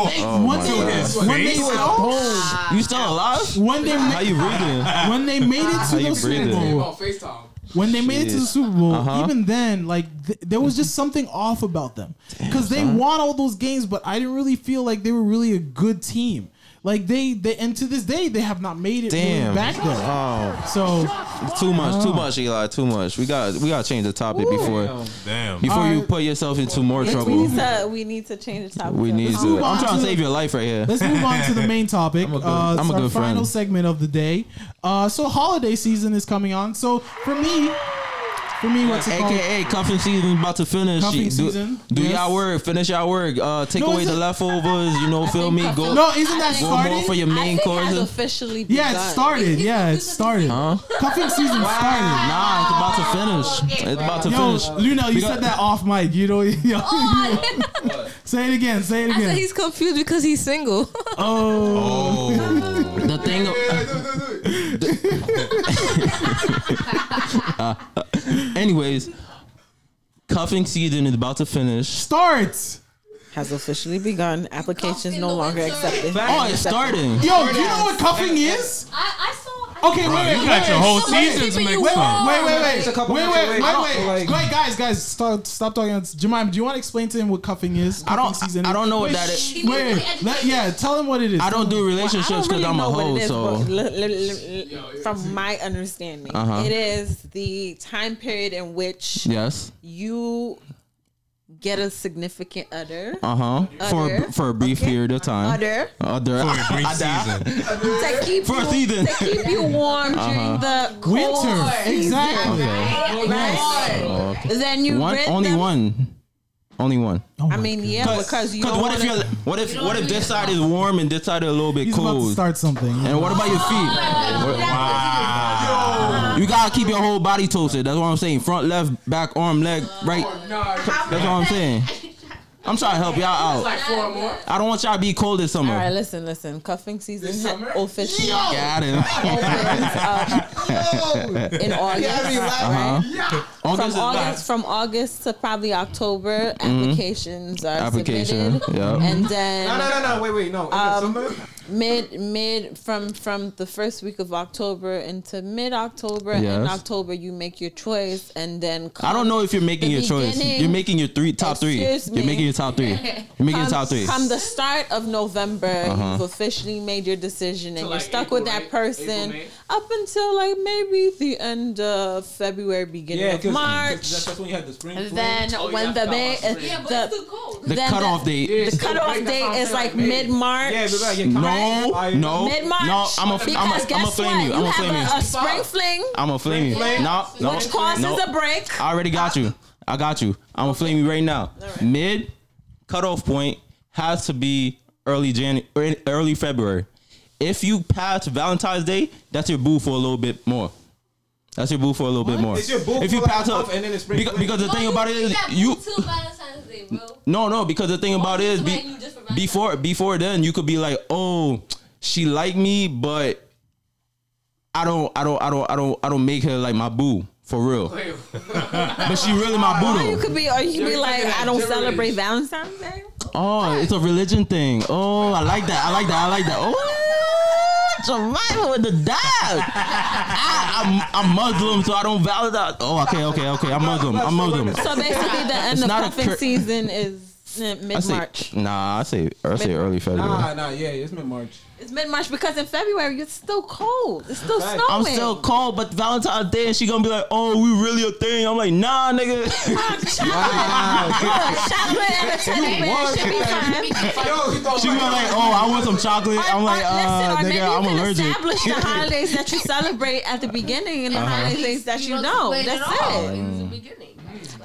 [SPEAKER 4] Oh,
[SPEAKER 2] when
[SPEAKER 1] my
[SPEAKER 2] they
[SPEAKER 4] God.
[SPEAKER 2] when they
[SPEAKER 4] To his
[SPEAKER 2] oh,
[SPEAKER 1] You still alive?
[SPEAKER 2] when they
[SPEAKER 1] How
[SPEAKER 2] ma-
[SPEAKER 1] you breathing?
[SPEAKER 2] when they made it to
[SPEAKER 1] you
[SPEAKER 2] the Super
[SPEAKER 1] breathing?
[SPEAKER 2] Bowl,
[SPEAKER 8] FaceTime.
[SPEAKER 2] when they made it to the
[SPEAKER 1] Shit.
[SPEAKER 2] Super Bowl,
[SPEAKER 1] Uh-huh.
[SPEAKER 2] even then, like th- there was just something off about them because they won all those games, but I didn't really feel like they were really a good team. Like they, they and to this day they have not made it really
[SPEAKER 1] Damn.
[SPEAKER 2] back there.
[SPEAKER 1] Oh,
[SPEAKER 2] So
[SPEAKER 1] too much, too much, Eli, too much. We got, we got to change the topic before,
[SPEAKER 4] Damn.
[SPEAKER 1] before you
[SPEAKER 2] Alright.
[SPEAKER 1] put yourself into more
[SPEAKER 7] We
[SPEAKER 1] trouble.
[SPEAKER 7] need to. We need to change the topic.
[SPEAKER 1] We need
[SPEAKER 2] move
[SPEAKER 1] to.
[SPEAKER 2] on
[SPEAKER 1] I'm trying
[SPEAKER 2] to-
[SPEAKER 1] to save your life right here.
[SPEAKER 2] Let's move on to the main topic.
[SPEAKER 1] I'm a good-
[SPEAKER 2] uh, it's
[SPEAKER 1] I'm a
[SPEAKER 2] our
[SPEAKER 1] good friend.
[SPEAKER 2] final segment of the day. Uh, so holiday season is coming on. So for me, for me, what's it called?
[SPEAKER 1] AKA cuffing season about to finish.
[SPEAKER 2] Cuffing
[SPEAKER 1] do,
[SPEAKER 2] season,
[SPEAKER 1] Do
[SPEAKER 2] yes.
[SPEAKER 1] y'all work, finish y'all work, uh, take
[SPEAKER 2] No,
[SPEAKER 1] away
[SPEAKER 2] it's
[SPEAKER 1] the
[SPEAKER 2] a-
[SPEAKER 1] leftovers, you know, feel me? Go,
[SPEAKER 2] No, isn't that
[SPEAKER 1] go more for
[SPEAKER 2] started?
[SPEAKER 1] your main courses.
[SPEAKER 7] officially.
[SPEAKER 2] Yeah, it
[SPEAKER 7] begun.
[SPEAKER 2] started. Yeah, it started.
[SPEAKER 1] Huh?
[SPEAKER 2] Cuffing season started.
[SPEAKER 1] Nah, it's about to finish. It's about to
[SPEAKER 2] Yo,
[SPEAKER 1] finish.
[SPEAKER 2] Luna, you
[SPEAKER 1] Because-
[SPEAKER 2] said that off mic. You know, yo, say it again. Say it
[SPEAKER 6] Oh. I said
[SPEAKER 2] again.
[SPEAKER 6] he's confused because he's single.
[SPEAKER 2] Oh,
[SPEAKER 4] Oh,
[SPEAKER 1] The thing. Anyways, cuffing season is about to finish.
[SPEAKER 2] starts.
[SPEAKER 7] has officially begun. Applications no longer accepted.
[SPEAKER 1] Oh, it's starting.
[SPEAKER 2] Yo, do you know what cuffing is?
[SPEAKER 9] I, I saw.
[SPEAKER 2] Okay, wait, wait,
[SPEAKER 4] you
[SPEAKER 2] wait.
[SPEAKER 4] got your whole
[SPEAKER 2] wait,
[SPEAKER 4] seasons
[SPEAKER 2] wait,
[SPEAKER 4] mixed
[SPEAKER 2] wait,
[SPEAKER 4] up.
[SPEAKER 2] Wait, wait, wait.
[SPEAKER 3] It's a
[SPEAKER 2] Wait,
[SPEAKER 3] couple
[SPEAKER 2] wait,
[SPEAKER 3] months
[SPEAKER 2] wait,
[SPEAKER 3] away.
[SPEAKER 2] wait.
[SPEAKER 3] Like-
[SPEAKER 2] Wait, guys, guys, stop, stop talking. Jemima, do you want to explain to him what cuffing is?
[SPEAKER 1] I don't-
[SPEAKER 2] Cuffing season
[SPEAKER 1] I don't know what
[SPEAKER 2] Wait,
[SPEAKER 1] that is.
[SPEAKER 2] shh, Wait, let, yeah, tell him what it is.
[SPEAKER 1] I don't do relationships because
[SPEAKER 7] I
[SPEAKER 1] I'm a
[SPEAKER 7] don't
[SPEAKER 1] hoe.
[SPEAKER 7] really know
[SPEAKER 1] so
[SPEAKER 7] what it is, but l- l- l- l- from my understanding,
[SPEAKER 1] Uh-huh.
[SPEAKER 7] it is the time period in which
[SPEAKER 1] yes,
[SPEAKER 7] you get a significant other.
[SPEAKER 1] uh huh. For
[SPEAKER 7] Other.
[SPEAKER 1] for a brief period of time.
[SPEAKER 7] Other.
[SPEAKER 1] Other.
[SPEAKER 4] For a brief season.
[SPEAKER 7] To keep,
[SPEAKER 1] For a
[SPEAKER 7] you,
[SPEAKER 1] season.
[SPEAKER 7] to keep you warm
[SPEAKER 1] Uh-huh.
[SPEAKER 7] during the cold
[SPEAKER 2] Winter.
[SPEAKER 7] season,
[SPEAKER 2] Exactly.
[SPEAKER 1] Okay.
[SPEAKER 7] right?
[SPEAKER 1] Oh, okay.
[SPEAKER 7] Then you
[SPEAKER 1] One.
[SPEAKER 7] rid
[SPEAKER 1] Only
[SPEAKER 7] them-
[SPEAKER 1] one. Only one.
[SPEAKER 2] Oh
[SPEAKER 7] I
[SPEAKER 2] my-
[SPEAKER 7] mean, yeah, because you.
[SPEAKER 1] Because
[SPEAKER 7] don't
[SPEAKER 1] what if
[SPEAKER 7] wanna-
[SPEAKER 1] you what if what if this side is warm and this side is a little bit
[SPEAKER 2] he's about to
[SPEAKER 1] cold?
[SPEAKER 2] start something.
[SPEAKER 1] And what about your feet?
[SPEAKER 4] Ah.
[SPEAKER 1] You gotta keep your whole body toasted. That's what I'm saying. Front, left, back, arm, leg, right. That's what I'm saying. I'm trying to help y'all out.
[SPEAKER 9] Four more.
[SPEAKER 1] I don't want y'all to be cold this
[SPEAKER 7] All right,
[SPEAKER 1] summer.
[SPEAKER 7] listen, listen. Cuffing season ha- officially uh,
[SPEAKER 1] Got it.
[SPEAKER 7] in August, right?
[SPEAKER 1] Uh-huh. August
[SPEAKER 7] From
[SPEAKER 1] is
[SPEAKER 7] August,
[SPEAKER 1] back.
[SPEAKER 7] from August to probably October, applications are
[SPEAKER 1] Application.
[SPEAKER 7] submitted,
[SPEAKER 1] Yeah.
[SPEAKER 7] and then
[SPEAKER 3] No, no, no, no. Wait, wait, no. In the summer,
[SPEAKER 7] mid mid from from the first week of October into mid October and
[SPEAKER 1] Yes.
[SPEAKER 7] October you make your choice and then
[SPEAKER 1] I don't know if you're making
[SPEAKER 7] The
[SPEAKER 1] your choice.
[SPEAKER 7] beginning-
[SPEAKER 1] You're making your three top three.
[SPEAKER 7] Excuse
[SPEAKER 1] You're
[SPEAKER 7] me.
[SPEAKER 1] making your top three. You're making your
[SPEAKER 7] come,
[SPEAKER 1] top three. Uh-huh.
[SPEAKER 7] come the start of November you've officially made your decision and you're stuck with that person up until like maybe the end of February beginning
[SPEAKER 3] yeah, 'cause-
[SPEAKER 7] of
[SPEAKER 3] 'cause
[SPEAKER 7] March
[SPEAKER 3] That's, Oh, that's when you had the spring. flu.
[SPEAKER 7] then when the ba-
[SPEAKER 9] Yeah, but
[SPEAKER 7] the,
[SPEAKER 9] it's too cold.
[SPEAKER 1] The
[SPEAKER 7] then
[SPEAKER 1] cutoff date.
[SPEAKER 7] the cutoff date is like mid March
[SPEAKER 3] yeah, but like,
[SPEAKER 1] No, no,
[SPEAKER 7] mid March
[SPEAKER 1] no. I'm a, I'm a,
[SPEAKER 7] because
[SPEAKER 1] I'm a
[SPEAKER 7] guess
[SPEAKER 1] flame
[SPEAKER 7] what
[SPEAKER 1] you. I'm a
[SPEAKER 7] have
[SPEAKER 1] flame you.
[SPEAKER 7] a, a spring fling
[SPEAKER 1] I'm a flame you. No, no,
[SPEAKER 7] which causes
[SPEAKER 1] no.
[SPEAKER 7] a break
[SPEAKER 1] I already got you. I got you. I'm gonna flame you right now. Mid cutoff point has to be early Jan, ear- early February. If you pass Valentine's Day, that's your boo for a little bit more. That's your boo for a little bit more.
[SPEAKER 3] It's your boo
[SPEAKER 1] if you
[SPEAKER 3] for like
[SPEAKER 1] pass
[SPEAKER 3] a
[SPEAKER 1] up,
[SPEAKER 3] month and then it's spring
[SPEAKER 1] because,
[SPEAKER 3] break.
[SPEAKER 1] because the
[SPEAKER 9] Why
[SPEAKER 1] thing
[SPEAKER 9] you
[SPEAKER 1] about it
[SPEAKER 9] keep
[SPEAKER 1] is
[SPEAKER 9] that
[SPEAKER 1] you.
[SPEAKER 9] till Valentine's Day, bro.
[SPEAKER 1] No, no, because the thing about it is,
[SPEAKER 9] Why you
[SPEAKER 1] be,
[SPEAKER 9] just writing you just for
[SPEAKER 1] before before then, you could be like, oh, she like me, but I don't, I don't, I don't, I don't, I don't make her like my boo for real. but she really my boo.
[SPEAKER 7] Or
[SPEAKER 1] though.
[SPEAKER 7] Oh, you could be, or you could be like, I don't celebrate Valentine's Day.
[SPEAKER 1] Oh, it's a religion thing. Oh, I like that. I like that. I like that. Oh, survival with the dog. I, I'm, I'm Muslim, so I don't validate. Oh, okay, okay, okay. I'm Muslim. I'm Muslim.
[SPEAKER 7] So basically, the end
[SPEAKER 1] It's
[SPEAKER 7] of
[SPEAKER 1] not a
[SPEAKER 7] cuffing
[SPEAKER 1] cur-
[SPEAKER 7] season is
[SPEAKER 1] I
[SPEAKER 7] mid
[SPEAKER 1] say,
[SPEAKER 7] March.
[SPEAKER 1] nah, I say, I say early February.
[SPEAKER 3] Nah, nah, yeah, it's mid March.
[SPEAKER 7] It's mid March because in February it's still cold. It's still snowing.
[SPEAKER 1] I'm still cold, but Valentine's Day, and she gonna be like, "Oh, we really a thing." I'm like, "Nah, nigga."
[SPEAKER 7] chocolate and a teddy bear should be fine.
[SPEAKER 1] she gonna be like, "Oh, I want some chocolate." I'm like,
[SPEAKER 7] Listen,
[SPEAKER 1] "Uh,
[SPEAKER 7] or maybe you
[SPEAKER 1] nigga, I'm
[SPEAKER 7] can
[SPEAKER 1] allergic."
[SPEAKER 7] establish the holidays that you celebrate at the beginning and the
[SPEAKER 1] Uh-huh.
[SPEAKER 7] holidays that you know.
[SPEAKER 9] Wait,
[SPEAKER 7] That's
[SPEAKER 9] at all.
[SPEAKER 7] it.
[SPEAKER 9] In the
[SPEAKER 6] Mm.
[SPEAKER 9] beginning.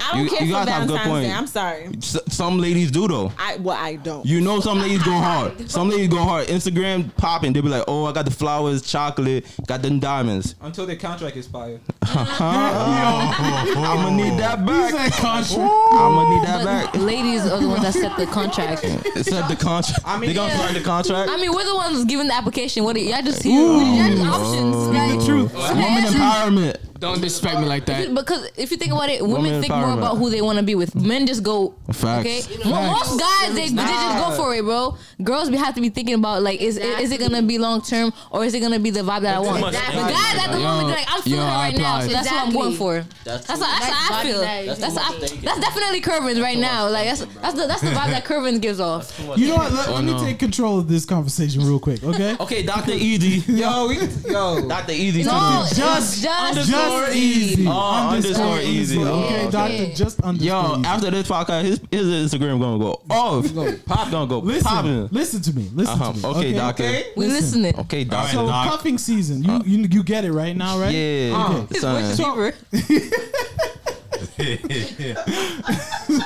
[SPEAKER 7] I don't
[SPEAKER 1] You-
[SPEAKER 7] care
[SPEAKER 1] you
[SPEAKER 7] for
[SPEAKER 1] guys have a good
[SPEAKER 7] Valentine's Day.
[SPEAKER 1] point.
[SPEAKER 7] I'm sorry.
[SPEAKER 1] S- some ladies do though.
[SPEAKER 7] I well, I don't.
[SPEAKER 1] You know, some ladies go hard. Some ladies go hard. Instagram popping. They be like, "Oh, I got the flowers, chocolate, got them diamonds.
[SPEAKER 3] Until their contract expires.
[SPEAKER 1] I'm gonna need that
[SPEAKER 2] He's
[SPEAKER 1] back.
[SPEAKER 2] that contract.
[SPEAKER 1] I'm gonna need that
[SPEAKER 6] But
[SPEAKER 1] back."
[SPEAKER 6] ladies are the ones that set the contract.
[SPEAKER 1] It said the contract.
[SPEAKER 3] I mean,
[SPEAKER 1] they gonna sign the contract.
[SPEAKER 6] I mean, we're the ones giving the application. What are y'all just here? Y'all just options. Like,
[SPEAKER 1] Woman empowerment.
[SPEAKER 8] Don't disrespect me like that.
[SPEAKER 6] Because if you think about it, women,
[SPEAKER 1] Women
[SPEAKER 6] think more
[SPEAKER 1] empowerment.
[SPEAKER 6] about who they want to be with. Men just go.
[SPEAKER 1] Facts.
[SPEAKER 6] Okay. Mo- Most guys they, they just go for it, bro. Girls we have to be thinking about like is is it gonna be long term or is it gonna be the vibe that I want.
[SPEAKER 1] much
[SPEAKER 6] The guys at the
[SPEAKER 8] Yo,
[SPEAKER 6] moment they're like I'm feeling
[SPEAKER 8] yo,
[SPEAKER 6] her
[SPEAKER 8] I
[SPEAKER 6] right now, so
[SPEAKER 8] applied.
[SPEAKER 6] that's what I'm going
[SPEAKER 10] Exactly.
[SPEAKER 6] for. That's how, that's how I
[SPEAKER 10] Body
[SPEAKER 6] feel.
[SPEAKER 10] language.
[SPEAKER 6] That's that's, how I- that's definitely Curvins right now. Like that's that's the that's the vibe that Curvins gives off.
[SPEAKER 2] You know what? Let,
[SPEAKER 1] Oh,
[SPEAKER 2] let me take control of this conversation real quick, okay?
[SPEAKER 1] Okay, Doctor Easy.
[SPEAKER 3] Yo, we, yo.
[SPEAKER 1] Doctor Easy.
[SPEAKER 6] No,
[SPEAKER 2] Just-
[SPEAKER 6] just just
[SPEAKER 2] Just easy.
[SPEAKER 1] Oh, underscore easy. Oh,
[SPEAKER 2] Okay,
[SPEAKER 1] okay.
[SPEAKER 2] doctor, just underscore
[SPEAKER 1] Yo,
[SPEAKER 2] easy.
[SPEAKER 1] after this podcast, his, his Instagram gonna go off. Pop gonna go
[SPEAKER 2] Listen,
[SPEAKER 1] popping.
[SPEAKER 2] listen to me. Listen
[SPEAKER 1] Uh-huh.
[SPEAKER 2] to me.
[SPEAKER 1] Okay, doctor.
[SPEAKER 6] we listening.
[SPEAKER 2] Oh,
[SPEAKER 1] Okay, doctor.
[SPEAKER 2] So
[SPEAKER 4] Doc.
[SPEAKER 2] cuffing season, you, you you get it right now, right?
[SPEAKER 1] Yeah, son.
[SPEAKER 2] So,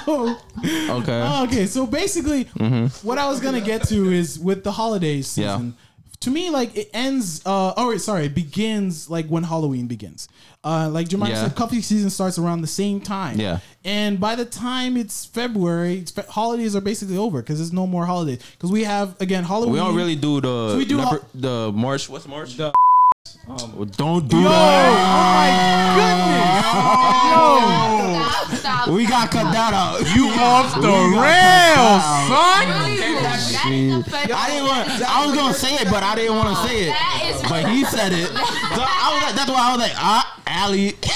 [SPEAKER 2] so-
[SPEAKER 1] Okay.
[SPEAKER 2] oh, okay, so basically,
[SPEAKER 1] Mm-hmm.
[SPEAKER 2] what I was gonna get to is with the holiday season. To me, like it ends. Uh, oh, wait, sorry, it begins like when Halloween begins. Uh, like Jemima
[SPEAKER 1] Yeah.
[SPEAKER 2] said, cuffing season starts around the same time.
[SPEAKER 1] Yeah.
[SPEAKER 2] And by the time it's February, it's fe- holidays are basically over because there's no more holidays. Because we have again Halloween.
[SPEAKER 1] we don't really do the
[SPEAKER 2] we do
[SPEAKER 1] leopard- the
[SPEAKER 2] all-
[SPEAKER 1] March. What's March? Well, Oh, don't do
[SPEAKER 2] Yo,
[SPEAKER 1] that. Oh my goodness.
[SPEAKER 10] Stop, stop.
[SPEAKER 1] We got cut that out.
[SPEAKER 4] You off the
[SPEAKER 1] rails,
[SPEAKER 10] That is offensive.
[SPEAKER 1] I didn't want. I was gonna say it, but I didn't want to say it.
[SPEAKER 10] That is-
[SPEAKER 1] But he said it. So I was like, that's why I was like, ah, Ali. so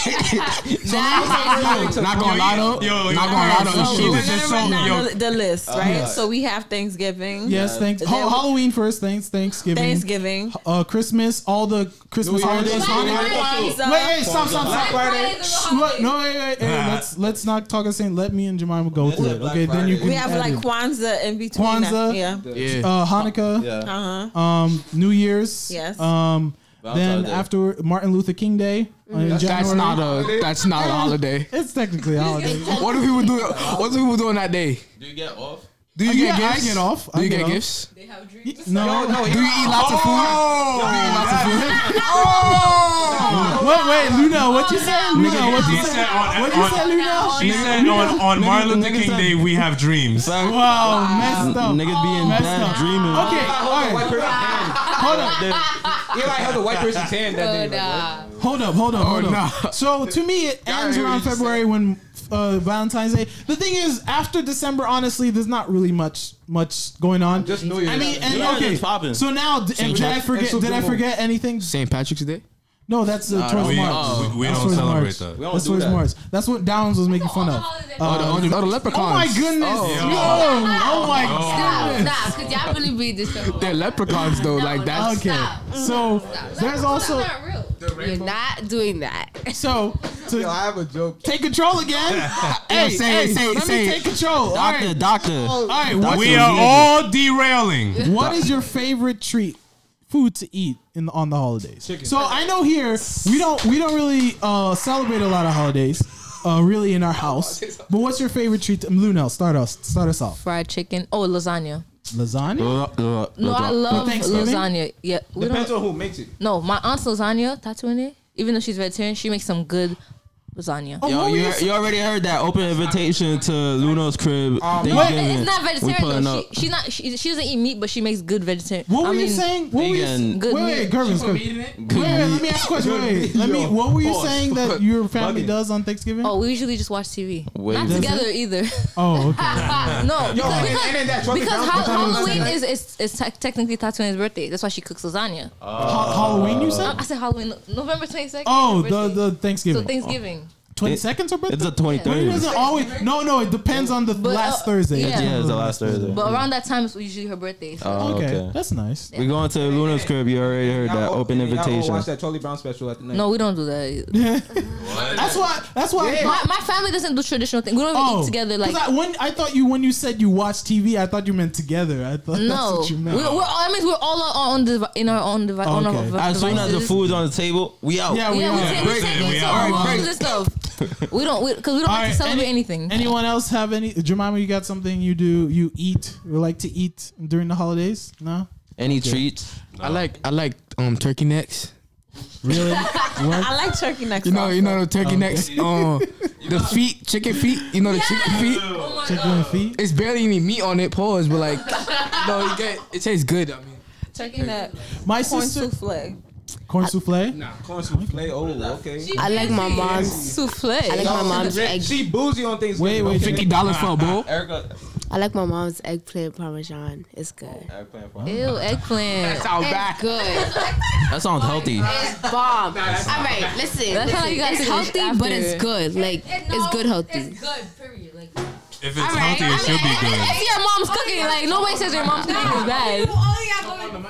[SPEAKER 1] not gonna lie though.
[SPEAKER 4] Yo, yo,
[SPEAKER 1] not gonna lie though.
[SPEAKER 4] yo,
[SPEAKER 1] It's
[SPEAKER 4] yo,
[SPEAKER 1] true.
[SPEAKER 4] yo,
[SPEAKER 7] Remember
[SPEAKER 4] so-
[SPEAKER 7] now
[SPEAKER 4] yo.
[SPEAKER 7] the, the list, right? So we have Thanksgiving.
[SPEAKER 2] Yes, thanks.
[SPEAKER 7] Then-
[SPEAKER 2] Ha- Halloween first, thanks, Thanksgiving,
[SPEAKER 7] Thanksgiving.
[SPEAKER 2] uh, Christmas, all the Christmas holidays. Wait, wait, stop, stop, stop. Shh, what? No, wait, wait, hey,
[SPEAKER 4] Nah.
[SPEAKER 2] let's let's not talk the same. Let me and Jemima go through it. Okay, then you can.
[SPEAKER 7] We have
[SPEAKER 2] add
[SPEAKER 7] like
[SPEAKER 2] it.
[SPEAKER 7] Kwanzaa in between.
[SPEAKER 2] Kwanzaa.
[SPEAKER 7] Yeah.
[SPEAKER 8] Yeah.
[SPEAKER 2] uh, Hanukkah,
[SPEAKER 7] Uh huh.
[SPEAKER 2] um, New Year's,
[SPEAKER 7] Yes.
[SPEAKER 2] Um, then
[SPEAKER 1] Valentine's Day.
[SPEAKER 2] after Martin Luther King Day, uh, in
[SPEAKER 8] That's
[SPEAKER 2] January.
[SPEAKER 8] not a that's not a holiday.
[SPEAKER 2] It's technically a holiday.
[SPEAKER 8] What do people do? What do people do on that day?
[SPEAKER 1] Do you get off?
[SPEAKER 8] Do you
[SPEAKER 2] Yeah,
[SPEAKER 8] Oh, get
[SPEAKER 2] I
[SPEAKER 8] gifts?
[SPEAKER 2] get off.
[SPEAKER 8] Do
[SPEAKER 2] I
[SPEAKER 8] you
[SPEAKER 2] get
[SPEAKER 8] get
[SPEAKER 2] off.
[SPEAKER 8] gifts?
[SPEAKER 2] No, no.
[SPEAKER 8] Do you eat lots of
[SPEAKER 4] Oh.
[SPEAKER 8] food? Do you eat lots of food? Oh!
[SPEAKER 2] Wait, wait, Luna, what you say, Luna? What you
[SPEAKER 4] She
[SPEAKER 2] say?
[SPEAKER 4] said on,
[SPEAKER 2] What you
[SPEAKER 4] on-
[SPEAKER 2] say, Luna?
[SPEAKER 4] she said on, on Martin Luther
[SPEAKER 1] nigga
[SPEAKER 4] King
[SPEAKER 1] said-
[SPEAKER 4] Day, we have dreams.
[SPEAKER 2] Wow, messed up. Okay,
[SPEAKER 1] Niggas be in
[SPEAKER 2] Messed
[SPEAKER 1] bed
[SPEAKER 2] up.
[SPEAKER 1] dreaming.
[SPEAKER 2] all right. Hold up.
[SPEAKER 3] Eli held a white person's hand that day. Like,
[SPEAKER 2] Hold up, hold up, hold
[SPEAKER 8] Oh,
[SPEAKER 2] up.
[SPEAKER 8] no.
[SPEAKER 2] So to me, it ends
[SPEAKER 8] hear what
[SPEAKER 2] around
[SPEAKER 8] you
[SPEAKER 2] February when uh, Valentine's Day. The thing is, after December, honestly, there's not really much much going on.
[SPEAKER 3] Just New Year's.
[SPEAKER 2] I mean, and,
[SPEAKER 1] New Year's
[SPEAKER 2] okay.
[SPEAKER 1] is popping.
[SPEAKER 2] So now, d- and did I
[SPEAKER 1] Patrick's-
[SPEAKER 2] forget?
[SPEAKER 3] and
[SPEAKER 2] Did I
[SPEAKER 3] Super Bowl.
[SPEAKER 2] forget anything?
[SPEAKER 8] St. Patrick's Day?
[SPEAKER 2] No, that's uh, towards
[SPEAKER 4] we,
[SPEAKER 2] March.
[SPEAKER 4] we, we
[SPEAKER 2] That's
[SPEAKER 4] don't
[SPEAKER 2] towards
[SPEAKER 4] celebrate
[SPEAKER 2] March.
[SPEAKER 4] that.
[SPEAKER 2] That's towards March. That's what Downs was making fun of.
[SPEAKER 8] Oh, the,
[SPEAKER 2] Uh,
[SPEAKER 8] oh, the, oh, the
[SPEAKER 2] Oh my
[SPEAKER 8] leprechauns.
[SPEAKER 2] goodness!
[SPEAKER 4] Yo.
[SPEAKER 2] Yo, oh my
[SPEAKER 10] Stop,
[SPEAKER 2] goodness!
[SPEAKER 10] stop, because y'all really be disturbing.
[SPEAKER 8] They're leprechauns though. like that's
[SPEAKER 2] Okay,
[SPEAKER 10] Stop.
[SPEAKER 2] so there's also
[SPEAKER 9] Not real.
[SPEAKER 10] You're not doing that.
[SPEAKER 2] so
[SPEAKER 3] Yo,
[SPEAKER 2] to
[SPEAKER 3] I have a joke.
[SPEAKER 2] take control again. Hey,
[SPEAKER 1] say
[SPEAKER 2] hey,
[SPEAKER 1] it, say it,
[SPEAKER 2] let
[SPEAKER 1] say
[SPEAKER 2] me
[SPEAKER 1] it.
[SPEAKER 2] take control. All
[SPEAKER 1] Doctor,
[SPEAKER 2] right,
[SPEAKER 1] doctor.
[SPEAKER 2] all right. What
[SPEAKER 4] We are all derailing.
[SPEAKER 2] What is your favorite treat, food to eat in on the holidays? So I know here we don't we don't really uh, celebrate a lot of holidays, uh, really in our house. But what's your favorite treat? Um, Lunel, start us start us off.
[SPEAKER 6] fried chicken. Oh, lasagna.
[SPEAKER 2] Lasagna.
[SPEAKER 6] No, I love
[SPEAKER 2] Thanksgiving?
[SPEAKER 6] lasagna. Yeah, we
[SPEAKER 3] Depends
[SPEAKER 6] don't.
[SPEAKER 3] on who makes it.
[SPEAKER 6] No, my aunt's lasagna, Tatiana. Even though she's vegetarian, she makes some good lasagna.
[SPEAKER 2] Oh,
[SPEAKER 1] Yo,
[SPEAKER 2] what were
[SPEAKER 1] you,
[SPEAKER 2] you
[SPEAKER 1] you already heard that open invitation to Luno's crib.
[SPEAKER 6] No,
[SPEAKER 1] Thanksgiving.
[SPEAKER 6] it's not
[SPEAKER 1] We
[SPEAKER 6] vegetarian.
[SPEAKER 1] pulling
[SPEAKER 6] Though.
[SPEAKER 1] up.
[SPEAKER 6] She, she's not. She, she doesn't eat meat, but she makes good vegetarian.
[SPEAKER 2] What
[SPEAKER 6] I
[SPEAKER 2] were you
[SPEAKER 6] mean,
[SPEAKER 2] saying? What were you?
[SPEAKER 1] Vegan.
[SPEAKER 2] Wait,
[SPEAKER 6] Good
[SPEAKER 2] wait, Gervin's good. Wait, wait, let me ask a question. Wait, let me. What were you saying that your family does on Thanksgiving?
[SPEAKER 6] Oh, we usually just watch TV.
[SPEAKER 1] Wait.
[SPEAKER 6] Not
[SPEAKER 1] Does
[SPEAKER 6] together either.
[SPEAKER 2] Oh, okay.
[SPEAKER 6] no, because,
[SPEAKER 3] and- and then that
[SPEAKER 6] because,
[SPEAKER 3] Charlie
[SPEAKER 6] because
[SPEAKER 3] Brown-
[SPEAKER 6] Hall-
[SPEAKER 3] I thought it was
[SPEAKER 6] Halloween
[SPEAKER 3] like-
[SPEAKER 6] is is, is te- technically Tatiana's birthday. That's why she cooks lasagna.
[SPEAKER 2] Oh. Ha- Halloween, you
[SPEAKER 6] I,
[SPEAKER 2] said?
[SPEAKER 6] I said Halloween, no- November twenty second.
[SPEAKER 2] Oh, the the
[SPEAKER 6] Uh, so
[SPEAKER 2] Thanksgiving.
[SPEAKER 6] Thanksgiving.
[SPEAKER 2] Twenty seconds or
[SPEAKER 1] It's
[SPEAKER 2] birthday?
[SPEAKER 1] the 23rd.
[SPEAKER 2] But it doesn't always. No, no, it depends on the
[SPEAKER 6] But,
[SPEAKER 2] last
[SPEAKER 6] uh,
[SPEAKER 2] Thursday.
[SPEAKER 6] yeah.
[SPEAKER 1] Yeah, it's the last
[SPEAKER 2] Oh.
[SPEAKER 1] Thursday.
[SPEAKER 6] But around that time is usually her birthday. So.
[SPEAKER 1] Oh,
[SPEAKER 2] okay.
[SPEAKER 1] okay.
[SPEAKER 2] that's nice.
[SPEAKER 1] We're going to Luna's crib. You already heard that.
[SPEAKER 3] Y'all-
[SPEAKER 1] Open
[SPEAKER 3] y'all all
[SPEAKER 1] invitation.
[SPEAKER 3] Watch that Charlie Brown special at the night.
[SPEAKER 6] no, we don't do that. either.
[SPEAKER 2] That's why. That's why.
[SPEAKER 6] My, my family doesn't do traditional things. We don't even
[SPEAKER 2] oh,
[SPEAKER 6] eat together. Like
[SPEAKER 2] 'cause I, when I thought you when you said you watch TV, I thought you meant together. I thought that's
[SPEAKER 6] no,
[SPEAKER 2] what you
[SPEAKER 6] we, we're
[SPEAKER 2] meant. Oh,
[SPEAKER 6] all, that means we're all on, on devi- in our own device. On our
[SPEAKER 2] Okay.
[SPEAKER 1] As
[SPEAKER 6] devices.
[SPEAKER 1] soon as the food's on the table, we out.
[SPEAKER 2] yeah, we
[SPEAKER 6] Yeah,
[SPEAKER 2] are.
[SPEAKER 6] we take, we
[SPEAKER 1] Break.
[SPEAKER 6] take, we
[SPEAKER 1] Yeah,
[SPEAKER 6] take
[SPEAKER 1] all right,
[SPEAKER 6] all
[SPEAKER 1] break.
[SPEAKER 6] of this stuff. We don't, because we, don't
[SPEAKER 2] All
[SPEAKER 6] like
[SPEAKER 2] right,
[SPEAKER 6] to celebrate
[SPEAKER 2] any-
[SPEAKER 6] anything.
[SPEAKER 2] Anyone else have any? Jemima, you got something you do? You eat or like to eat during the holidays? No,
[SPEAKER 1] Any treats?
[SPEAKER 8] I like I like um turkey necks.
[SPEAKER 2] really.
[SPEAKER 7] I like turkey neck.
[SPEAKER 8] You know, you know the turkey
[SPEAKER 2] Okay.
[SPEAKER 8] necks. Um, the feet, chicken feet. You know the chicken feet.
[SPEAKER 6] Oh
[SPEAKER 2] Chicken and feet.
[SPEAKER 8] It's barely any meat on it. Pause, but like, no, you get it tastes good. I mean,
[SPEAKER 7] turkey neck.
[SPEAKER 2] My
[SPEAKER 7] Corn
[SPEAKER 2] sister,
[SPEAKER 7] souffle.
[SPEAKER 2] corn souffle.
[SPEAKER 3] Nah, corn souffle. Oh, okay.
[SPEAKER 10] I like my mom's.
[SPEAKER 6] Souffle.
[SPEAKER 10] I like my mom's egg.
[SPEAKER 3] She boozy on things.
[SPEAKER 2] Wait, wait,
[SPEAKER 8] fifty dollars for a bowl.
[SPEAKER 1] Erica.
[SPEAKER 10] I like my mom's eggplant parmesan. It's good.
[SPEAKER 6] Ew, eggplant.
[SPEAKER 8] Sound bad.
[SPEAKER 10] Good.
[SPEAKER 1] That sounds healthy.
[SPEAKER 10] Bomb. All right, listen.
[SPEAKER 6] That's how
[SPEAKER 10] listen.
[SPEAKER 6] you gotta
[SPEAKER 10] it's
[SPEAKER 6] take a
[SPEAKER 10] healthy,
[SPEAKER 6] shit
[SPEAKER 10] but
[SPEAKER 6] after.
[SPEAKER 10] it's good. Like it's good healthy.
[SPEAKER 9] It's good, period. Like,
[SPEAKER 4] If it's healthy, it should be good.
[SPEAKER 6] It's your mom's cooking. Like, nobody says your mom's cooking is bad.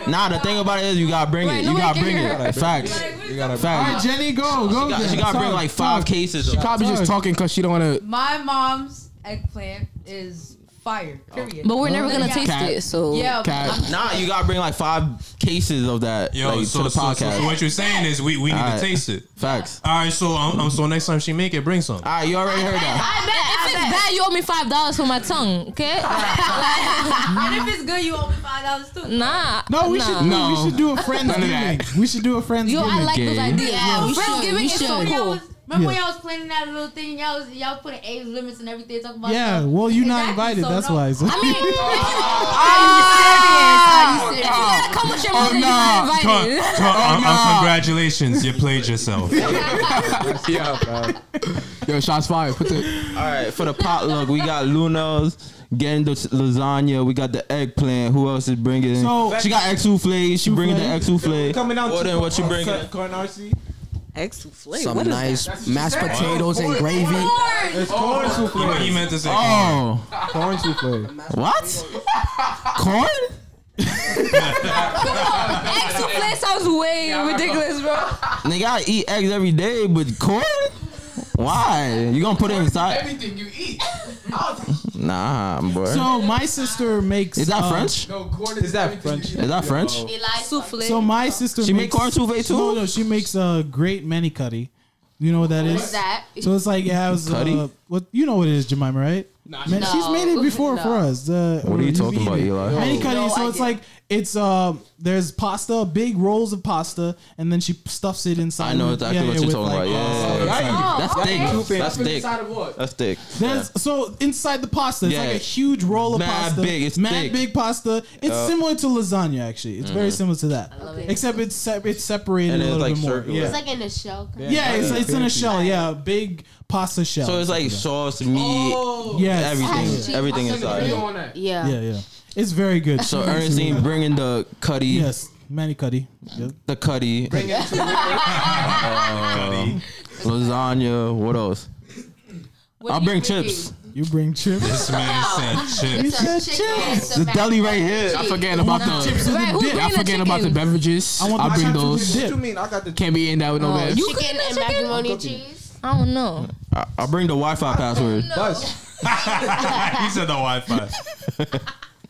[SPEAKER 1] Nah, the thing about it is you gotta bring
[SPEAKER 6] Right,
[SPEAKER 1] it. You
[SPEAKER 6] nobody
[SPEAKER 1] gotta
[SPEAKER 6] can
[SPEAKER 1] bring
[SPEAKER 6] hear
[SPEAKER 1] it. Facts.
[SPEAKER 3] You gotta
[SPEAKER 2] All
[SPEAKER 1] Facts.
[SPEAKER 2] right, Jenny, go, go.
[SPEAKER 1] She got- She
[SPEAKER 2] then.
[SPEAKER 1] gotta bring
[SPEAKER 2] Talk,
[SPEAKER 1] like five
[SPEAKER 2] talk.
[SPEAKER 1] cases. of-
[SPEAKER 8] Probably just talking because she don't want to.
[SPEAKER 11] My mom's eggplant is fire. Period.
[SPEAKER 6] But we're never gonna
[SPEAKER 11] Yeah.
[SPEAKER 6] taste it, so.
[SPEAKER 11] yeah,
[SPEAKER 8] Cat.
[SPEAKER 1] Nah, you gotta bring like five cases of that
[SPEAKER 4] Yo,
[SPEAKER 1] like,
[SPEAKER 4] so,
[SPEAKER 1] to the
[SPEAKER 4] so, so,
[SPEAKER 1] podcast.
[SPEAKER 4] so what you're saying is we, we need
[SPEAKER 1] Alright.
[SPEAKER 4] to taste it.
[SPEAKER 1] Facts.
[SPEAKER 4] All right, so um, um, so next time she make it, bring some.
[SPEAKER 1] All right, you already heard that.
[SPEAKER 6] If it's bad, you owe me five dollars for my tongue, okay? Oh.
[SPEAKER 11] and if it's good, you owe me five dollars too.
[SPEAKER 6] Nah.
[SPEAKER 2] No, we
[SPEAKER 6] nah.
[SPEAKER 2] should do, we should do a friendsgiving.
[SPEAKER 8] that.
[SPEAKER 2] we should do a friendsgiving.
[SPEAKER 6] Yo, I like
[SPEAKER 1] Gay.
[SPEAKER 6] those ideas.
[SPEAKER 10] Yeah, we should,
[SPEAKER 6] Friendsgiving
[SPEAKER 10] we
[SPEAKER 6] is so
[SPEAKER 10] should.
[SPEAKER 11] Three
[SPEAKER 6] cool.
[SPEAKER 11] hours- Remember
[SPEAKER 2] Yeah.
[SPEAKER 11] when y'all was planning that little thing? Y'all was y'all putting age limits and everything. Talking about
[SPEAKER 2] Yeah,
[SPEAKER 11] stuff?
[SPEAKER 2] well, you not
[SPEAKER 11] Exactly,
[SPEAKER 2] invited.
[SPEAKER 11] so
[SPEAKER 2] that's
[SPEAKER 11] no.
[SPEAKER 2] why. It's
[SPEAKER 11] I mean,
[SPEAKER 10] Are you serious? Are you serious?
[SPEAKER 6] You gotta come with your
[SPEAKER 10] Oh,
[SPEAKER 6] mother.
[SPEAKER 10] no.
[SPEAKER 6] You're not
[SPEAKER 4] Con-
[SPEAKER 6] invited.
[SPEAKER 4] con- um, um, congratulations, you played yourself.
[SPEAKER 8] yeah, bro. Yo, shots fired. Put the.
[SPEAKER 1] All right, for the potluck, we got Lunos getting the lasagna. We got the eggplant. Who else is bringing?
[SPEAKER 3] So-
[SPEAKER 1] she got egg souffle. She bringing the egg souffle.
[SPEAKER 3] Coming out
[SPEAKER 1] What,
[SPEAKER 3] to
[SPEAKER 1] then, what you bringing?
[SPEAKER 3] Corn RC.
[SPEAKER 7] Eggs souffle.
[SPEAKER 1] Some
[SPEAKER 7] what is
[SPEAKER 1] nice
[SPEAKER 7] that?
[SPEAKER 1] mashed
[SPEAKER 7] That's-
[SPEAKER 1] potatoes and gravy.
[SPEAKER 3] It's corn souffle.
[SPEAKER 4] He meant to say
[SPEAKER 1] Oh,
[SPEAKER 3] Corn souffle.
[SPEAKER 1] what? Corn?
[SPEAKER 6] Egg souffle sounds way ridiculous, bro.
[SPEAKER 1] Nigga, I eat eggs every day, but corn? Why? You gonna put it inside?
[SPEAKER 8] Everything you eat.
[SPEAKER 1] Nah, boy.
[SPEAKER 2] So my sister makes.
[SPEAKER 1] Is that
[SPEAKER 2] uh,
[SPEAKER 1] French?
[SPEAKER 8] No, corn is,
[SPEAKER 3] that French?
[SPEAKER 1] Is that French?
[SPEAKER 6] Souffle.
[SPEAKER 2] So my sister.
[SPEAKER 1] She make
[SPEAKER 2] makes-
[SPEAKER 1] corn souffle too?
[SPEAKER 2] No, no, she makes a great manicotti. You know what that is?
[SPEAKER 11] What is that?
[SPEAKER 2] So it's like it has uh,
[SPEAKER 1] Cutty?
[SPEAKER 2] what you know what it is, Jemima, right? Man,
[SPEAKER 11] she-
[SPEAKER 2] she's made it
[SPEAKER 11] No.
[SPEAKER 2] before
[SPEAKER 11] No.
[SPEAKER 2] for us. The-
[SPEAKER 1] What are you
[SPEAKER 2] you've
[SPEAKER 1] talking
[SPEAKER 2] eaten
[SPEAKER 1] about,
[SPEAKER 2] it.
[SPEAKER 1] Eli?
[SPEAKER 2] Manicotti.
[SPEAKER 11] No
[SPEAKER 2] so it's
[SPEAKER 11] idea.
[SPEAKER 2] like it's um there's pasta, big rolls of pasta, and then she stuffs it inside.
[SPEAKER 1] I know
[SPEAKER 2] with-
[SPEAKER 1] exactly
[SPEAKER 2] yeah,
[SPEAKER 1] what
[SPEAKER 2] yeah,
[SPEAKER 1] you're
[SPEAKER 2] with,
[SPEAKER 1] talking
[SPEAKER 2] like, uh,
[SPEAKER 1] about. Yeah,
[SPEAKER 3] Right.
[SPEAKER 1] that's
[SPEAKER 6] okay.
[SPEAKER 1] thick. That's
[SPEAKER 3] Put it
[SPEAKER 1] thick.
[SPEAKER 3] inside of what?
[SPEAKER 1] That's thick.
[SPEAKER 2] There's so inside the pasta, it's
[SPEAKER 1] Yeah.
[SPEAKER 2] like a huge roll of
[SPEAKER 1] Mad
[SPEAKER 2] pasta,
[SPEAKER 1] big, it's
[SPEAKER 2] mad
[SPEAKER 1] thick.
[SPEAKER 2] big pasta. It's
[SPEAKER 1] Uh, Mm-hmm.
[SPEAKER 2] similar to lasagna, actually. It's very similar to that,
[SPEAKER 10] it.
[SPEAKER 2] except it's sep- it's separated
[SPEAKER 1] And
[SPEAKER 2] a
[SPEAKER 1] it's,
[SPEAKER 2] little
[SPEAKER 1] like,
[SPEAKER 2] bit more.
[SPEAKER 1] circular.
[SPEAKER 2] Yeah,
[SPEAKER 10] It's like in a shell. kind of-
[SPEAKER 2] yeah, it's, it's in a shell. Yeah, a big pasta shell.
[SPEAKER 1] So it's like sauce, meat,
[SPEAKER 2] Yes.
[SPEAKER 10] Has
[SPEAKER 1] everything,
[SPEAKER 10] cheese.
[SPEAKER 1] everything inside.
[SPEAKER 10] Yeah.
[SPEAKER 2] yeah, yeah. It's very good.
[SPEAKER 1] So
[SPEAKER 2] She makes it
[SPEAKER 1] Ernestine
[SPEAKER 2] really-
[SPEAKER 1] bringing the cutty,
[SPEAKER 2] yes, Manny Cuddy. Yep.
[SPEAKER 1] the cutty, um, lasagna. What else?
[SPEAKER 11] What
[SPEAKER 1] I'll
[SPEAKER 11] do you
[SPEAKER 1] bring
[SPEAKER 11] bring?
[SPEAKER 1] chips.
[SPEAKER 2] You bring chips.
[SPEAKER 4] This man said chips.
[SPEAKER 10] It's a chicken, it's a
[SPEAKER 1] The
[SPEAKER 10] mac-
[SPEAKER 1] deli right here.
[SPEAKER 8] I'm forgetting about the.
[SPEAKER 2] Chips with
[SPEAKER 6] Right,
[SPEAKER 2] the
[SPEAKER 6] who
[SPEAKER 2] dip.
[SPEAKER 6] bring
[SPEAKER 8] I'm
[SPEAKER 6] the
[SPEAKER 8] forgetting about the
[SPEAKER 6] chicken?
[SPEAKER 8] beverages.
[SPEAKER 2] I want
[SPEAKER 8] I'll
[SPEAKER 2] the
[SPEAKER 8] bring
[SPEAKER 2] chicken with
[SPEAKER 8] those.
[SPEAKER 2] the dip.
[SPEAKER 3] What you mean? I got the.
[SPEAKER 8] Can't be eating that with no mess.
[SPEAKER 6] you
[SPEAKER 10] Chicken
[SPEAKER 6] cooking
[SPEAKER 10] and
[SPEAKER 6] that chicken?
[SPEAKER 10] macaroni cheese.
[SPEAKER 6] I don't know.
[SPEAKER 1] I- I'll bring the Wi-Fi password.
[SPEAKER 3] Buzz.
[SPEAKER 4] he said the Wi-Fi.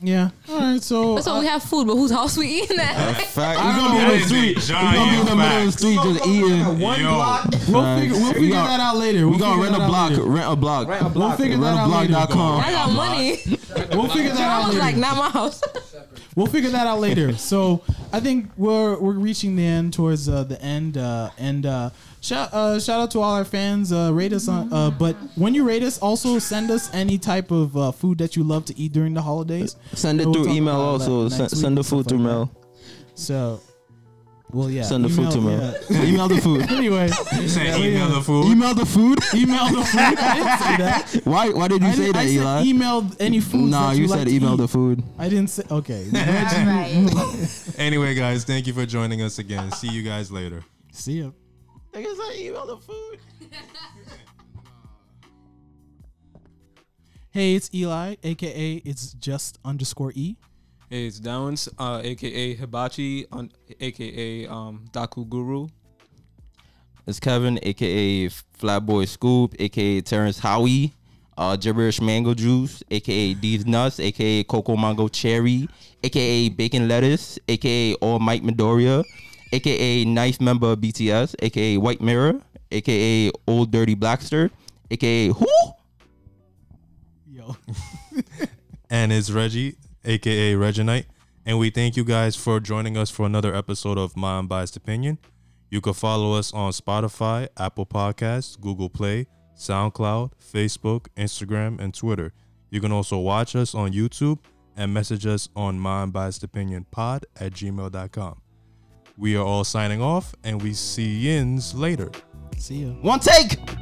[SPEAKER 2] Yeah. All right. So
[SPEAKER 6] So we have food, but whose house we eating at?
[SPEAKER 1] Fact, we gonna be in the street. We gonna be in the middle of the street just eating.
[SPEAKER 3] One
[SPEAKER 4] Yo.
[SPEAKER 3] block.
[SPEAKER 2] we'll figure, we'll
[SPEAKER 1] Facts.
[SPEAKER 2] figure
[SPEAKER 1] We got-
[SPEAKER 2] that out later.
[SPEAKER 1] We gonna rent a block. Rent a block.
[SPEAKER 3] Rent a
[SPEAKER 2] We'll
[SPEAKER 3] block.
[SPEAKER 2] figure that out later.
[SPEAKER 1] Rentablock.com.
[SPEAKER 6] I got money.
[SPEAKER 2] We'll figure that
[SPEAKER 6] I
[SPEAKER 2] out
[SPEAKER 6] was
[SPEAKER 2] later.
[SPEAKER 6] like, not my house.
[SPEAKER 2] we'll figure that out later. So I think we're we're reaching the end towards uh, the end, uh, and uh, shout uh, shout out to all our fans. Uh, rate us on, uh, but when you rate us, also send us any type of uh, food that you love to eat during the holidays.
[SPEAKER 1] Send it
[SPEAKER 2] We'll
[SPEAKER 1] through
[SPEAKER 2] talk
[SPEAKER 1] email
[SPEAKER 2] about that
[SPEAKER 1] also.
[SPEAKER 2] next
[SPEAKER 1] Send,
[SPEAKER 2] week
[SPEAKER 1] send the
[SPEAKER 2] and
[SPEAKER 1] food
[SPEAKER 2] stuff
[SPEAKER 1] through
[SPEAKER 2] like
[SPEAKER 1] mail.
[SPEAKER 2] that. So, well, yeah,
[SPEAKER 1] Send the food to
[SPEAKER 2] email,
[SPEAKER 1] mail.
[SPEAKER 2] yeah.
[SPEAKER 1] Email the food.
[SPEAKER 2] Anyway,
[SPEAKER 4] He said email the food.
[SPEAKER 1] Email the food.
[SPEAKER 2] email the food. I didn't say that.
[SPEAKER 1] Why? Why did you
[SPEAKER 2] I,
[SPEAKER 1] say
[SPEAKER 2] didn't-
[SPEAKER 1] that,
[SPEAKER 2] I said
[SPEAKER 1] Eli?
[SPEAKER 2] email any food.
[SPEAKER 1] nah,
[SPEAKER 2] that
[SPEAKER 1] you,
[SPEAKER 2] you, like
[SPEAKER 1] said
[SPEAKER 2] to
[SPEAKER 1] email
[SPEAKER 2] eat.
[SPEAKER 1] the food.
[SPEAKER 2] I didn't say. Okay.
[SPEAKER 4] Anyway, guys, thank you for joining us again. See you guys later.
[SPEAKER 2] See ya.
[SPEAKER 1] Nigga said email the food.
[SPEAKER 2] Hey, it's Eli, aka it's just underscore E.
[SPEAKER 12] Hey, it's Downs, uh, aka Hibachi, on, aka um, Daku Guru.
[SPEAKER 1] It's Kevin, aka Flatboy Scoop, aka Terrence Howie, uh, Gibberish Mango Juice, aka These Nuts, aka Coco Mango Cherry, aka Bacon Lettuce, aka All Mike Midoriya, aka Nice Member of BTS, aka White Mirror, aka Old Dirty Blackster, aka Who?
[SPEAKER 2] Yo.
[SPEAKER 4] And it's Reggie, aka Reginite. And we thank you guys for joining us for another episode of My Unbiased Opinion. You can follow us on Spotify, Apple Podcasts, Google Play, SoundCloud, Facebook, Instagram, and Twitter. You can also watch us on YouTube and message us on My Unbiased Opinion Pod at gmail.com. We are all signing off and we see yins later.
[SPEAKER 2] See ya.
[SPEAKER 1] One take!